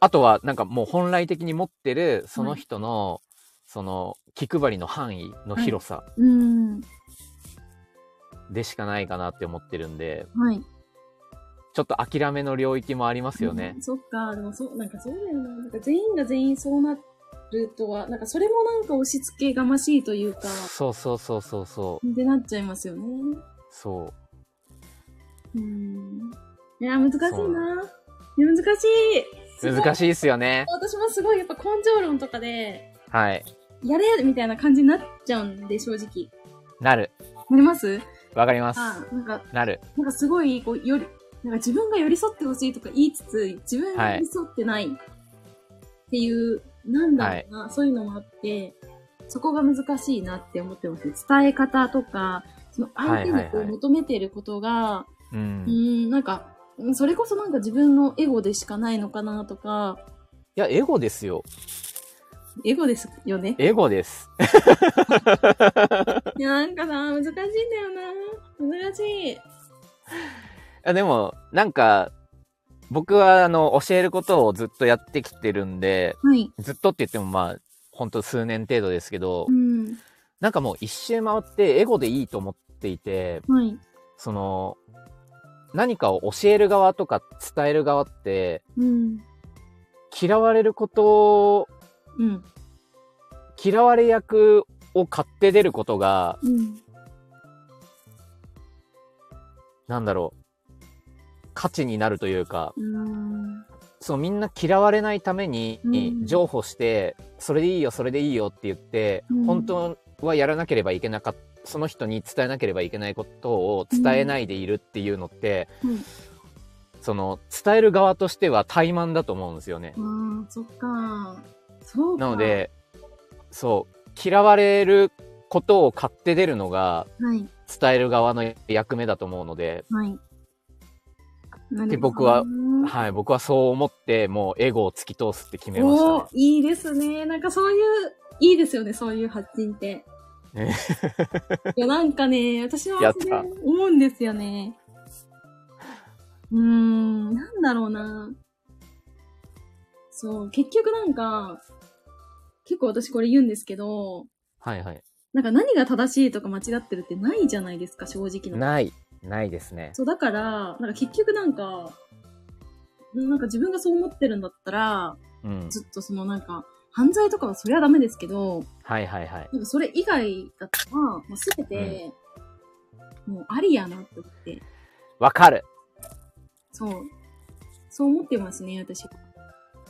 あとは、なんかもう本来的に持ってる、その人の、その、気配りの範囲の広さうん。でしかないかなって思ってるんで、はい。ちょっと諦めの領域もありますよねうん。そっか、でもそう、なんかそうだよな。なんか全員が全員そうなっルートは、なんかそれもなんか押し付けがましいというか、そうそうそうそうそう。でなっちゃいますよね。そう。うん。いや、難しいな。いそやう難しい。すごい難しいですよね。私もすごいやっぱ根性論とかで、はい。やれみたいな感じになっちゃうんで、正直。なる。なりますわかります。あなんか、なる。なんかすごい、こう、より、なんか自分が寄り添ってほしいとか言いつつ、自分がはい寄り添ってないっていう、なんだろうな、そういうのもあって、そこが難しいなって思ってます。伝え方とか、その相手にこはいはういはい求めてることが、うう。んいん、なんか、うんそれこそなんか自分のエゴでしかないのかなとか、や、エゴですよ。エゴですよね。エゴです。いや、なんかな、難しいんだよな。難しい。あでも、なんか、僕は、あの、教えることをずっとやってきてるんで、はい。ずっとって言っても、まあ、ほんと数年程度ですけどう、ん。なんかもう一周回ってエゴでいいと思っていて、はい。その、何かを教える側とか伝える側って、うん。嫌われることうん。嫌われ役を買って出ることが、うん。なんだろう、価値になるというか、うん。そのみんな嫌われないためにうん譲歩して、それでいいよ、それでいいよって言って、うん本当はやらなければいけなかった。その人に伝えなければいけないことを伝えないでいるっていうのって、うんその伝える側としては怠慢だと思うんですよね。ああ、そっか。そうか。なの、で、そう、嫌われることを買って出るのがはい、伝える側の役目だと思うので、はい。なるほどねで僕ははい、僕はそう思って、もうエゴを突き通すって決めました、おねー。いいですね。なんかそういう、いいですよね、そういう発信って。ねいや、なんかね、私やはっそれた思うんですよね。うーん、なんだろうな。そう、結局なんか、結構私これ言うんですけど、はいはい。なんか何が正しいとか間違ってるってないじゃないですか、正直な。ない、ないですね。そう、だから、なんか結局なんか、なんか自分がそう思ってるんだったら、うん。ずっとそのなんか、犯罪とかはそりゃダメですけど、はいはいはい。なんかそれ以外だったら、もうすべて、もうありやなって思って、わかる。そう、そう思ってますね、私。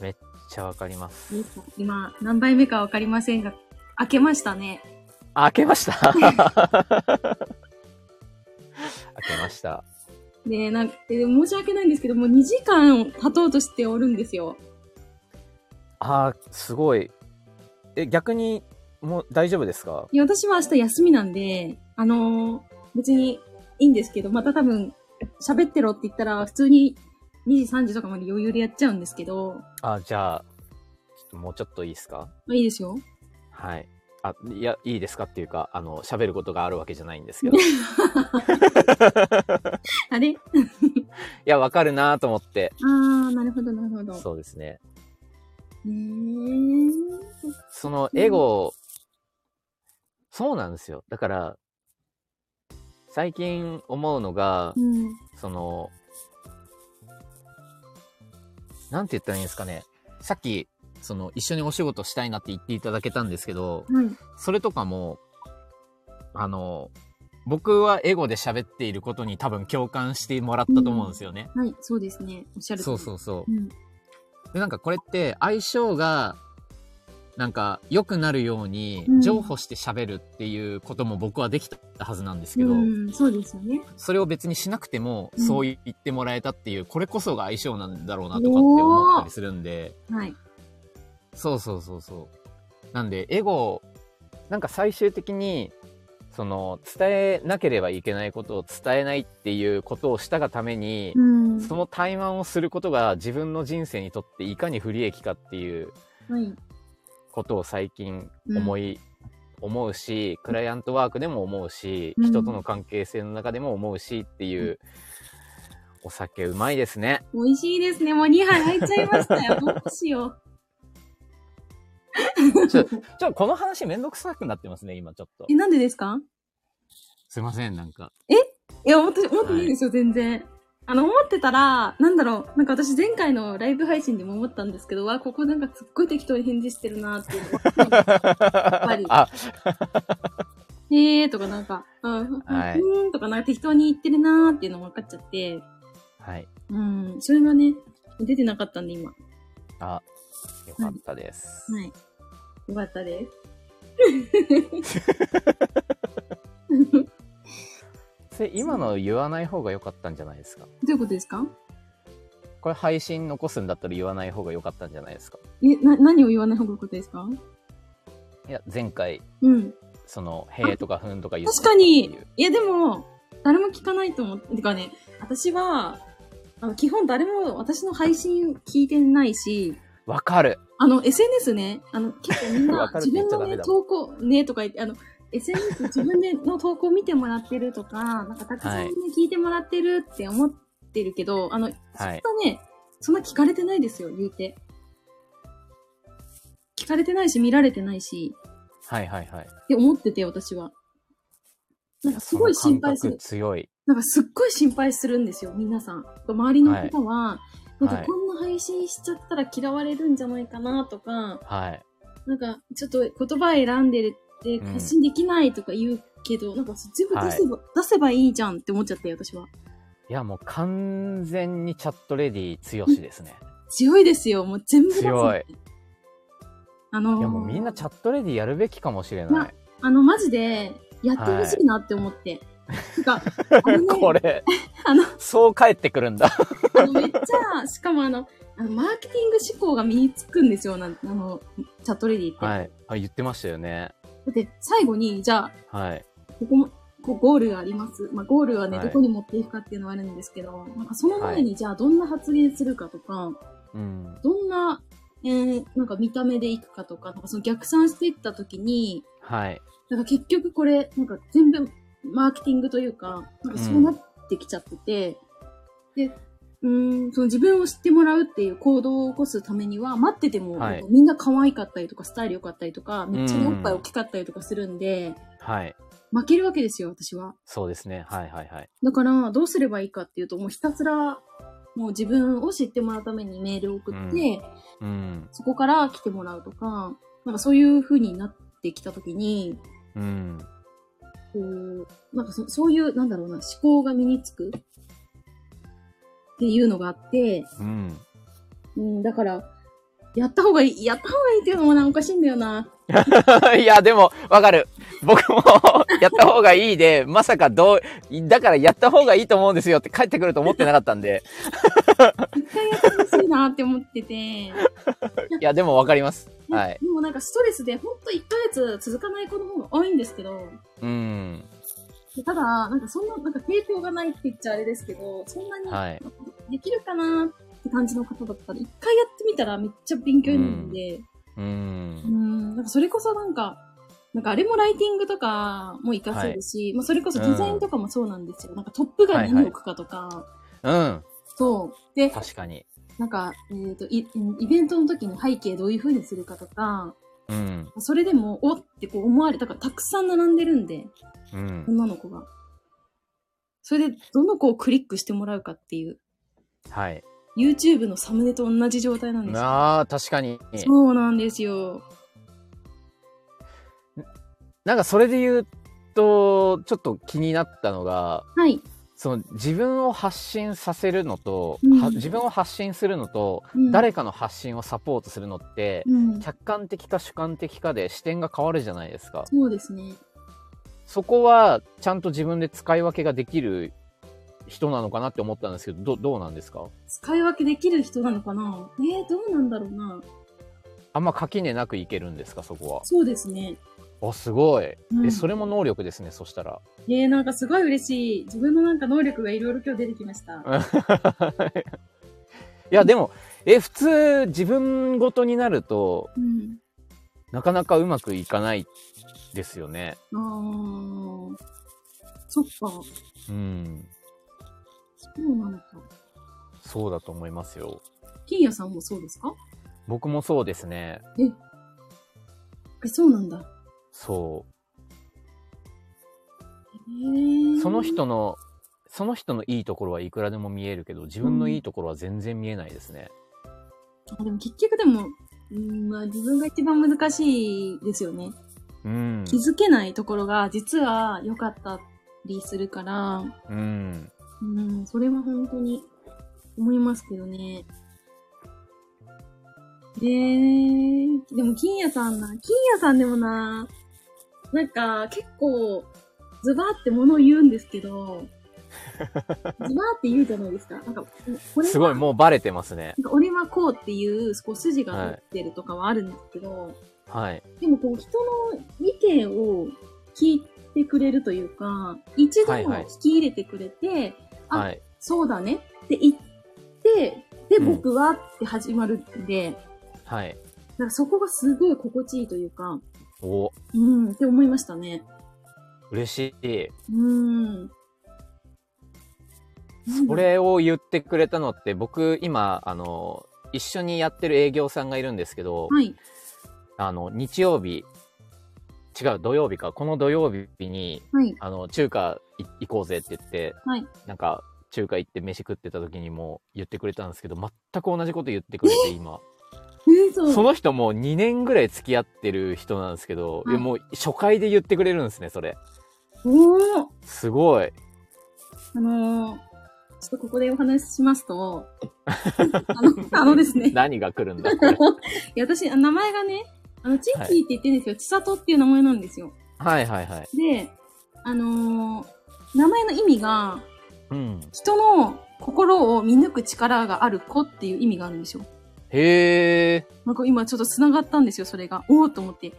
めっちゃわかります。今、何杯目かわかりませんが、開けましたね。あ、開けました開けました。で、なんか、で申し訳ないんですけど、もう2時間経とうとしておるんですよ。あー、すごい。え、逆に、もう大丈夫ですかいや、私は明日休みなんで、あのー別にいいんですけど、また多分、喋ってろって言ったら、普通に2時、3時とかまで余裕でやっちゃうんですけど、あ、じゃあ、ちょっともうちょっといいですかまあいいですよ。はい。あ、いや、いいですかっていうか、あの、喋ることがあるわけじゃないんですけど。いあれや、わかるなーと思って。あー、なるほど、なるほど。そうですね。へーそのエゴ、そうなんですよ。だから、最近思うのがう、ん。その、なんて言ったらいいんですかね。さっき、その、一緒にお仕事したいなって言っていただけたんですけど、はい。それとかも、あの、僕はエゴで喋っていることに多分共感してもらったと思うんですよね。はい、そうですね。おっしゃるそうそうそうう。ん。で、なんかこれって相性が、なんか良くなるようにうん譲歩して喋るっていうことも僕はできたはずなんですけど、うん、そうですよね。それを別にしなくてもうんそう言ってもらえたっていう、これこそが相性なんだろうなとかって思ったりするんで、はい。そうそうそうそう。なんで、エゴ、なんか最終的に、その、伝えなければいけないことを伝えないっていうことをしたがために、うん。その怠慢をすることが自分の人生にとっていかに不利益かっていうはい。ことを最近思い、思うし、クライアントワークでも思うし、うん人との関係性の中でも思うしっていう、お酒うまいですね。美味しいですね。もう2杯入っちゃいましたよ。どうしよう。ちょちょ、この話めんどくさくなってますね、今ちょっと え、。なんでですかすいません、なんか。いや、思って、思ってないですよ、全然。あの、思ってたら、なんだろう、なんか私前回のライブ配信でも思ったんですけど、わ、ここなんかすっごい適当に返事してるなっていうのが ぱ りあ、へーとかなんか、うん、はいうんとかなんか適当に言ってるなーっていうのも分かっちゃって、はい。うん、それがね、出てなかったんで今。はあ、よかったです。い。よかったです。それ今の言わない方が良かったんじゃないですかどういうことですかこれ配信残すんだったら言わない方が良かったんじゃないですかえ、な、何を言わない方がいいことですかいや、前回、うん。その、へえとかふんとか言って確たかっていにう。いや、でも、誰も聞かないと思って、てかね、私は、あの、基本誰も私の配信聞いてないし、わかる。あの、SNS ね、あの、結構みん わなかるっ自て言っ分のちゃダメね、だ投稿ねとか言って、あの、SNS 自分での投稿見てもらってるとか、なんかたくさんね、はい聞いてもらってるって思ってるけど、あの、そんなはいね、そんな聞かれてないですよ、言うて。聞かれてないし、見られてないし、はいはいはい。って思ってて、私は。なんかすごいその心配す感る覚。強い。なんかすっごい心配するんですよ、皆さん。周りの方は、いなんはかいこんな配信しちゃったら嫌われるんじゃないかなとか、はい。なんか、ちょっと言葉選んでるってうん発信できないとか言うけど、なんか全部出せば、出せばいいじゃんって思っちゃって、私は。いや、もう完全にチャットレディ強しですね。強い ですよ、もう全部出せ強い。あのーいや、もうみんなチャットレディやるべきかもしれまない。あの、マジで、やってほしいなって思って。て か、あのね これ、 あの、そう帰ってくるんだ。あのめっちゃ、しかもあの、あのマーケティング思考が身につくんですよ、なんあの、チャットレディって。 はい。あ、言ってましたよね。だって、最後に、じゃあ、はい。ここも、こうゴールがあります。まあ、ゴールはね、はいどこに持っていくかっていうのはあるんですけど、なんかその前に、じゃあ、どんな発言するかとか、うん。どんな、えーなんか見た目でいくかとか、なんかその逆算していったときに、はい。なんか結局これ、なんか全部マーケティングというか、なんかそうなってきちゃってて、で、うーん、その自分を知ってもらうっていう行動を起こすためには、待ってても、はいなんかみんな可愛かったりとか、スタイル良かったりとか、めっちゃおっぱい大きかったりとかするんで、はい。負けるわけですよ、私は。そうですね。はいはいはい。だから、どうすればいいかっていうと、もうひたすら、もう自分を知ってもらうためにメールを送って、うんうん。そこから来てもらうとか、なんかそういう風になってきたときに、うん。こう、なんかそそういう、なんだろうな、思考が身につくっていうのがあって、うん。 うん、だから、やった方がいい、やった方がいいっていうのもなんかおかしいんだよな。いや、でも、わかる。僕も、やった方がいいで、 まさかどう、だからやった方がいいと思うんですよって帰ってくると思ってなかったんで。一回やってほしいなって思ってて。いや、でもわかります。 は。ないでもなんかストレスで、ほんと1ヶ月続かない子の方が多いんですけど、うん。ただ、なんかそんな、なんか抵抗がないって言っちゃあれですけど、そんなにはい。できるかなって感じの方だったら、一回やってみたらめっちゃ勉強になるんで、う。うんん、なんかそれこそなんか、なんかあれもライティングとかも活かせるし、まあそれこそデザインとかもそうなんですよ。なんかトップが何を置くかとか、うん。そう。で、確かに。なんか、えっ、とイ、イベントの時に背景どういう風にするかとか、うん。それでも、おってこう思われたから、たくさん並んでるんで、うん。女の子が。それで、どの子をクリックしてもらうかっていう、はい。 YouTube のサムネと同じ状態なんですよ。ああ、確かに。そうなんですよ。なんかそれで言うと、ちょっと気になったのが、はい。その自分を発信させるのと、うんは自分を発信するのと、うん誰かの発信をサポートするのって、うん。客観的か主観的かで視点が変わるじゃないですか。そうですね。そこはちゃんと自分で使い分けができる人なのかなって思ったんですけど、どどうなんですか使い分けできる人なのかなえー、どうなんだろうな。あんま垣根なくいけるんですかそこそうですね。は。あ、すごい。うえ、んそれも能力ですね、そしたら。えー、なんかすごい嬉しい。自分のなんか能力がいろいろ今日出てきました。いや、でも、え、普通自分ごとになると、うん。なかなかうまくいかないですよね。あー。そっか。そうん。うなのか。そうだと思いますよ。金谷さんもそうですか僕もそうですね。え、そうなんだ。そえー、う。その人のその人のいいところはいくらでも見えるけど、自分のいいところは全然見えないですね。あでも結局でも、うんまあ、自分が一番難しいですよね。うん。気づけないところが実は良かったりするから、うん。うん、それは本当に思いますけどね。で、でも金谷さんな、金谷さんでもな、なんか結構ズバーって物を言うんですけ ど、ズバーって言うじゃないですか。なんか、これすごい、もうバレてますね。なんか俺はこうっていう、こう筋が通ってるとかはあるんですけど、はい。でもこう人の意見を聞いてくれるというか、一度はいはい聞き入れてくれて、あはい。そうだねって言って、で、うん僕はって始まるんで、はい。なんかそこがすごい心地いいというか、お、うん、って思いましたね。嬉しい。うん。これを言ってくれたのって、僕、今、あの、一緒にやってる営業さんがいるんですけど、はい。あの、日曜日、違う、土曜日か、この土曜日に、はい。あの、中華い行こうぜって言って、はいなんか、中華行って飯食ってた時にも言ってくれたんですけど、全く同じこと言ってくれて、今。えー、そう。その人もう2年ぐらい付き合ってる人なんですけど、はいいやもう初回で言ってくれるんですね、それ。おーすごい。あのー、ちょっとここでお話しします と、あの、あのですね、何が来るんだ、こ れ。い や私、あ名前がね、あの、チッキーって言ってるんですけど、千里っていう名前なんですよ。はいはいはい。で、あのー名前の意味が、うん。人の心を見抜く力がある子っていう意味があるんですよ。へー。なんか今ちょっと繋がったんですよ、それが。おおと思って。へ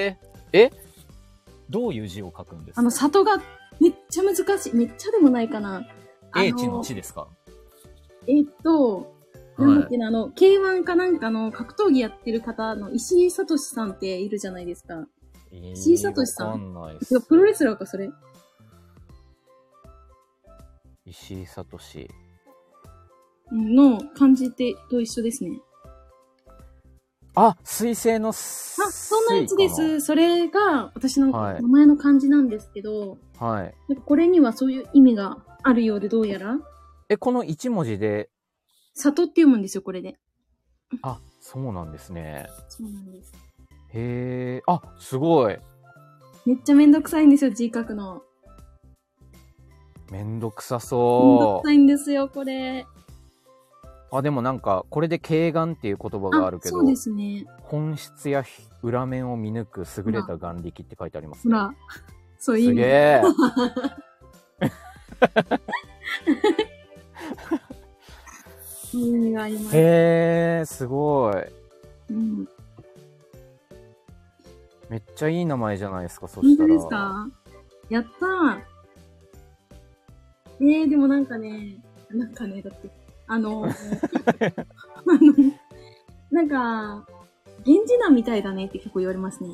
え。えどういう字を書くんですあの、か里がめっちゃ難しい。めっちゃでもないかな。あ ?H の地ですかえーっと、はないんだっけな、あの、K1 かなんかの格闘技やってる方の石井聡さんっているじゃないですか。石井聡さんわかんないっいすや、プロレスラーか、それ。石井聡。の漢字ってと一緒ですね。あ、水星のすあ、そんなやつで。す。水それが私のはい名前の漢字なんですけど、かなはい。なんかこれにはそういう意味があるようでどうやら、え、この一文字で、里って読むんですよ、これで。あ、そうなんですね。そうなんです。へえ。あ、すごい。めっちゃめんどくさいんですよ、字書くの。めんどくさめんどそくさいんですよ、これ。う。あ、でもなんか、これで軽眼っていう言葉があるけどそう、ですね。本質や裏面を見抜く優れた眼力って書いてありますほね。ら、 そういう意す味。げえ。そういう意味があります。へえ、すごい。うん、めっちゃいい名前じゃないですか、そ本した当ら。ですかやったー。ねえ、でもなんかね、なんかね、だって、あ の、あの、なんか、源氏名みたいだねって結構言われますね。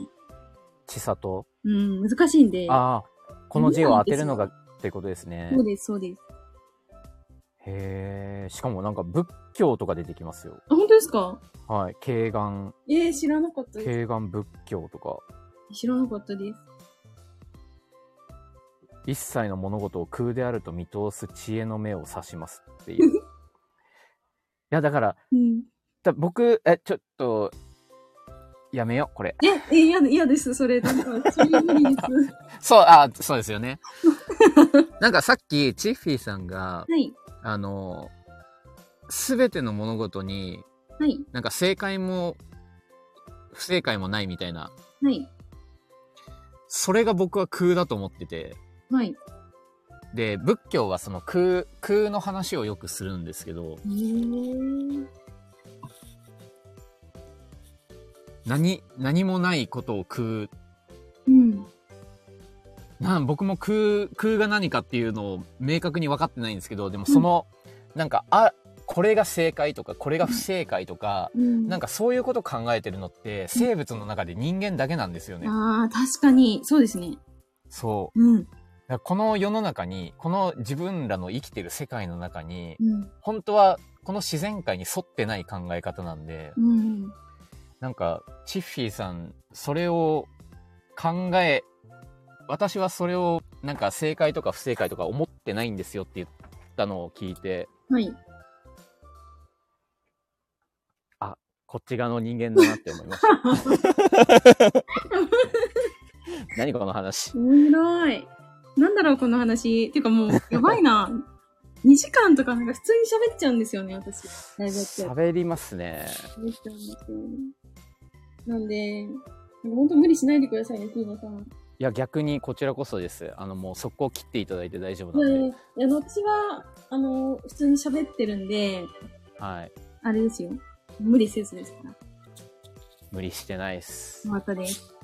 ちさと。うん、難しいんで。ああ、この字を当てるのがってことですねそ。うです、そうです。へえ、しかもなんか仏教とか出てきますよ。あ、本当ですかはい。軽眼、えー、知らなかったで軽眼仏教とか。す。知らなかったです。一切の物事を空であると見通す知恵の目を指しますって いう。いや、だから、うん。だ僕、え、ちょっと、やめよう、これ。え、え、嫌で、嫌です、それ。なんか、それ無理です。そう、あ、そうです よね。なんかさっき、チッフィーさんが、はい、あの、すべての物事に、はい、なんか正解も、不正解もないみたいな、はい、それが僕は空だと思ってて、はい。で、仏教はその空、空の話をよくするんですけど、へー何、何もないことを空、うん。なん僕も空、空が何かっていうのを明確に分かってないんですけど、でもその、なんか、あ、これが正解とか、これが不正解とか、うん。なんかそういうこと考えてるのって、生物の中で人間だけなんですよね。ああ、確かに、そうですね。そう。うん。だからこの世の中に、この自分らの生きてる世界の中にう、ん。本当はこの自然界に沿ってない考え方なんで、うん。なんか、チッフィーさん、それを考え私はそれをなんか正解とか不正解とか思ってないんですよって言ったのを聞いて、はい。こっち側の人間だなって思いま した。何この話。面白い。なんだろう、この話。てか もう、やばいな。2時間とかなんか普通に喋っちゃうんですよね、私。ライブやってる喋りますね。喋っちゃうんですよ。なんで、なんか本当無理しないでくださいね、キーナさん。いや、逆にこちらこそです。あの、もう速攻切っていただいて大丈夫いなやいやんいで。や、いや私は、あの、普通に喋ってるんで、はい。あれですよ。無理せずですから。無理してないっす。またです。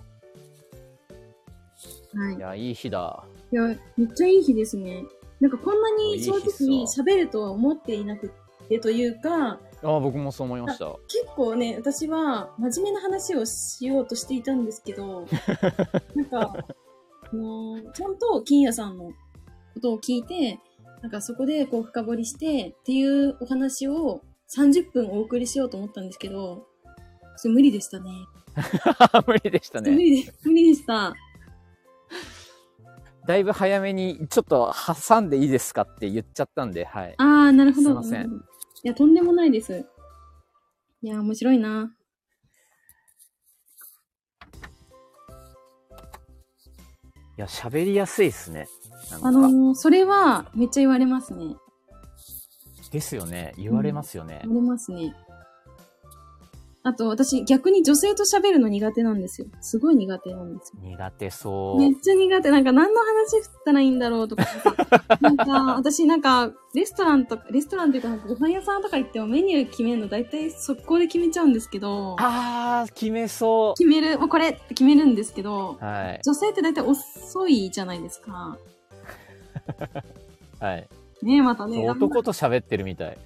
はいい。や、いい日だ。いや、めっちゃいい日ですね。なんかこんなに正直いいに日っす喋るとは思っていなくてというか、ああ、僕もそう思いました。結構ね、私は真面目な話をしようとしていたんですけ ど、なんか、あのーちゃんと金谷さんのことを聞いて、なんかそこでこう深掘りしてっていうお話を30分お送りしようと思ったんですけど、ちょっと無理でしたね。 無理でした無ね。理で、無理でした。だいぶ早めに、ちょっと挟んでいいですかって言っちゃったんで、はい。あー、なるほど。すいませんいや、とんでもないです。いや、面白いな。いや、喋りやすいっすね。なんか。あのーそれはめっちゃ言われますね。ですよね。言われますよね。言われますね。あと、私、逆に女性と喋るの苦手なんですよ。すごい苦手なんですよ。苦手そう。めっちゃ苦手。なんか何の話したらいいんだろうとか。 なんか、私なんか、レストランとか、レストランというか、なんかご飯屋さんとか行ってもメニュー決めるの大体速攻で決めちゃうんですけど、あー、決めそ決める、もうこれって決めるんですけどう。、はい。女性って大体遅いじゃないですか。はい。ねえ、またね。男と喋ってるみたい。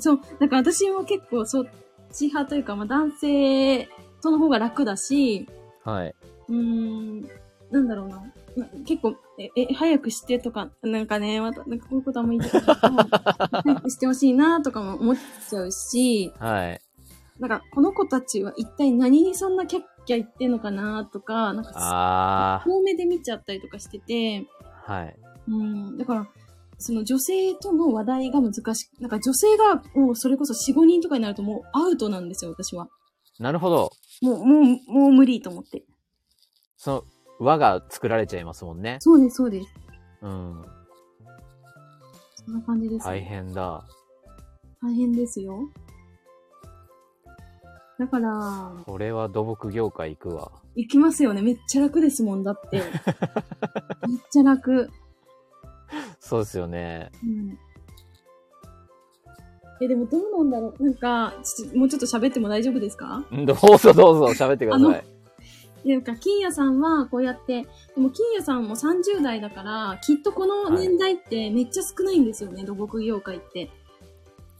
そう、だから私も結構そっち派というか、まあ男性との方が楽だし、はい。うーん、なんだろうな。な結構、え、え、早くしてとか、なんかね、また、なんかこういうことあんま言いたくないけど早くしてほしいなとかも思っちゃうし、はい。なんかこの子たちは一体何にそんなキャッキャ言ってんのかなとか、なんか、あ遠目で見ちゃったりとかしてて、ー。はい。うん、だから、その女性との話題が難しく、なんか女性がもうそれこそ4、5人とかになるともうアウトなんですよ、私は。なるほど。もう、もう、もう無理と思って。その、輪が作られちゃいますもんね。そうです、そうです。うん。そんな感じです、大変だ。大変ですよ。だから、これは土木業界行くわ。行きますよね。めっちゃ楽ですもんだって。めっちゃ楽。そうですよね。うん。え、でもどうなんだろう。なんか、ちょもうちょっと喋っても大丈夫ですかうんどうぞどうぞ喋ってください。いや、なんか、金谷さんはこうやって、でも金谷さんも30代だから、きっとこの年代ってめっちゃ少ないんですよね、土木業界って。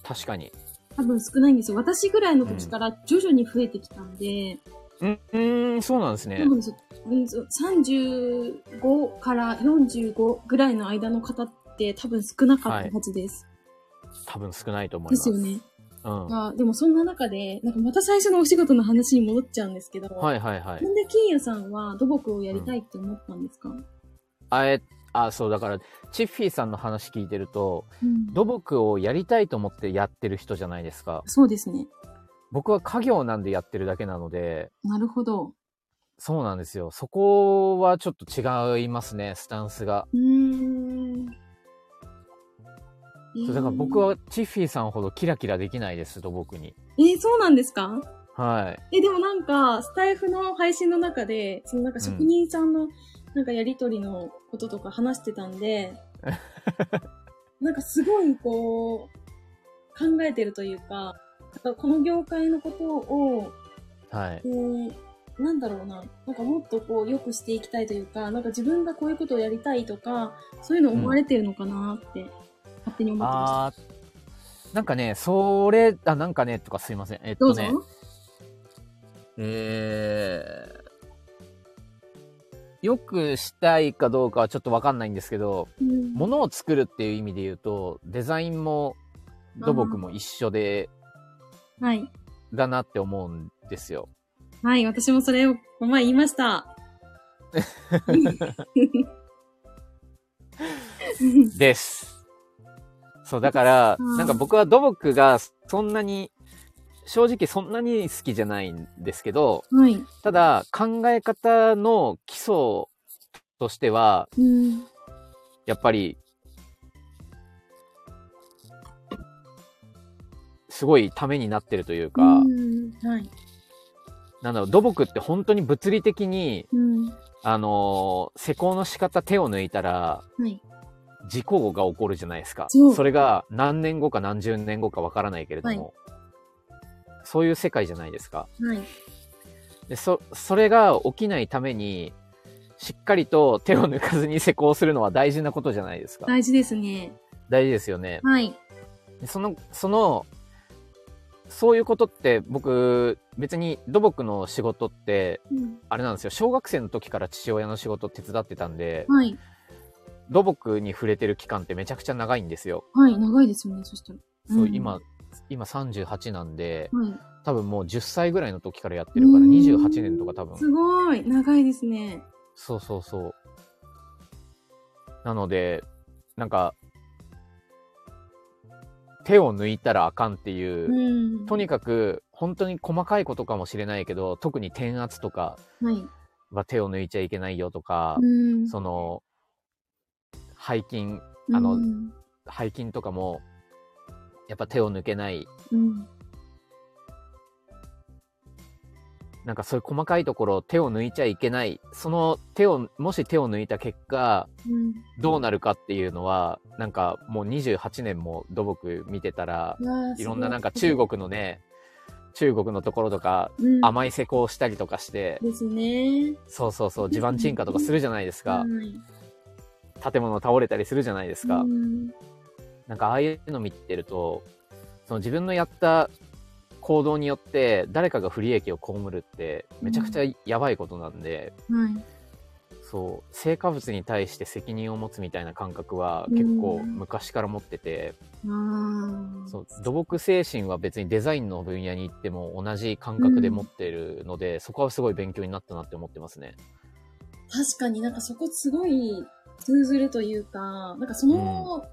確かに。多分少ないんですよ。私ぐらいの時から徐々に増えてきたんで、うん、うーん、そうなんですね多。分そうんそう35から45ぐらいの間の方って多分少なかったはずです。多分少ないと思いでますす。よね。うん。はあでもそんな中で、なんかまた最初のお仕事の話に戻っちゃうんですけど、いはいはい。なんで金谷さんは土木をやりたいって思ったんですか、うんあえ、あ、そう、だから、チッフィーさんの話聞いてると、土木をやりたいと思ってやってる人じゃないですか。そうですね。僕は家業なんでやってるだけなので、なるほど。そうなんですよ。そこはちょっと違いますね、スタンスが。うーん。えーそうだから僕。はチッフィーさんほどキラキラできないです、土木に。えーそうなんですかはい。え、でもなんか、スタイフの配信の中で、そのなんか職人さんの、なんかやりとりのこととか話してたん で、なんかすごいこう、考えてるというか、なんかこの業界のことを、はいえ。ーなんだろうな、なんかもっとこう、良くしていきたいというか、なんか自分がこういうことをやりたいとか、そういうの思われてるのかなって、勝手に思ってました。あー、なんかね、それ、あ、なんかね、とかすいません。えっどとうぞ。ね、えー、よくしたいかどうかはちょっとわかんないんですけど、うんものを作るっていう意味で言うと、デザインも土木も一緒で、はい。だなって思うんですよ。はい、私もそれを、この前言いました。です。そう、だから、うんなんか僕は土木がそんなに、正直そんなに好きじゃないんですけど、はい。ただ考え方の基礎としては、うん。やっぱり、すごいためになってるというか、うんはい。なんだろう、土木って本当に物理的に、うん。あのー施工の仕方手を抜いたら、はい。事故が起こるじゃないですか。そそうれが何年後か何十年後かわからないけれども、そういう世界じゃないですか。はい。でそ、それが起きないために、しっかりと手を抜かずに施工するのは大事なことじゃないですか。大事ですね。大事ですよね。はい。でその、その、そういうことって僕、別に土木の仕事って、うんあれなんですよ。小学生の時から父親の仕事手伝ってたんで、はい。土木に触れてる期間ってめちゃくちゃ長いんですよ。はい。長いですよね、そしたら。そう、ん今、今38なんで、は多分もう10歳ぐらいの時からやってるから、うん28年とか多い。分。すごい。長いですね。そうそうそう。なので、なんか、手を抜いたらあかんっていう、うん。とにかく、本当に細かいことかもしれないけど、特に転圧とかはい。は手を抜いちゃいけないよとか、うん。その、背筋、あのうん。背筋とかも、やっぱ手を抜けないうんなんかそういう細かいところを手を抜いちゃいけない。その手を、もし手を抜いた結果、うん。どうなるかっていうのは、なんかもう28年も土木見てたら、いろんななんか中国のね、中国のところとか、国甘い施工したりとかして、ですね。そうそうそう、地盤沈下とかするじゃないですかは。い建物倒れたりするじゃないですかう。んなんかああいうの見てると、その自分のやった行動によって、誰かが不利益を被るって、めちゃくちゃやばいことなんで、はい。そう成果物に対して責任を持つみたいな感覚は結構うん昔から持ってて、ああ。そう土木精神は別にデザインの分野に行っても同じ感覚で持ってるので、そこはすごい勉強になったなって思ってますね。確かになんかそこすごい通ずるというか、なんかその、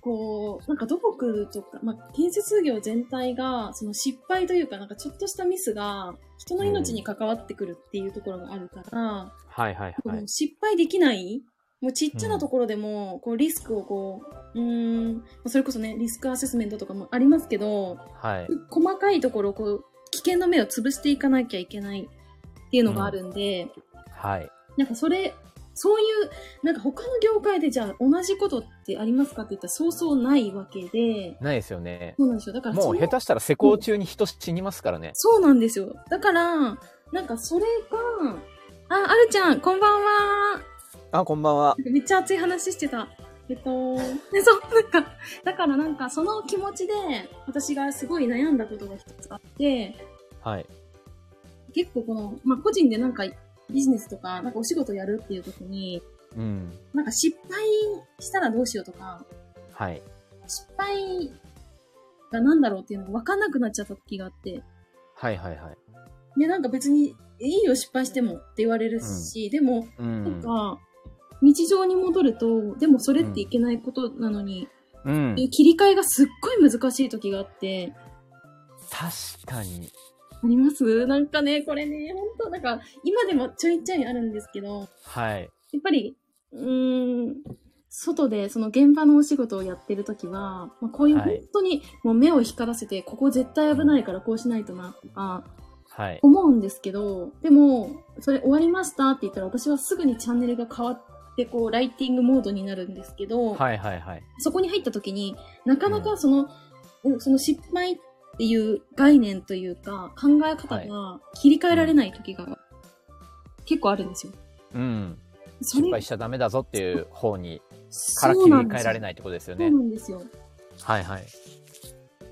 こう、なんか土木とか、まあ、建設業全体が、その失敗というか、なんかちょっとしたミスが、人の命に関わってくるっていうところがあるから、はいはいはも。いう失敗できない、もうちっちゃなところでも、こうリスクをこう、うーん、まあそれこそね、リスクアセスメントとかもありますけど、はい。細かいところをこう、危険の目を潰していかなきゃいけないっていうのがあるんで、はい。なんかそれ、そういう、なんか他の業界でじゃあ同じことってありますかって言ったらそうそうないわけで、ないですよね。そうなんですよ。だからもう下手手したら施工中に人死にますからね。そうなんですよ。だから、なんかそれが、あ、あるちゃん、こんばんは。あ、こんばんは。めっちゃ熱い話してた。えっと、 そう、なんか、だからなんかその気持ちで私がすごい悩んだことが一つあって、はい。結構この、まあ、個人でなんかビジネスとか、なんかお仕事やるっていう時に、うん。なんか失敗したらどうしようとか、はい。失敗が何だろうっていうのが分かんなくなっちゃった時があって。はいはいはい。で、なんか別に、いいよ、失敗してもって言われるし、でも、うなんん。か、日常に戻ると、でもそれっていけないことなのに、うんっていう。切り替えがすっごい難しい時があって、確かに。ありますなんかね、これね、本当なんか、今でもちょいちょいあるんですけど、はい。やっぱり、うーん、外でその現場のお仕事をやってるときは、まあ、こういうはい本当にもう目を光らせて、ここ絶対危ないからこうしないとなとかはい。思うんですけど、でも、それ終わりましたって言ったら私はすぐにチャンネルが変わって、こう、ライティングモードになるんですけど、はいはいはい。そこに入ったときになかなかその、うんその失敗っていう概念というか考え方が切り替えられない時が結構あるんですよ。うん。それ失敗しちゃダメだぞっていう方にから切そうりなんで替えすらよれないってことですよそうねな。んですよ。はいはい。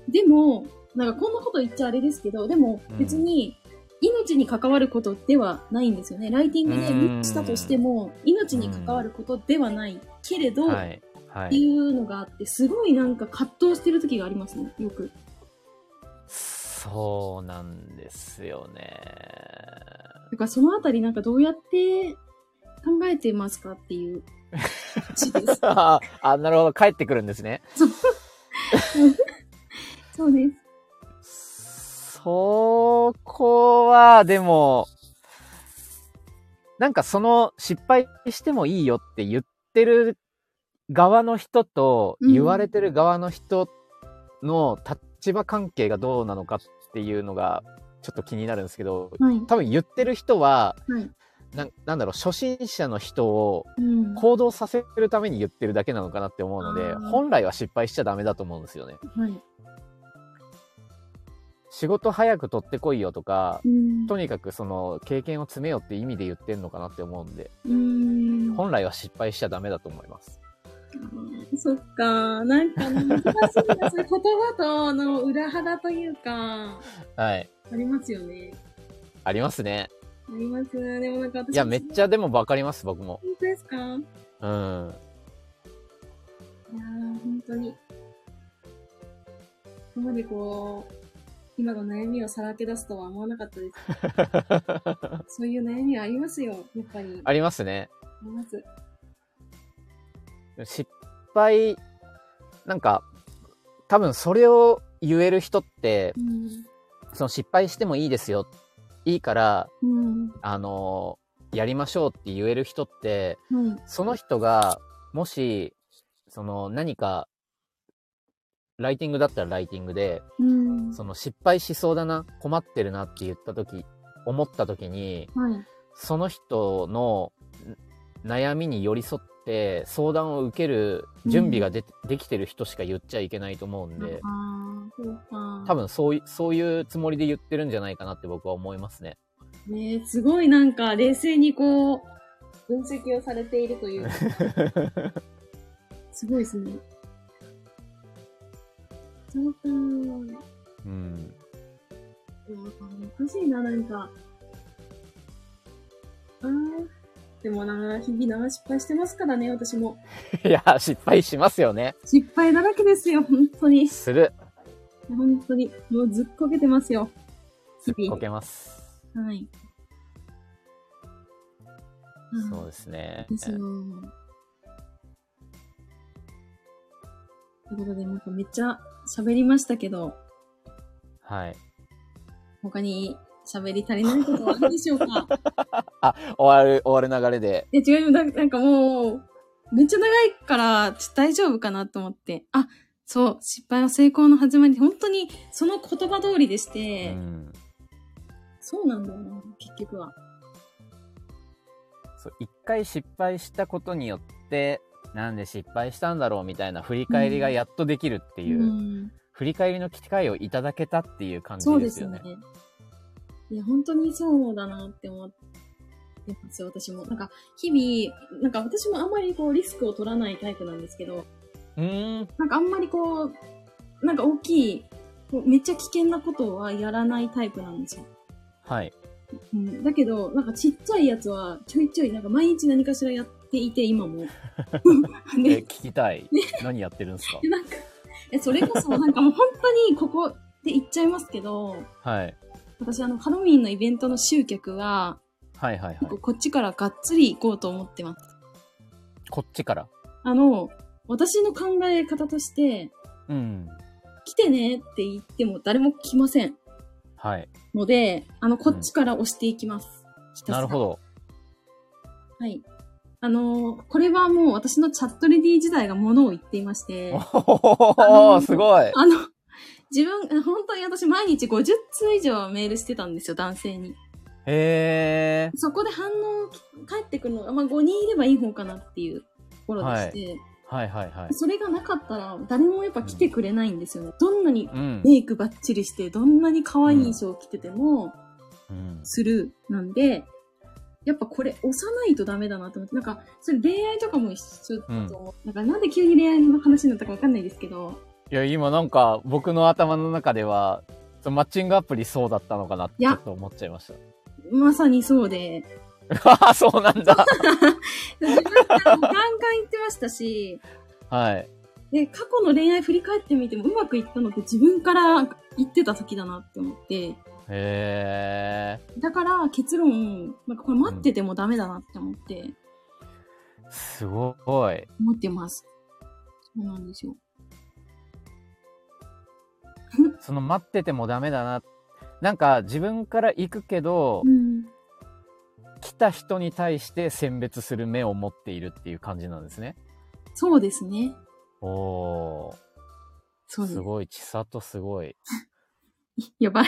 でも、なんかこんなこと言っちゃあれですけど、でもうん別に命に関わることではないんですよね。ライティングでうんミスしたとしても、命に関わることではないけれど、はっい。はてい。いうのがあって、すごいなんか葛藤してる時がありますね、よく。そうなんですよね。。だからそのあたりなんかどうやって考えてますかっていう字です ああ、なるほど。帰ってくるんですね。そうです。そこは、でも、なんかその失敗してもいいよって言ってる側の人と、うん言われてる側の人の立場関係がどうなのかっていうのが、ちょっと気になるんですけど、はい。多分言ってる人は、はい。なんなんだろう、初心者の人をうん。は行動させるために言ってるだけなのかなって思うのであ、ー本来は失敗しちゃダメだと思うんですよね。い。仕事早く取ってこいよとか、うん。とにかくその経験を詰めようって意味で言ってんのかなって思うんで、うん。本来は失敗しちゃダメだと思います。 そっか。なんか難しいな。それ言葉との裏腹というか、あはい。りますよね。ありますね。あります。でもなんか私、いや、めっちゃ。ゃでも分かります、僕も。本当ですかいやうん。ー、本当に。ここまでこう、今の悩みをさらけ出すとは思わなかったです。 そういう悩みはありますよ、やっぱり。あありますね。ります。失敗、なんか、多分それを言える人ってう、ん。その失敗してもいいですよ。いいから、うん。あのやりましょうって言える人って、はい。その人が、もし、その何か、ライティングだったらライティングで、うん。その失敗しそうだな、困ってるなって言った時、思った時に、はい。その人のん悩みに寄り添って相談を受ける準備がで,、できてる人しか言っちゃいけないと思うんで、ああ、そうか。多分そういそういうつもりで言ってるんじゃないかなって僕は思いますね。ねえすごいなんか冷静にこう、分析をされていると いうか、すごいですね。そうか。うんうん。おかしいな、なんか。ああ、でもな、日々な、失敗してますからね、私も。 いや、失敗しますよね。失敗だらけですよ、本当に。する。本当に。もうずっこけてますよ。日々こ。けます。はい。そうですね。ですよ。ということで、なんかめっちゃ喋りましたけど、はい。他に喋り足りないことはあるでしょう か終わる、終わる流れで。いや、違うよな、なんかもう、めっちゃ長いからちょ大丈夫かなと思って。あ、そう、失敗は成功の始まり。本当にその言葉通りでしうて、ん。そうなんだよな、結局は。そう、一回失敗したことによって、なんで失敗したんだろうみたいな振り返りがやっとできるっていう、うん、振り返りの機会をいただけたっていう感じそうでですすよねね。。いや、本当にそうだなって思ってますよ、私も。なんか、日々、なんか私もあんまりこう、リスクを取らないタイプなんですけど、うーん。なんかあんまりこう、なんか大きい、こうめっちゃ危険なことはやらないタイプなんですよ。 はい。うん、だけど、なんかちっちゃいやつは、ちょいちょい、なんか毎日何かしらやっていて、今 も。え、ね聞、きたい。何やってるんですかなんか、えそれこそ、なんかもう本当にここで言っちゃいますけど、はい。私あの、ハロウィンのイベントの集客は、はいはいはい結構。こっちからがっつり行こうと思ってます。こっちから。あの、私の考え方として、うん。来てねって言っても誰も来ませんはい。ので、あの、こっちから押していきます。ひたすらなるほ。ど。はい。あのーこれはもう私のチャットレディ時代がものを言っていましてお、おーすごい。あの、自分、本当に私毎日50通以上メールしてたんですよ、男性に。へえ。そこで反応返ってくるのが、まあ5人いればいい方かなっていうところでして、はいはいはい。それがなかったら誰もやっぱ来てくれないんですよね。どんなにうん。メイクバッチリして、どんなに可愛い衣装を着てても、うんスルーなんで、やっぱこれ押さないとダメだなと思って、なんか、それ恋愛とかも一緒だと思う。なんかなんで急に恋愛の話になったかわかんないですけど、いや、今なんか僕の頭の中では、そのマッチングアプリそうだったのかなっていちょやっと思っちゃいましまさにそうで、た。ああ、 そうなんだ。自分からもガンガン言ってましたし、はい。で、過去の恋愛振り返ってみてもうまくいったのって自分から言ってた先だなって思って、へえ。だから結論、なんかこれ待っててもダメだなって思って、すごい。思ってます。そうなんですよ。その待っててもダメだな。なんか自分から行くけど、うん。来た人に対して選別する目を持っているっていう感じなんですね。そうですね。おそー、うですす。ごい。千里すごい。やばい。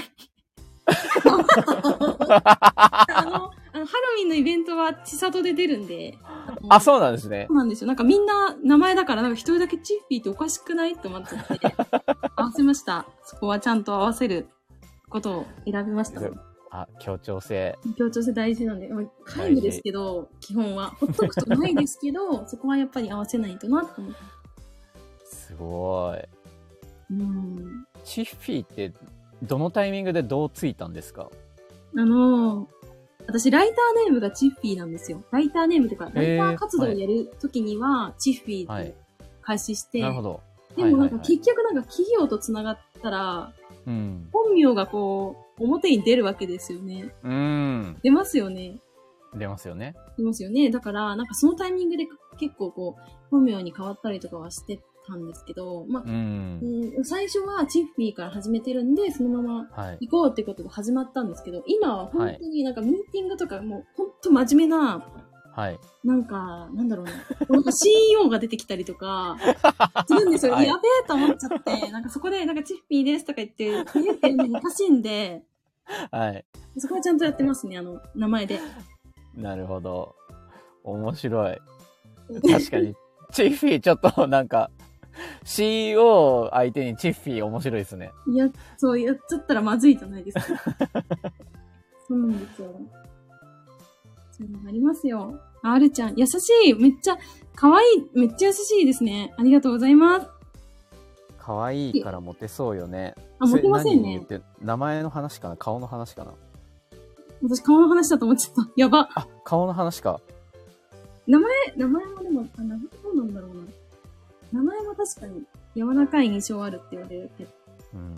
あの、あのハロウィンのイベントは千里で出るんで。あ、そうなんですねそ。うなんですよ。なんかみんな名前だから、なんか一人だけチッフィーっておかしくないって思っちゃって。合わせました。そこはちゃんと合わせることを選びました。あ、協調性。協調性大事なんで、まあ皆無ですけど、基本は。ほっとくとないですけど、そこはやっぱり合わせないとなって思って。すごうい。ん。チッフィーって、どのタイミングでどうついたんですかあのー私、ライターネームがチッフィーなんですよ。ライターネームというか、ライター活動をやるときには、チッフィはーいで。開始して、なるほど。でもなんかはいはい結局なんか企業と繋がったら、はいうん。本名がこう、表に出るわけですよね。うん。出ますよね。出ますよね。出ますよね。だから、なんかそのタイミングで結構こう、本名に変わったりとかはしてたんですけど、まあ、うん。うん、最初はチッフィーから始めてるんで、そのままはい。行こうってことで始まったんですけど、今は本当になんかミーティングとかもう本当真面目な、はい。なんか、なんだろうな、なんか CEO が出てきたりと か、するんですよ。はいやべえと思っちゃって、なんかそこでなんかチッフィーですとか言って、えーっていうのもおかしいんで、はい。そこはちゃんとやってますね、あの、名前で。なるほど。面白い。確かに。チッフィーちょっとなんか、CEO 相手にチッフィー面白いですね。いや、そう、やっちゃったらまずいじゃないです か。そうなんですよ。そういうのがありますよ。あるちゃん、優しいめっちゃ、可愛いめっちゃ優しいですね。ありがとうございます。可愛いからモテそうよね。あ、モテませんねそれ何。言って名前の話かな顔の話かな私、顔の話だと思っちゃった。やば。あ、顔の話か。え名前はでも、あ、名前どうなんだろうな。名前は確かに、柔らかい印象あるって言われるけど。うん。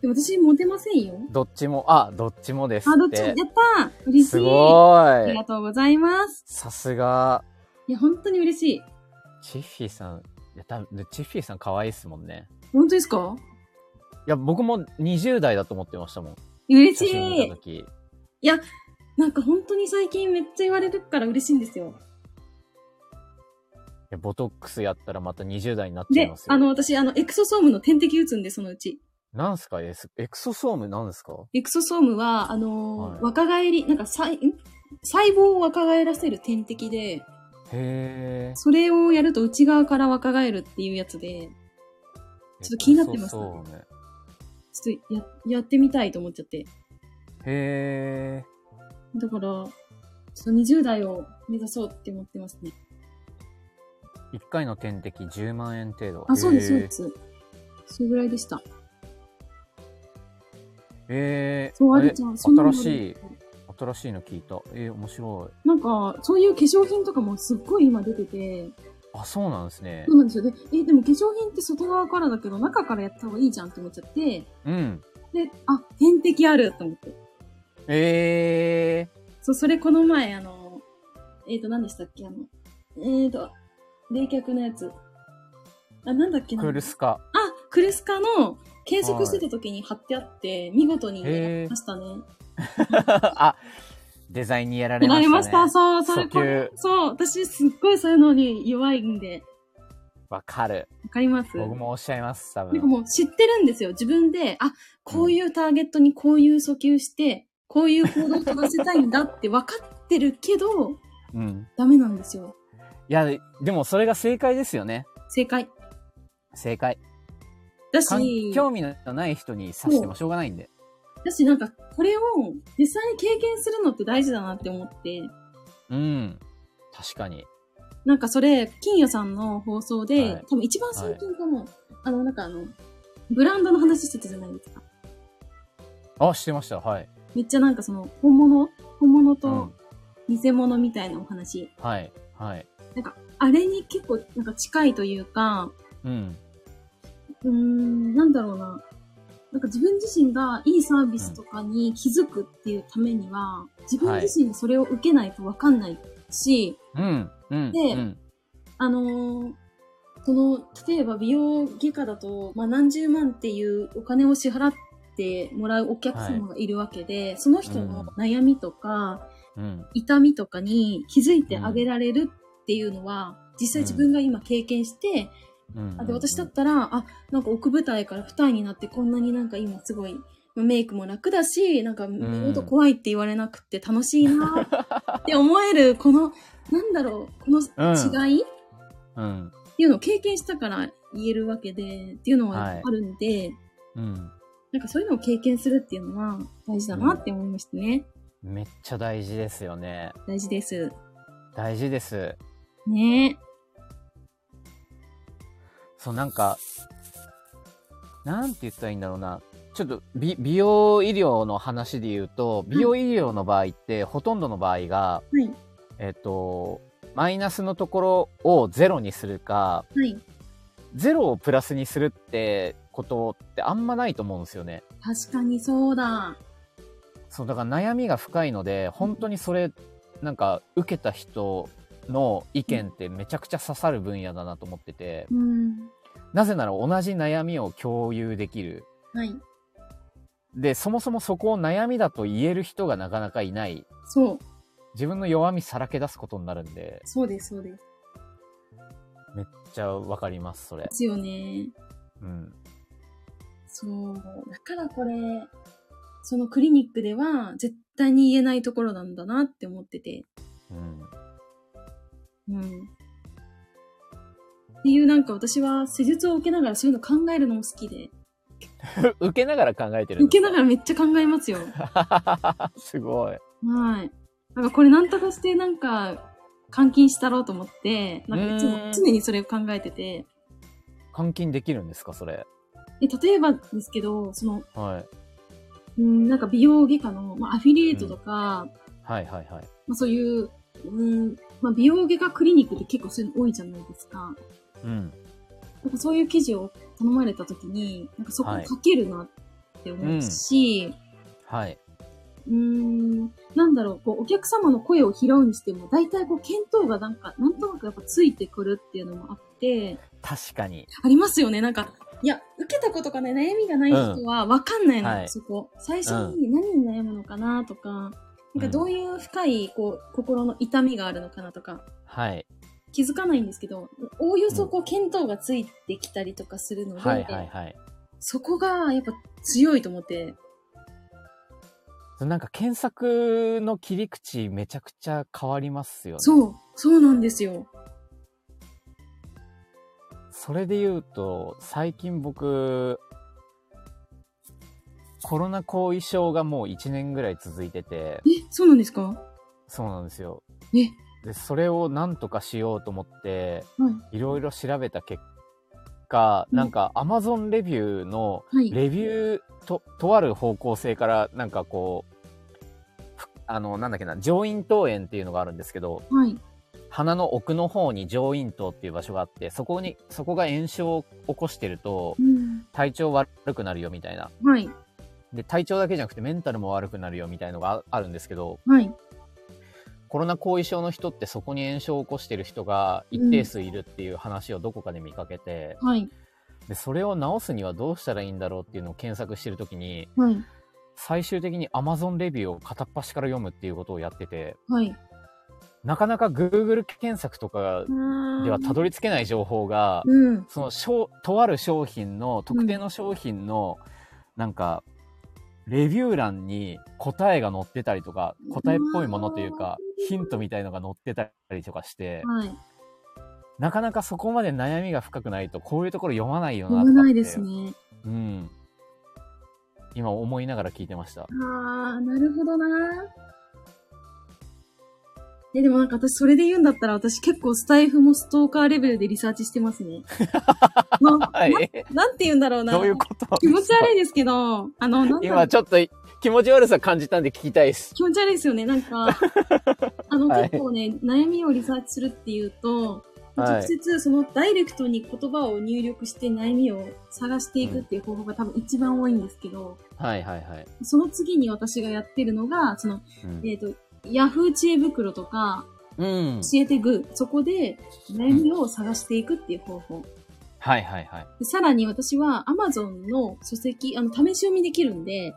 でも私、モテませんよ。どっちも、あ、どっちもですあ、どっっ。ちも、やってたー嬉しい。すい。ごありいが。とうございます。さすが。いや、本当に嬉しい。チッフィーさん、いや、多分チッフィーさん可愛いですもんね。本当ですかいや、僕も20代だと思ってましたもん。嬉写し真見いた。時。なんか本当に最近めっちゃ言われるから嬉しいんですよ。いやボトックスやったらまた20代になっちゃいでます、よ。あの、私、あの、エクソソームの点滴打つんで、そのうち。なんすかエスエクソソームなんですかエクソソームは、あのーはい若返り、なんか細、ん細胞を若返らせる点滴で、へえ。それをやると内側から若返るっていうやつで、ちょっと気になってますエクソソームちょっとや、やってみたいと思っちゃって。へえ。だから、ちょっと20代を目指そうって思ってますね。 1回の点滴10万円程度。あ、そうです、へそうーです。それぐらいでした。へえ。そう、あれるちゃん、そんなのある新しい、新しいの聞いた。えー、面白い。なんか、そういう化粧品とかもすっごい今出てて、あ、そうなんですねそう。なんですよ。で、え、でも化粧品って外側からだけど、中からやった方がいいじゃんって思っちゃって、うん。で、あ、点滴あると思って。ええ。そう、それこの前、あの、えっ、ー、と、何でしたっけあの、えっ、ー、と、冷却のやつ。あ、なんだっけなクールスあ、カ。クルスカの計測してた時に貼ってあって、見事にへねーましたね。 あ、デザインにやられまらした、ね。れました。そう、それ訴これ求。そう、私すっごいそういうのに弱いんで、わかる。わかります僕もおっしゃいます、多なんか分。もう知ってるんですよ。自分で、あ、こういうターゲットにこういう訴求して、こういう行動を取らせたいんだって分かってるけど、うん。ダメなんですよ。いや、でもそれが正解ですよね。正解。正解。だかんし、興味のない人に刺してもしょうがないんで。だしなんか、これを実際に経験するのって大事だなって思って、うん。確かに。なんかそれ、金谷さんの放送で、はい多分一番最近かも、あの、なんかあの、ブランドの話してたじゃないですか。あ、してました。はい。めっちゃなんかその、本物本物うとん。偽物みたいなお話。はい。はい。あれに結構なんか近いというか、うん。うーん、なんだろうな。なんか自分自身がいいサービスとかに気づくっていうためには、自分自身がそれを受けないとわかんないし、うん、うん。でうん、あのーその、例えば美容外科だと、まあ、何十万っていうお金を支払ってもらうお客様がいるわけで、その人の悩みとか、うん、痛みとかに気づいてあげられるっていうのは、実際自分が今経験して、うん。あで私だうっん、たら、あ、なんか奥舞台から二重になってこんなになんか今すごい、メイクも楽だし、なんか、んもっと怖いって言われなくて楽しいなって思える、この、なんだろう、この違い、うん、っていうのを経験したから言えるわけで、っていうのはいはあるんで、うん。なんかそういうのを経験するっていうのは大事だなって思いましたね。めっちゃ大事ですよね。大事です。大事です。ねそう、なんか、なんて言ったらいいんだろうな。ちょっと美美容医療の話で言うと、美容医療の場合って、ほとんどの場合が、はい。えっと、マイナスのところをゼロにするか、はい。ゼロをプラスにするってことってあんまないと思うんですよね。確かにそうだ。そう、だから悩みが深いので、本当にそれ、なんか、受けた人の意見ってめちゃくちゃ刺さる分野だなと思ってて、うん。なぜなら同じ悩みを共有できる。はい。で、そもそもそこを悩みだと言える人がなかなかいない。そう。自分の弱みさらけ出すことになるんで、そうです、そうです。でめっちゃわかります、それ。すよね。うん。そう。だからこれ、そのクリニックでは絶対に言えないところなんだなって思ってて。うん。 うん。っていうなんか私は施術を受けながらそういうの考えるのも好きで。受けながら考えてるん受でけすかながらめっちゃ考えますよ。 すごい。はい。なんかこれなんとかしてなんか監禁したろうと思って、なんかいつうーもん常にそれを考えてて、監禁できるんですか、それ。え例えばですけど、その、はい。うん、なんか美容外科の、まあ、アフィリエイトとか、はいはいはい。まあ、そういう、うんまあ、美容外科クリニックって結構そういうの多いじゃないですか。うん。なんかそういう記事を頼まれた時に、なんかそこを書けるなって思うし、はい。うーん、なんだろう、こう、お客様の声を拾うにしても、大体こう、見当がなんか、なんとなくやっぱついてくるっていうのもあって、確かに。ありますよね、なんか、いや、受けたことがね、悩みがない人はわかんないの、はいそこ。最初に何に悩むのかなとか、うんなんかどういう深い、こう、心の痛みがあるのかなとか、はい。気づかないんですけど、おおよそこう、見当がついてきたりとかするので、はいはいはい。そこがやっぱ強いと思って、そうなんか検索の切り口めちゃくちゃ変わりますよね。そう、そうなんですよ。それで言うと、最近僕、コロナ後遺症がもう1年ぐらい続いてて、え、そうなんですかそうなんですよ。え、で、それをなんとかしようと思って、はい。いろいろ調べた結果、うんなんか Amazon レビューのはい。レビューと、とある方向性から、なんかこう、ふあの、なんだっけな、上咽頭炎っていうのがあるんですけど、はい。鼻の奥の方に上咽頭っていう場所があって、そこに、そこが炎症を起こしてるとう、ん。体調悪くなるよみたいな。はい。で、体調だけじゃなくてメンタルも悪くなるよみたいのがああるんですけど、はい。コロナ後遺症の人ってそこに炎症を起こしてる人が一定数いるっていう話をどこかで見かけて、はい。で、それを治すにはどうしたらいいんだろうっていうのを検索してるときに、はい。最終的に Amazon レビューを片っ端から読むっていうことをやってて、はい。なかなか Google 検索とかではたどり着けない情報が、うん。その商、とある商品の、特定の商品の、なんか、レビュー欄に答えが載ってたりとか、答えっぽいものというか、ヒントみたいのが載ってたりとかして、はい。なかなかそこまで悩みが深くないと、こういうところ読まないよなとか危って。ないですね。うん。今思いながら聞いてました。ああ、なるほどな。え、でもなんか私それで言うんだったら私結構スタイフもストーカーレベルでリサーチしてます ね。なは。ないなんて言うんだろうな。どういうこと気持ち悪いですけど、あの、なんだろう今ちょっと気持ち悪さ感じたんで聞きたいです。気持ち悪いですよね。なん か、あの、はい結構ね、悩みをリサーチするっていうと、はい直接そのダイレクトに言葉を入力して悩みを探していくっていう方法が多分一番多いんですけど、はいはいはい。その次に私がやってるのが、その、うんえっ、と、ヤフー知恵袋とか、うん。教えていく。そこで悩みを探していくっていう方法。はいはいはい。でさらに私は Amazon の書籍、あの、試し読みできるんで、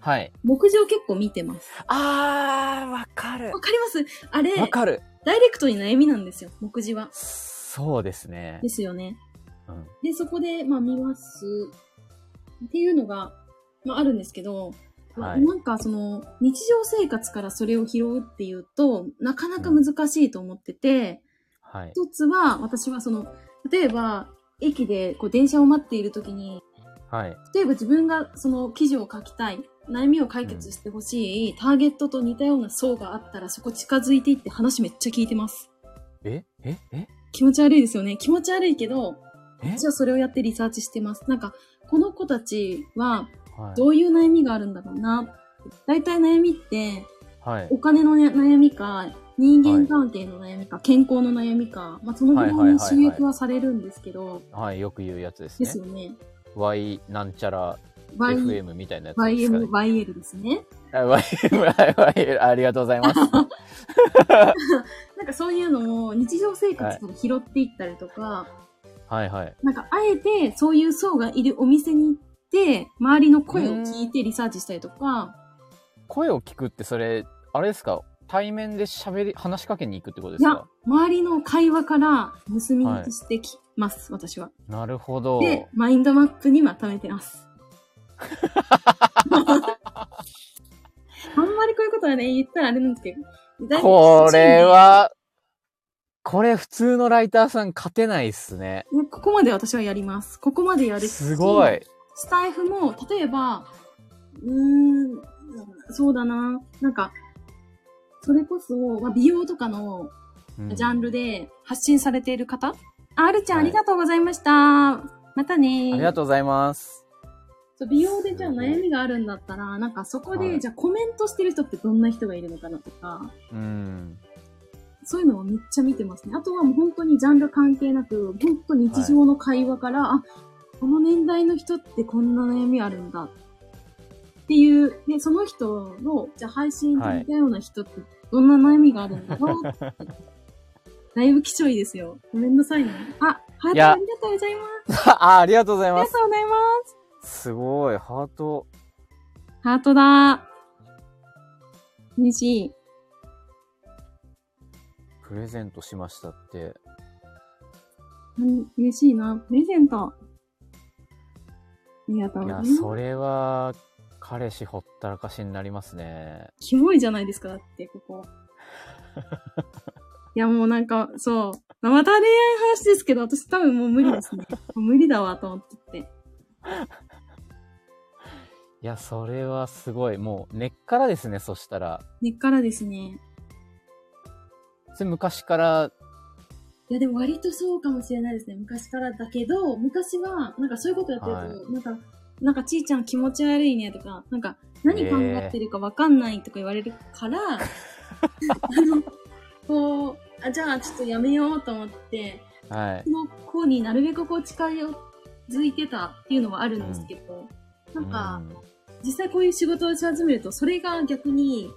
はい。目次を結構見てます。あー、わかるわ。かりますあれ、わかる。ダイレクトに悩みなんですよ、目次は。そうですねで。すよね。うん。で、そこで、まあ見ます。っていうのが、まああるんですけど、はいなんかその、日常生活からそれを拾うっていうと、なかなか難しいと思ってて、はい。一つは、私はその、例えば、駅でこう電車を待っている時に、はい。例えば自分がその記事を書きたい、悩みを解決してほしい、ターゲットと似たような層があったら、そこ近づいていって話めっちゃ聞いてます。えええ気持ち悪いですよね。気持ち悪いけど、え一応それをやってリサーチしてます。なんか、この子たちははいどういう悩みがあるんだろうな。大体悩みって、はい。お金のね、悩みか、人間関係の悩みか、健康の悩みか、まあ、そのぐらいはいはのいはいは収い益はされるんですけど、はい。よく言うやつですでねす。よね。 Y なんちゃら Y、 FM みたいなやつですか、ね YM、。YL ですね。あ YM、YM、あり がとうございます。なんかそういうのを日常生活から拾っていったりとか、はいはい。なんかあえてそういう層がいるお店に行って、周りの声を聞いてリサーチしたりとか、声を聞くってそれ、あれですか対面で喋り、話しかけに行くってことでいすやか、周りの会話から盗み聞きしてきます、私は。なるほど。で、マインドマップにまとめて ます。あんまりこういうことはね、言ったらあれなんですけど。これ。は、これ普通のライターさん勝てないっすね。ねここまで私はやります。ここまでやるしすご。い。スタイフも、例えば、うーん、そうだな。なんか、それこそ、まあ美容とかのうんジャンルで発信されている方、ああるちゃん、はいありがとうございました。またねありがとうございます。そう美容でじゃあすごい悩みがあるんだったら、なんかそこで、はいじゃあコメントしてる人ってどんな人がいるのかなとか、 うん。そういうのをめっちゃ見てますね。あとはもう本当にジャンル関係なく、本当日常の会話から、あ、この年代の人ってこんな悩みあるんだっていう、で、その人の、じゃあ配信で見たような人ってどんな悩みがあるんだろうって。 だいぶ貴重いですよ。ごめんなさいね。あ、ハーいトやありがとうございます。あ、ありがとうございありまがす。とうございますごい、ハート。す。ハートだー。嬉しい。プレゼントしましたって。うん、嬉しいな。プレゼント。ありがとういございま、やそす。れは、彼氏ほったらかしになりますね。キモいじゃないですか、だって、ここ。いや、もうなんか、そう。また恋愛の話ですけど、私多分もう無理ですね。もう無理だわ、と思ってて。いや、それはすごい。もう根っからですね、そしたら。根っからですね。それ昔から、いや、でも割とそうかもしれないですね。昔からだけど、昔は、なんかそういうことやってると、はなんか、なんかちーちゃん気持ち悪いねとか、なんか何考えてるかわかんないとか言われるから、あの、こう、あ、じゃあちょっとやめようと思って、はい。その子になるべくこう近づいてたっていうのはあるんですけど、なんか、実際こういう仕事をし始めると、それが逆に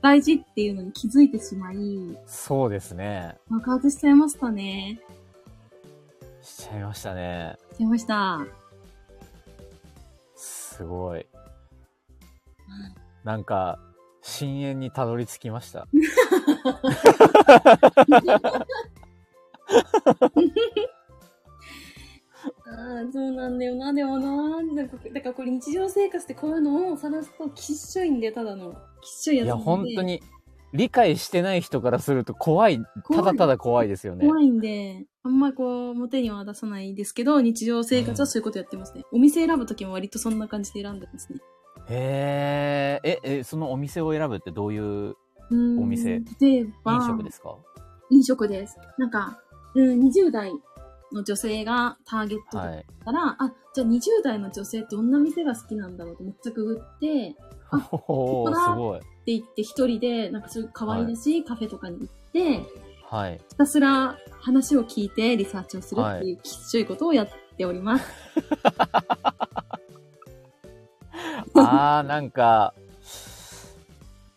大事っていうのに気づいてしまい、うんそうですね。爆発しちゃいましたね。しちゃいましたね。しちゃいました。すごい。なんか、深淵にたどり着きました。ああ、そうなんだよな、でもな。なんかだからこれ日常生活でこういうのを探すときっしょいんで、ただの。きっしょいいやつなや、んで。本当に、理解してない人からすると怖い。怖たいだただ怖いですよね。怖いんで、あんまこう、表には出さないですけど、日常生活はそういうことやってますね。お店選ぶときも割とそんな感じで選んでますね。へーえ、え、そのお店を選ぶってどういううーんお店例えば、飲食ですか飲食です。なんか、うん、20代の女性がターゲットだはっい。たら、あ、じゃあ20代の女性どんな店が好きなんだろうとめっちゃくぐって、あこおこおだすごい。って言って一人で、なんかそういう可愛らしいカフェとかに行って、はい。ひたすら話を聞いてリサーチをするっていうきっちょいことをやっており ます。あー、なんか、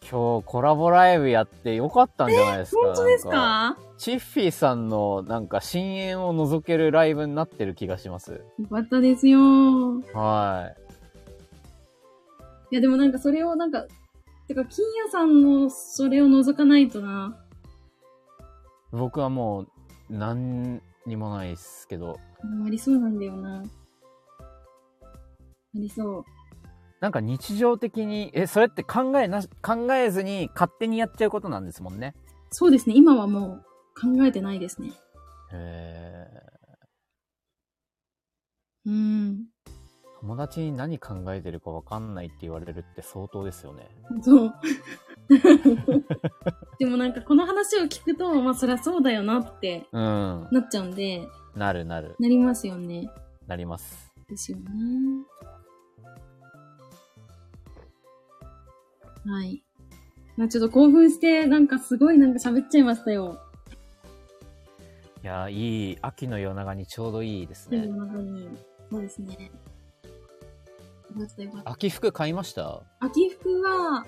今日コラボライブやってよかったんじゃないですか。本当ですなんかチッフィーさんのなんか深淵を覗けるライブになってる気がします。よかったですよ。いはや、でもなんかそれをなんか、てか、金谷さんのそれを覗かないとな。い。僕はもう何にもないですけど、うんありそうなんだよな。ありそう。なんか日常的に、え、それって考えなし、考えずに勝手にやっちゃうことなんですもんね。そうですね。今はもう考えてないですね。へうん。ー友達に何考えてるかわかんないって言われるって相当ですよね。そう。でもなんかこの話を聞くと、まあそりゃそうだよなってうん。なっちゃうんで、なるなる。なりますよね。なります。ですよね。はい。まあちょっと興奮して、なんかすごいなんか喋っちゃいましたよ。いやー、いい、秋の夜長にちょうどいいです夜ね。の中に。そうですね。よかったよかった。秋服買いました秋服は、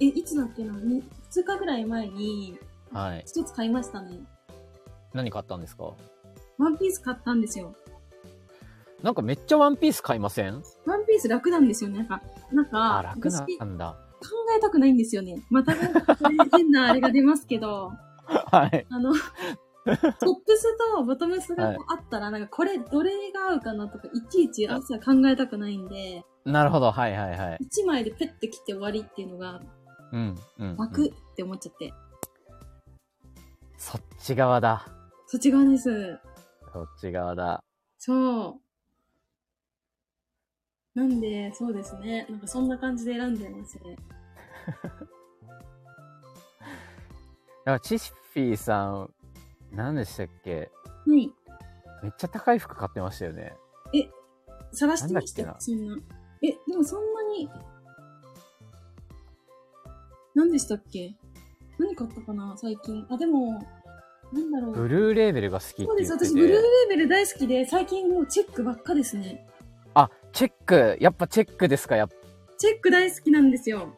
え、いつだっけな ?2 日ぐらい前に、はい。一つ買いましたね。何買ったんですかワンピース買ったんですよ。なんかめっちゃワンピース買いませんワンピース楽なんですよね。なんか、なんか、あ、楽な私考んだ。えたくないんですよね。また、これ変なあれが出ますけど。 は い。あの、トップスとボトムスがこうあったら、なんかこれどれが合うかなとか、いちいち朝考えたくないんで、なるほど。はいはいはい。 1枚でペッて切って終わりっていうのが、うん。うん。う枠んって思っちゃって。そっち側だ。そっち側です。そっち側だ。そう。なんで、そうですね。なんかそんな感じで選んでますね。だからチッフィーさん、何でしたっけはい。めっちゃ高い服買ってましたよね。探してましたなよんだっけなそんな。え、でもそんなに、何でしたっけ何買ったかな最近。あ、でも、なんだろう。ブルーレーベルが好きってそうで言す。ってて。私、ブルーレーベル大好きで、最近もうチェックばっかですね。あ、チェック。やっぱチェックですかやっぱチェック大好きなんですよ。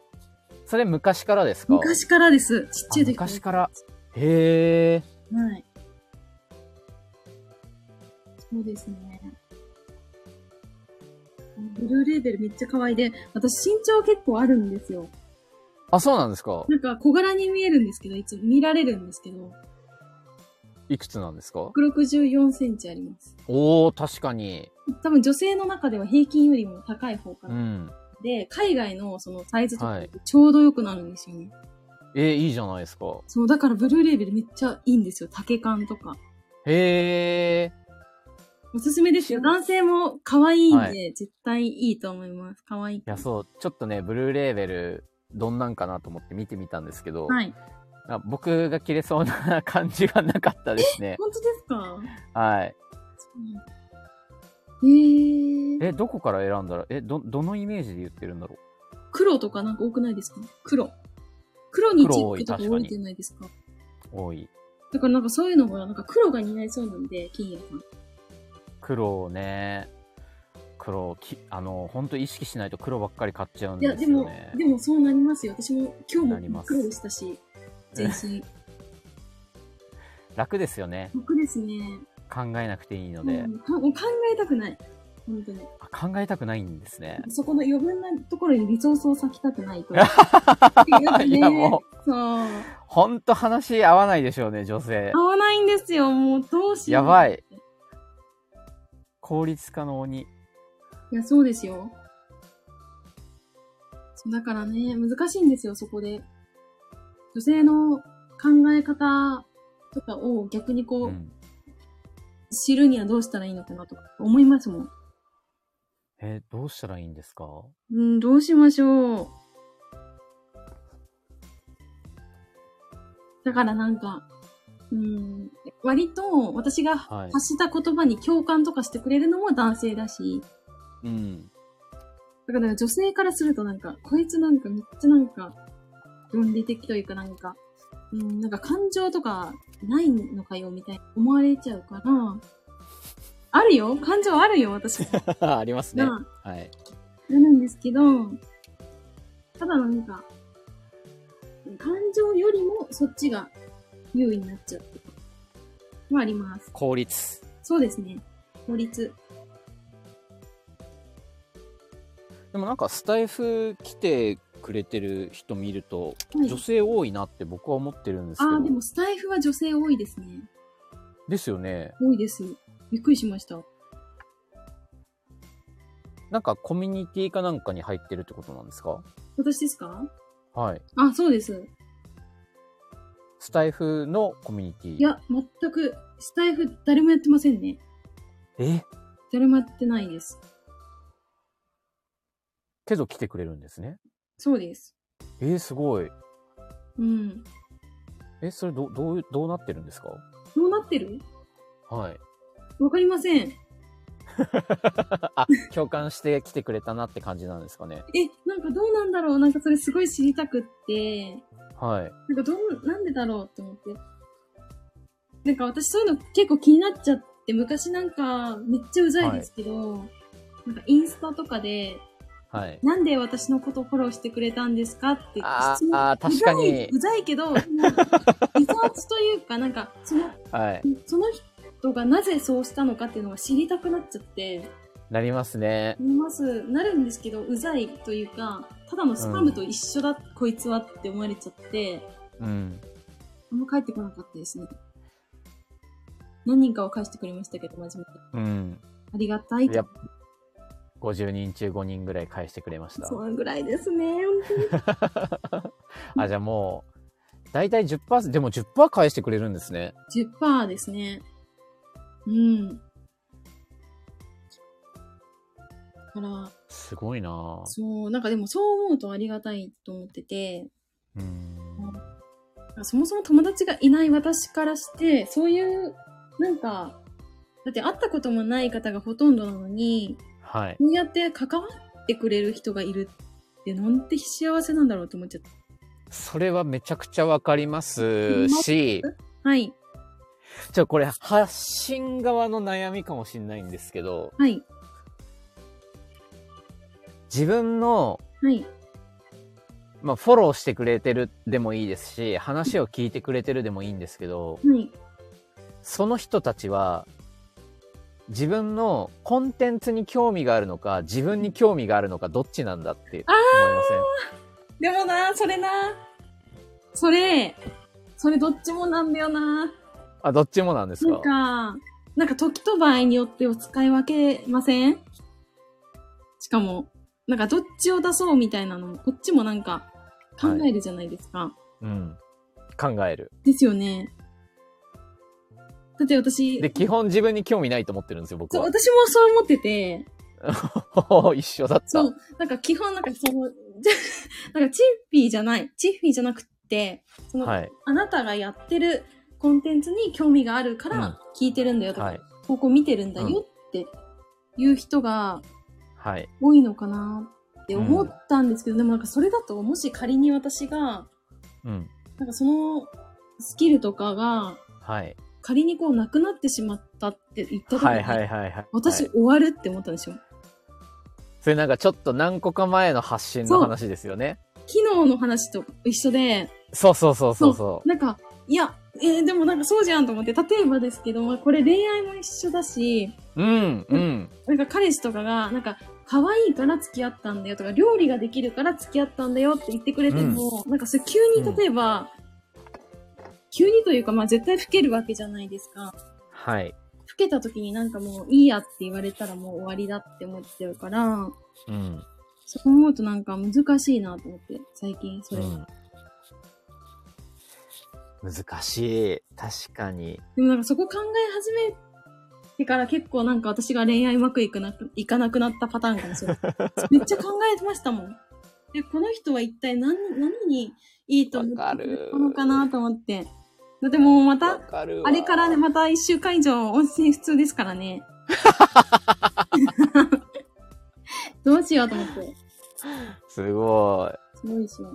それ昔からですか昔からです。ちっちゃい時あ昔から。へえ。はい。そうですね。ブルーレーベルめっちゃ可愛いで、私身長結構あるんですよ。あ、そうなんですかなんか小柄に見えるんですけど、いつも見られるんですけど、いくつなんですか164センチあります。おー、確かに。多分女性の中では平均よりも高い方かうら。ん。で、海外のそのサイズとかはっいてちょうど良くなるんですよね。えー、いいじゃないですか。そう、だからブルーレーベルめっちゃいいんですよ。竹缶とか。へえ。おすすめですよ。男性も可愛いんで、は絶対いいと思います。可愛いいかや、ら。そう、ちょっとね、ブルーレーベル、どんなんかなと思って見てみたんですけど、はい。あ僕が着れそうな感じはなかったですね。本当ですかはい。えー、え、どこから選んだら、え、ど、どのイメージで言ってるんだろ黒とかなんか多くないですか黒。黒にチ黒ェッ多クいとか確か多にいじゃないですか。う多い。だからなんかそういうのが、なんか黒が似合いそうなんで、金谷さん。黒ね。黒、き、あの、本当意識しないと黒ばっかり買っちゃうんいや、ですでよも、ね。でもそうなりますよ。私も今な日りもます黒でしたし、全身。楽ですよね。僕ですね。考えなくていいのでも。うかもう考えたくない。本当に。あ考えたくないんですね。そこの余分なところにリソースを割きたくない と。いやもう。そう。ほんと話合わないでしょうね、女性。合わないんですよ。もうどうしよう。やばい。効率化の鬼。いや、そうですよ。そうだからね、難しいんですよ、そこで。女性の考え方とかを逆にこう、うん知るにはどうしたらいいのかなとか思いますもん。え、どうしたらいいんですかうん、どうしましょう。だからなんか、うん、割と私がはい発した言葉に共感とかしてくれるのも男性だし、うん。だから女性からするとなんか、こいつなんかめっちゃなんか、論理的というかなんか、うん、なんか感情とかないのかよみたいに思われちゃうから、あるよ感情あるよ私も。 ありますね。なあはい。なるんですけど、ただなんか、うん、感情よりもそっちが優位になっちゃうってことはあります。効率。そうですね。法律。でもなんかスタイフ来てくれてる人見ると、はい女性多いなって僕は思ってるんですけああ、でど。もスタイフは女性多いですね。ですよね。多いです。びっくりしました。なんかコミュニティかなんかに入ってるってことなんですか私ですかはい。あ、そうです。スタイフのコミュニティ。いや、全く、スタイフ誰もやってませんね。え誰もやってないです。けど来てくれるんですね。そうです。えー、すごい。うん。え、それど、どういう、どうなってるんですかどうなってるはい。わかりません。え、あ、共感して来てくれたなって感じなんですかね。なんかどうなんだろうなんかそれすごい知りたくって。はい。なんかどん、なんでだろうって思って。なんか私そういうの結構気になっちゃって、昔なんかめっちゃうざいですけど、なんかインスタとかで、はい。なんで私のことフォローしてくれたんですかってあ質問あ、確かにう。ざいけど、でもリサーチというか、なんか、その、はい。その人がなぜそうしたのかっていうのが知りたくなっちゃって、なりますね。まず、なるんですけど、うざいというか、ただのスパムと一緒だ、こいつはって思われちゃって、うん。あんま帰ってこなかったですね。何人かは返してくれましたけど、真面目に。うん。ありがたいいや、50人中5人ぐらい返してくれました。そのぐらいですね、本当に。あ、じゃあもう、だいたい10%、でも10%返してくれるんですね。 10%ですね。うん。だから、すごいなぁそう、なんかでもそう思うとありがたいと思ってて、うん。そもそも友達がいない私からして、そういう、なんか、だって会ったこともない方がほとんどなのに、はい。こうやって関わってくれる人がいるって、なんて幸せなんだろうと思っちゃった。それはめちゃくちゃわかりますし、はい、ちょ、これ発信側の悩みかもしれないんですけど、はい、自分の、はい、まあ、フォローしてくれてるでもいいですし、話を聞いてくれてるでもいいんですけど、はい。その人たちは、自分のコンテンツに興味があるのか、自分に興味があるのか、どっちなんだって思いませんでもな、それな、それ、それどっちもなんだよな。あ、どっちもなんですなんかか、なんか時と場合によってを使い分けませんしかも、なんかどっちを出そうみたいなのも、こっちもなんか考えるじゃないですか。うん。考える。ですよね。だって私、で、基本自分に興味ないと思ってるんですよ、僕そうは。私もそう思ってて、 一緒だったそ。う、なんか基本なんかその、 じゃなんかチッピーじゃない、チッフィーじゃなくって、その、はい。あなたがやってるコンテンツに興味があるかうんら聞いてるんだよとか、はい。投稿見てるんだよっていう人がはい。多いのかなって思ったんですけど、でもなんかそれだともし仮に私がうん。なんかそのスキルとかがはい。仮にこうなくなってしまったって言った時に、はいはいはいはい。私はい終わるって思ったんですよ。それなんかちょっと何個か前の発信の話ですよね。機能の話と一緒で、そうそうそうそうそう。なんか、いや、えーでもなんかそうじゃんと思って、例えばですけど、まあこれ恋愛も一緒だし、うん、うん。なんか彼氏とかが、なんか、可愛いから付き合ったんだよとか、料理ができるから付き合ったんだよって言ってくれても、なんかそれ急うんに例えば、急にというか、まあ絶対老けるわけじゃないですか。老はい。けた時になんかもういいやって言われたらもう終わりだって思っちゃうから、うん。そう思うとなんか難しいなと思って、最近そうれ。ん。難しい。確かに。でもなんかそこ考え始めてから結構なんか私が恋愛うまくいくな、いかなくなったパターンかもしれない。めっちゃ考えてましたもん。で、この人は一体何、何にいいと思ってくれたのかなと思って。だってもうまた、かるあれからね、また一週間以上音声普通ですからね。どうしようと思って。すごすごいですよ。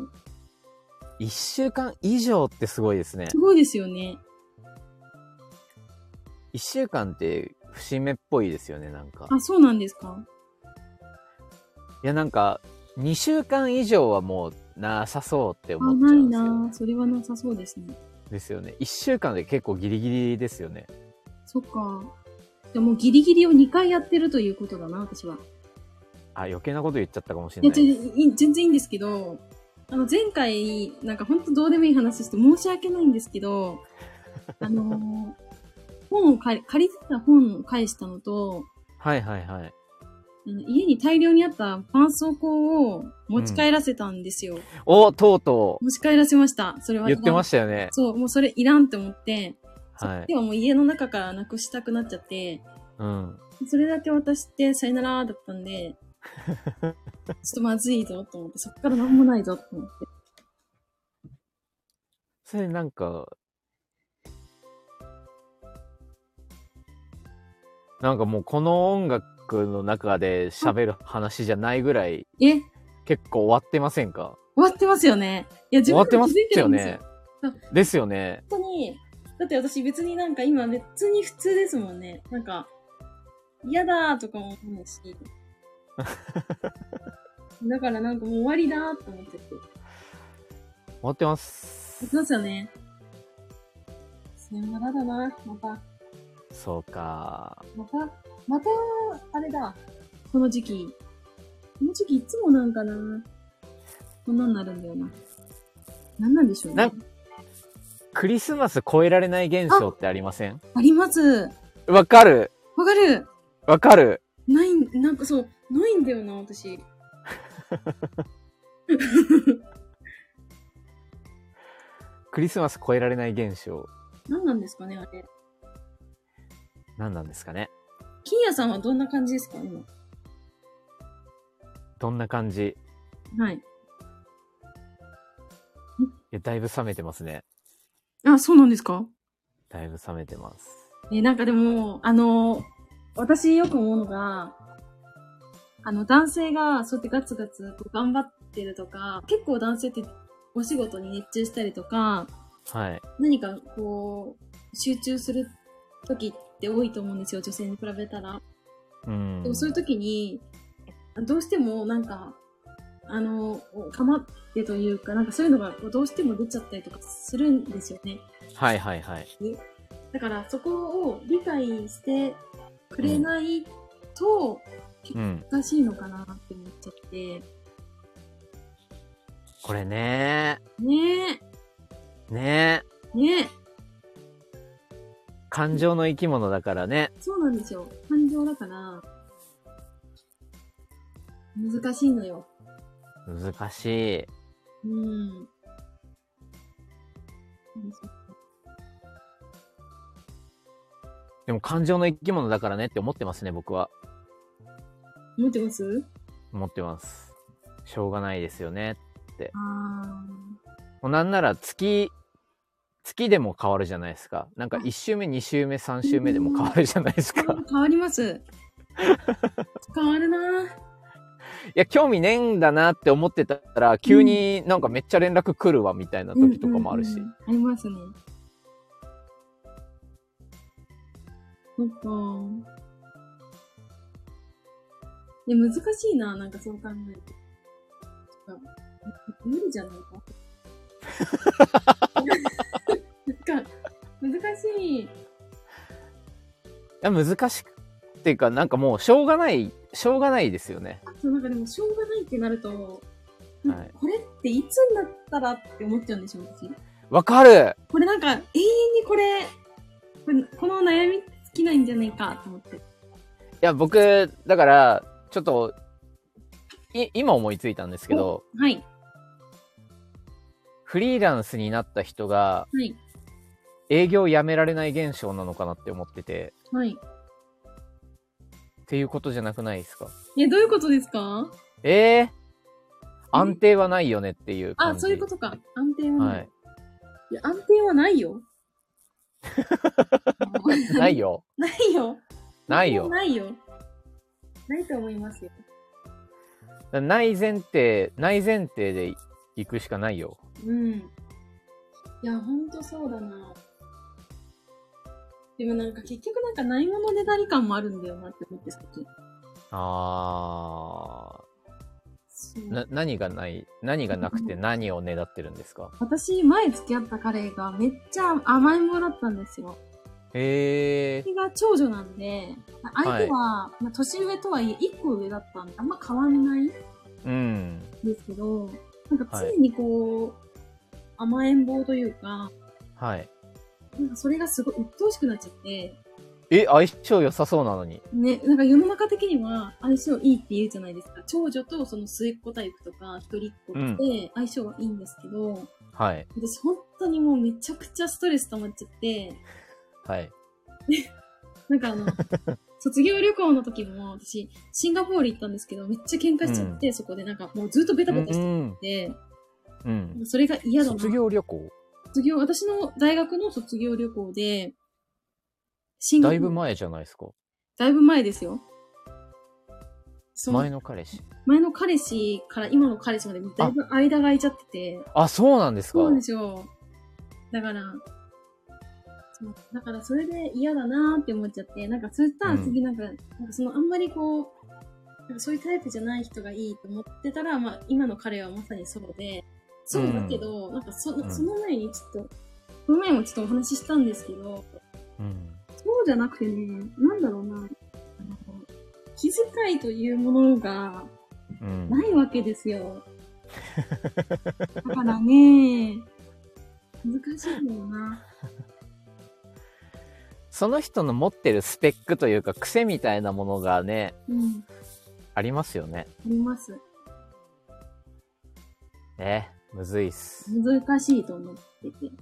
い。一週間以上ってすごいですねす。ごいですよね。一週間って節目っぽいですよね、なんか。あ、そうなんですかいや、なんか、2週間以上はもうなさそうってあ思っちなゃういんですよなね。それはなさそうですね。ですよね。1週間で結構ギリギリですよね。そっか。でもうギリギリを2回やってるということだな、私は。あ、余計なこと言っちゃったかもしいれや、なちょい。いい全然いいんですけど、あの、前回、なんか本当どうでもいい話して申し訳ないんですけど、 あのー、本を借り、借りてた本を返したのと、はいはいはい。あの家に大量にあった絆創膏を持ち帰らせたんですよ。お、とうと持ち帰らせました。それうは。言ってましたよね。そう、もうそれいらんって思って、はでい。はもう家の中からなくしたくなっちゃって、うん。それだけ渡してさよならだったんで、 ちょっとまずいぞと思って、そっからなんもないぞと思って。それなんか、なんかもうこの音楽の中で喋る話じゃないぐらいえ終結構終わってませんかわってますよね。いや、自終わ分ってでもま気すづいてるよんですよ。ね。ですよね。本当に。だって私別になんか今別に普通ですもんね。なんか、嫌だーとかも思うし。 だからなんかもう終わりだーと思ってて。終わってますで。きますよね。さよならだな、また。そうか。また、また、あれだ。この時期。この時期いつもなんかな。こんなんなるんだよな。なんなんでしょうなねん。クリスマス超えられない現象ってありませんあります。わかるわかる。わかるない、なんかそう、ないんだよな、私。クリスマス超えられない現象。なんなんですかね、あれ。何なんですかね金谷さんはどんな感じですか、今。どんな感じはい。いや、だいぶ冷めてますね。あ、そうなんですかだいぶ冷めてます。え、なんかでも、あの、私よく思うのが、あの、男性がそうやってガツガツこう頑張ってるとか、結構男性ってお仕事に熱中したりとか、はい。何かこう、集中する時って多いと思うんですよ、女性に比べたら。うんでもそういう時に、どうしてもなんか、あの、かまってというか、なんかそういうのがこうどうしても出ちゃったりとかするんですよね。はいはいはい。だからそこを理解してくれないとうん。難しいのかなって思っちゃって。これねねねえ、ねえ、感情の生き物だからね。そうなんですよ。感情だから、難しいのよ。難しい。うん。でも感情の生き物だからねって思ってますね、僕は。思ってます思ってます。しょうがないですよね。あもうなんなら月、月でも変わるじゃないですか。なんか1周目、2周目、3周目でも変わるじゃ ないですあ。か。 変わります。変わるなぁ。いや、興味ねえんだなって思ってたら、急になんかめっちゃ連絡来るわみたいな時とかもあるうし。んうんうんありますね。そっか。いや、難しいな、なんかそう考えると。なんか無理じゃない か。なんか、難しい。いや難しくっていうか、なんかもうしょうがない、しょうがないですよね。あとなんかでも、しょうがないってなると、なんかはいこれっていつになったらって思っちゃうんでしょ、私。わかるこれなんか、永遠にこれ、これこの悩み尽きないんじゃないかと思って。いや、僕、だから、ちょっと、い、今思いついたんですけど、はい。フリーランスになった人がはい。営業を辞められない現象なのかなって思ってて、はい。っていうことじゃなくないですかえ、どういうことですかえー、安定はないよねっていう感あ、じ。そういうことか。安定はな。はいい。いや安定はない よ。なないいよ。ないよ。ないよ。ないよ。ないと思いますよ。ない前提、ない前提で行くしかないよ。うん。いや、ほんとそうだな。でもなんか結局なんかないものねだり感もあるんだよなって思って最近。あそうな、何がない、何がなくて何をねだってるんですか私、前付き合った彼がめっちゃ甘えん坊だったんですよ。へえ私が長女なんで、相手は、まあ、年上とはいえ1個上だったんで、あんま変わんないんでー、うん。すけど、なんか常にこう、甘えん坊というか、はい。なんかそれがすごい鬱陶しくなっちゃって、え、相性良さそうなのに。ね、なんか世の中的には相性いいって言うじゃないですか。長女とその末っ子タイプとか一人っ子って相性はいいんですけど、はい。私本当にもうめちゃくちゃストレス溜まっちゃって、はい。なんかあ の、卒業旅行の時も私、シンガポール行ったんですけど、めっちゃ喧嘩しちゃって、そこでなんかもうずっとベタうベタしてん。て、うん。それが嫌だな。卒業旅行卒業私の大学の卒業旅行で、シンガポだーいルぶ前じゃないですか。だいぶ前ですよ。そう前前の彼氏。の彼氏から今の彼氏までだいぶ間が空いちゃってて、あ、そうなんですかそうなんですよ。だから、そうだからそれで嫌だなーって思っちゃって、なんかそしたら次なんか、なんかそのあんまりこう、なんかそういうタイプじゃない人がいいと思ってたら、まあ今の彼はまさにそうで、そうだけど、なんかそうんその前にちょっと、その前もちょっとお話ししたんですけど、うん。そうじゃなくてね、なんだろうな、あの気遣いというものがうん。ないわけですよ。だからね、難しいんだよな。その人の持ってるスペックというか癖みたいなものがね、うん、ありますよね。あります。ね。むずいっす。難しいと思ってて。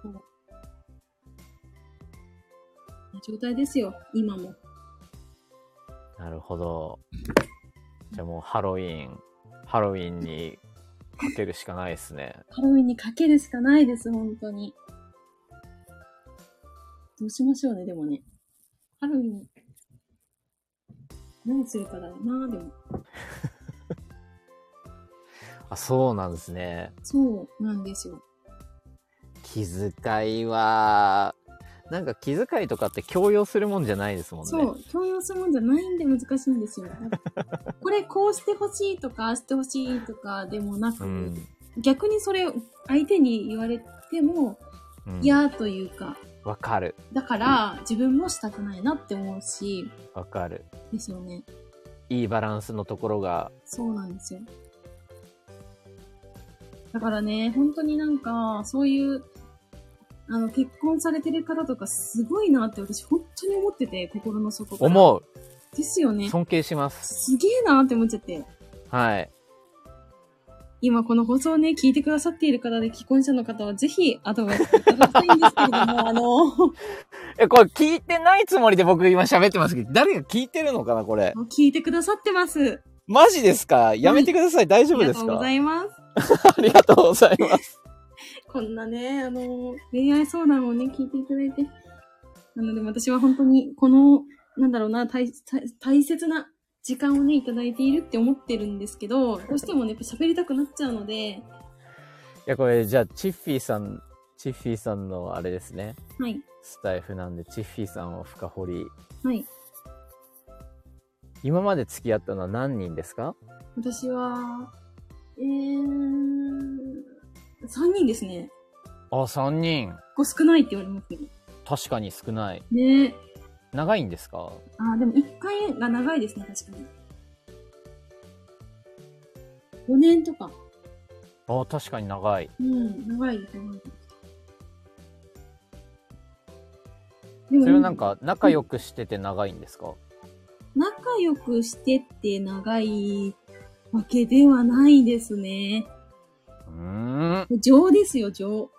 そう。状態ですよ、今も。なるほど。じゃあもうハロウィン、ハロウィンにかけるしかないですね。ハロウィンにかけるしかないです、本当に。どうしましょうね、でもね。ハロウィン。何するかだろうな、でも。あ、そうなんですね。そうなんですよ。気遣いは、なんか気遣いとかって強要するもんじゃないですもんね。そう、強要するもんじゃないんで難しいんですよ。 これこうしてほしいとか、ああしてほしいとかでもなく、うん。逆にそれを相手に言われてもうん、嫌というか、わかる。だから自分もしたくないなって思うし、わかる。ですよね。いいバランスのところが、そうなんですよ。だからね、本当になんか、そういう、あの、結婚されてる方とかすごいなって私本当に思ってて、心の底から。思う。うですよね。尊敬します。すげえなって思っちゃって。はい。今この放送をね、聞いてくださっている方で既婚者の方はぜひアドバイスいただきたいんですけれども、あの、え、これ聞いてないつもりで僕今喋ってますけど、誰が聞いてるのかな、これ。聞いてくださってます。マジですかやめてください。大丈あ夫りでがとすうごかざいます。ありがとうございます。こんなね、あの、恋愛相談をね、聞いていただいて。なので私は本当に、この、なんだろうな、大大大切な時間をね、いただいているって思ってるんですけど、どうしてもね、やっぱ喋りたくなっちゃうので、いや、これ、じゃあ、チッフィーさん、チッフィーさんのあれですね。はい、スタイフなんで、チッフィーさんを深掘り。はい。今まで付き合ったのは何人ですか私は、えー、3人ですね。あ、3人。こう少ないって言われますけど。確かに少ない。ね長いんですかあーでも1回が長いですね、確かに。5年とか。あ、確かに長い。うん、長いですね。でそもれはなんか、仲良くしてて長いんですか仲良くしてって長いわけではないですね。うーん、情ですよ、情。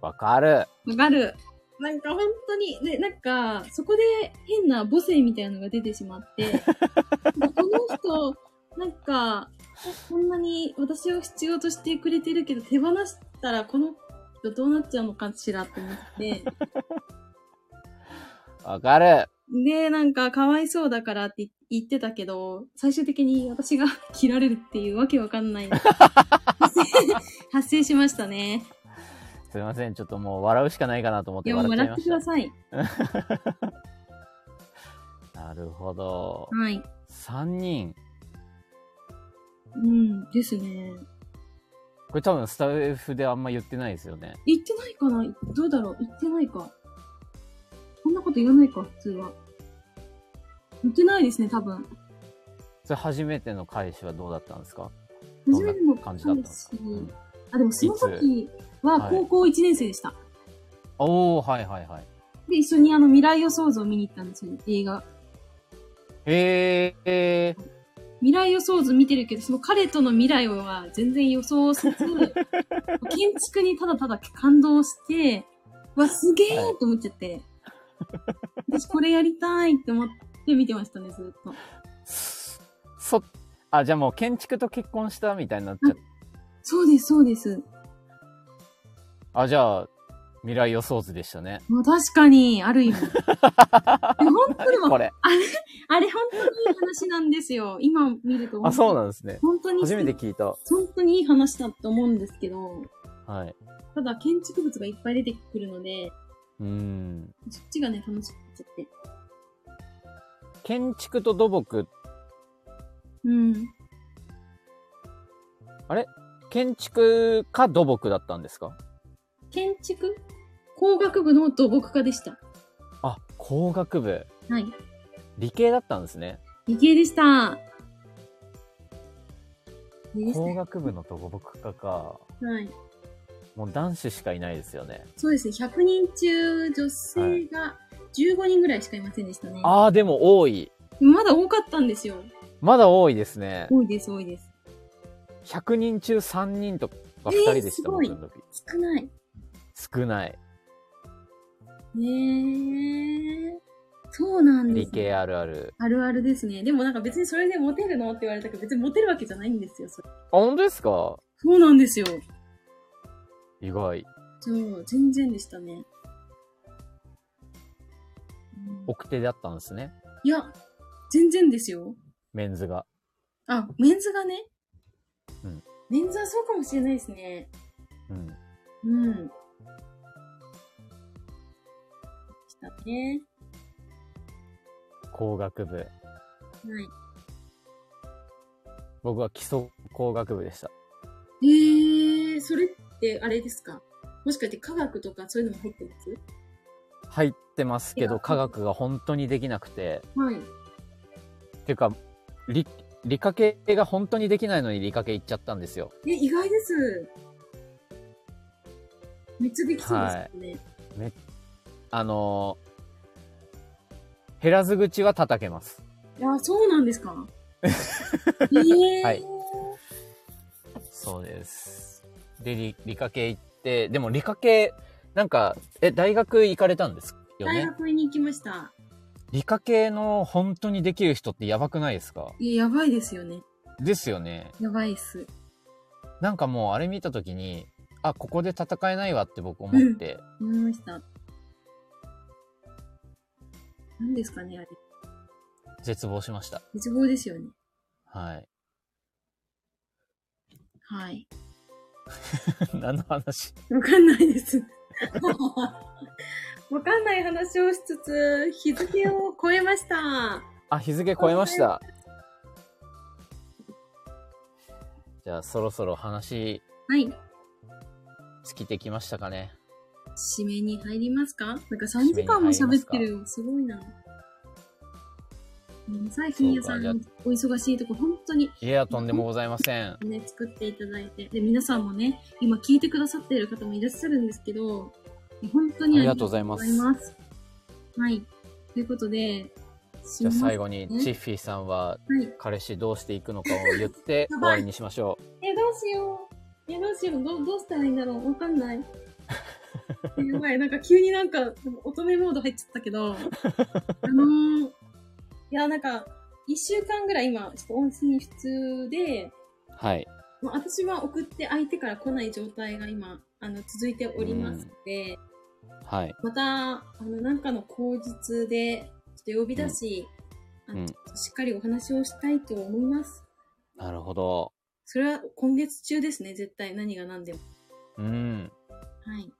わかる。わかる。なんか本当に、で、なんか、そこで変な母性みたいなのが出てしま って、なんかこの人、なんか、こんなに私を必要としてくれてるけど、手放したらこの人どうなっちゃうのかしらって思って、わかる。で、なんか、かわいそうだからって言ってたけど、最終的に私が切られるっていうわけわかん ない。発生、発生しましたね。すいません、ちょっともう笑うしかないかなと思っいてや、もう笑っちゃ笑いっまてしください。た。なるほど。はい。 3人。うん、ですね。これ多分スタッフであんま言ってないですよね。言ってないかなどうだろう言ってないか。こんなこと言わないか、普通は。言ってないですね、多分。それ初めての返しはどうだったんですかど初んめなての感じだったんですか、彼氏うんあ、でもその時ははい高校1年生でした。おー、はいはいはい。で、一緒にあの未来予想図を見に行ったんですよね、映画。えー、えー、未来予想図見てるけど、その彼との未来は全然予想 せず、建築にただただ感動して、わ、すげえはいと思っちゃ って、私これやりたいって思って見てましたね、ずっと。そそ、あ、じゃあもう建築と結婚したみたいになっちゃっそうです、そうです。あ、じゃあ、未来予想図でしたね。もう確かに、ある 意味。で本当でも、こあれ、れ。あれ本当にいい話なんですよ。今見ると。あ、そうなんですね。本当に、初めて聞いた。本当にいい話だと思うんですけど、はい。ただ建築物がいっぱい出てくるので、うーん。そっちがね、楽しくなっちゃって。建築と土木、うん。建築か土木だったんですか建築工学部の土木科でした。あ、工学部。はい。理系だったんですね。理系でした。理系でした工学部の土木科か。はい。もう男子しかいないですよね。そうですね、100人中女性が15人ぐらいしかいませんでしたね。ああ、でも多い。まだ多かったんですよ。まだ多いですね。多いです、多いです。 100人中3人とか2人えでした、ーすごい僕の時。少ない。少ない。ねえ。そうなんで理す、ね。系あるある。あるあるですね。でもなんか別にそれでモテるのって言われたけど、別にモテるわけじゃないんですよ。それあ、本当ですかそうなんですよ。意外。そう、全然でしたね。うん奥手だったんですね。いや、全然ですよ。メンズが。あ、メンズがね。うんメンズはそうかもしれないですね。うん。うん。でしたね。工学部。はい。僕は基礎工学部でした。えー、それってあれですかもしかして科学とかそういうのも入ってます入ってますけいど、や科学が本当にできなくて。はい。っていうか、理、理科系が本当にできないのに理科系行っちゃったんですよ。え、意外です。めっちゃできそうですよね。あのー減らず口は叩けます。い、や、そうなん ですかえー、はいそうです。で、理理科系行って、でも理科系、なんか、え、大学行かれたんですよ大ね。学に行きました。理科系の本当にできる人ってやばくないですかいや、やばいですよね。ですよね。やばいっす。なんかもうあれ見た時に、あ、ここで戦えないわって僕思って、思いました。何ですかね、あれ。絶望しました。絶望ですよね。はい。 はい。何の話わかんないです。 わかんない話をしつつ、日付を超えました。あ、日付超えました。じゃあそろそろ話はい。尽きてきましたかね。締めに入りますかなんか3時間も喋ってるよ。すごいな。うんさあ、金谷さそうかん、お忙しいとこ、本当にいや、とんでもございませ ん。ね、作っていただいて。で、皆さんもね、今聞いてくださっている方もいらっしゃるんですけど、本当にありがとうございますありがとうございますはい。ということで、じゃあ最後に。にねチッフィーさんははい。彼氏どうしていくのかを言ってやばい終わりにしましょえ、どうしよう。え、どうしよう。どうどうしたらいいんだろう。わかんない。えやばい。なんか急になんか乙女モード入っちゃったけ ど、あのー、いや、なんか、一週間ぐらい今、ちょっと音信不通で、う。はい。まあ、私は送って相手から来ない状態が今、あの、続いておりますので、はい。また、あの、なんかの口実で、ちょっと呼び出し、んあうのんちょっとしっかりお話をしたいと思います。なるほど。それは今月中ですね、絶対。何が何でも。うん。はい。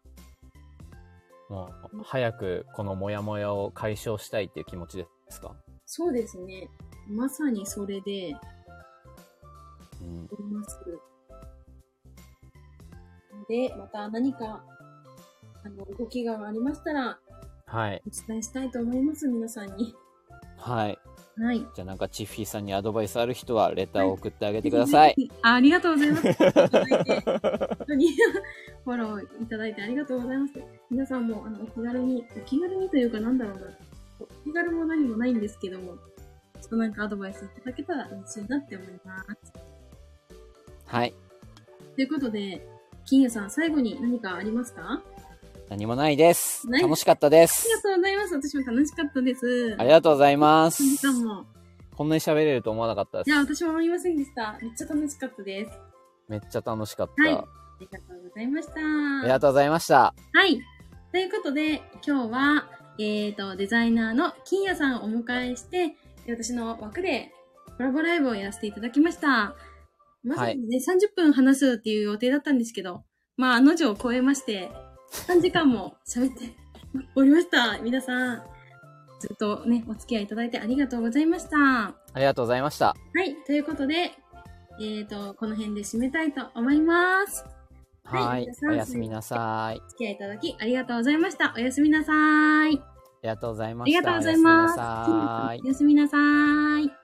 もう早くこのモヤモヤを解消したいっていう気持ちですかそうですね。まさにそれで、うん。ます。ので、また何か、あの、動きがありましたら、はい。お伝えしたいと思います、皆さんに。はい。はい。じゃあなんかチッフィーさんにアドバイスある人はレターを送ってあげてください。あ。ありがとうござい ます。いただいて本当にフォローいただいてありがとうございます。皆さんもあのお気軽に、お気軽にというかなんだろうな。お気軽も何もないんですけども、ちょっとなんかアドバイスいただけたら嬉しいなって思います。 はい。ということで、金谷さん、最後に何かありますかあ何もないです。ない楽しかったですり。がとうございます。私も楽しかったです。ありがとうございます。金谷さんも。こんなに喋れると思わなかったいですや、。私も思いませんでした。めっちゃ楽しかったです。あめっちゃ楽しかっはいた。りがとうございました。ありがとうございました。はい。ということで、今日は、えっ、と、デザイナーの金谷さんをお迎えして、私の枠でコラボライブをやらせていただきました。まさかね、30分話すっていう予定だったんですけど、まあ、あの定を超えまして、3時間も喋っておりました。皆さん、ずっとね、お付き合いいただいてありがとうございました。はありがとうございました。い。ということで、えっ、と、この辺で締めたいと思います。はいはい皆さ。んおやすみなさい。お付き合いいただきありがとうございました。おやすみなさーい。ありがとうございまあしりた。がとうございます。おやすみなさいお。やすみなさーい。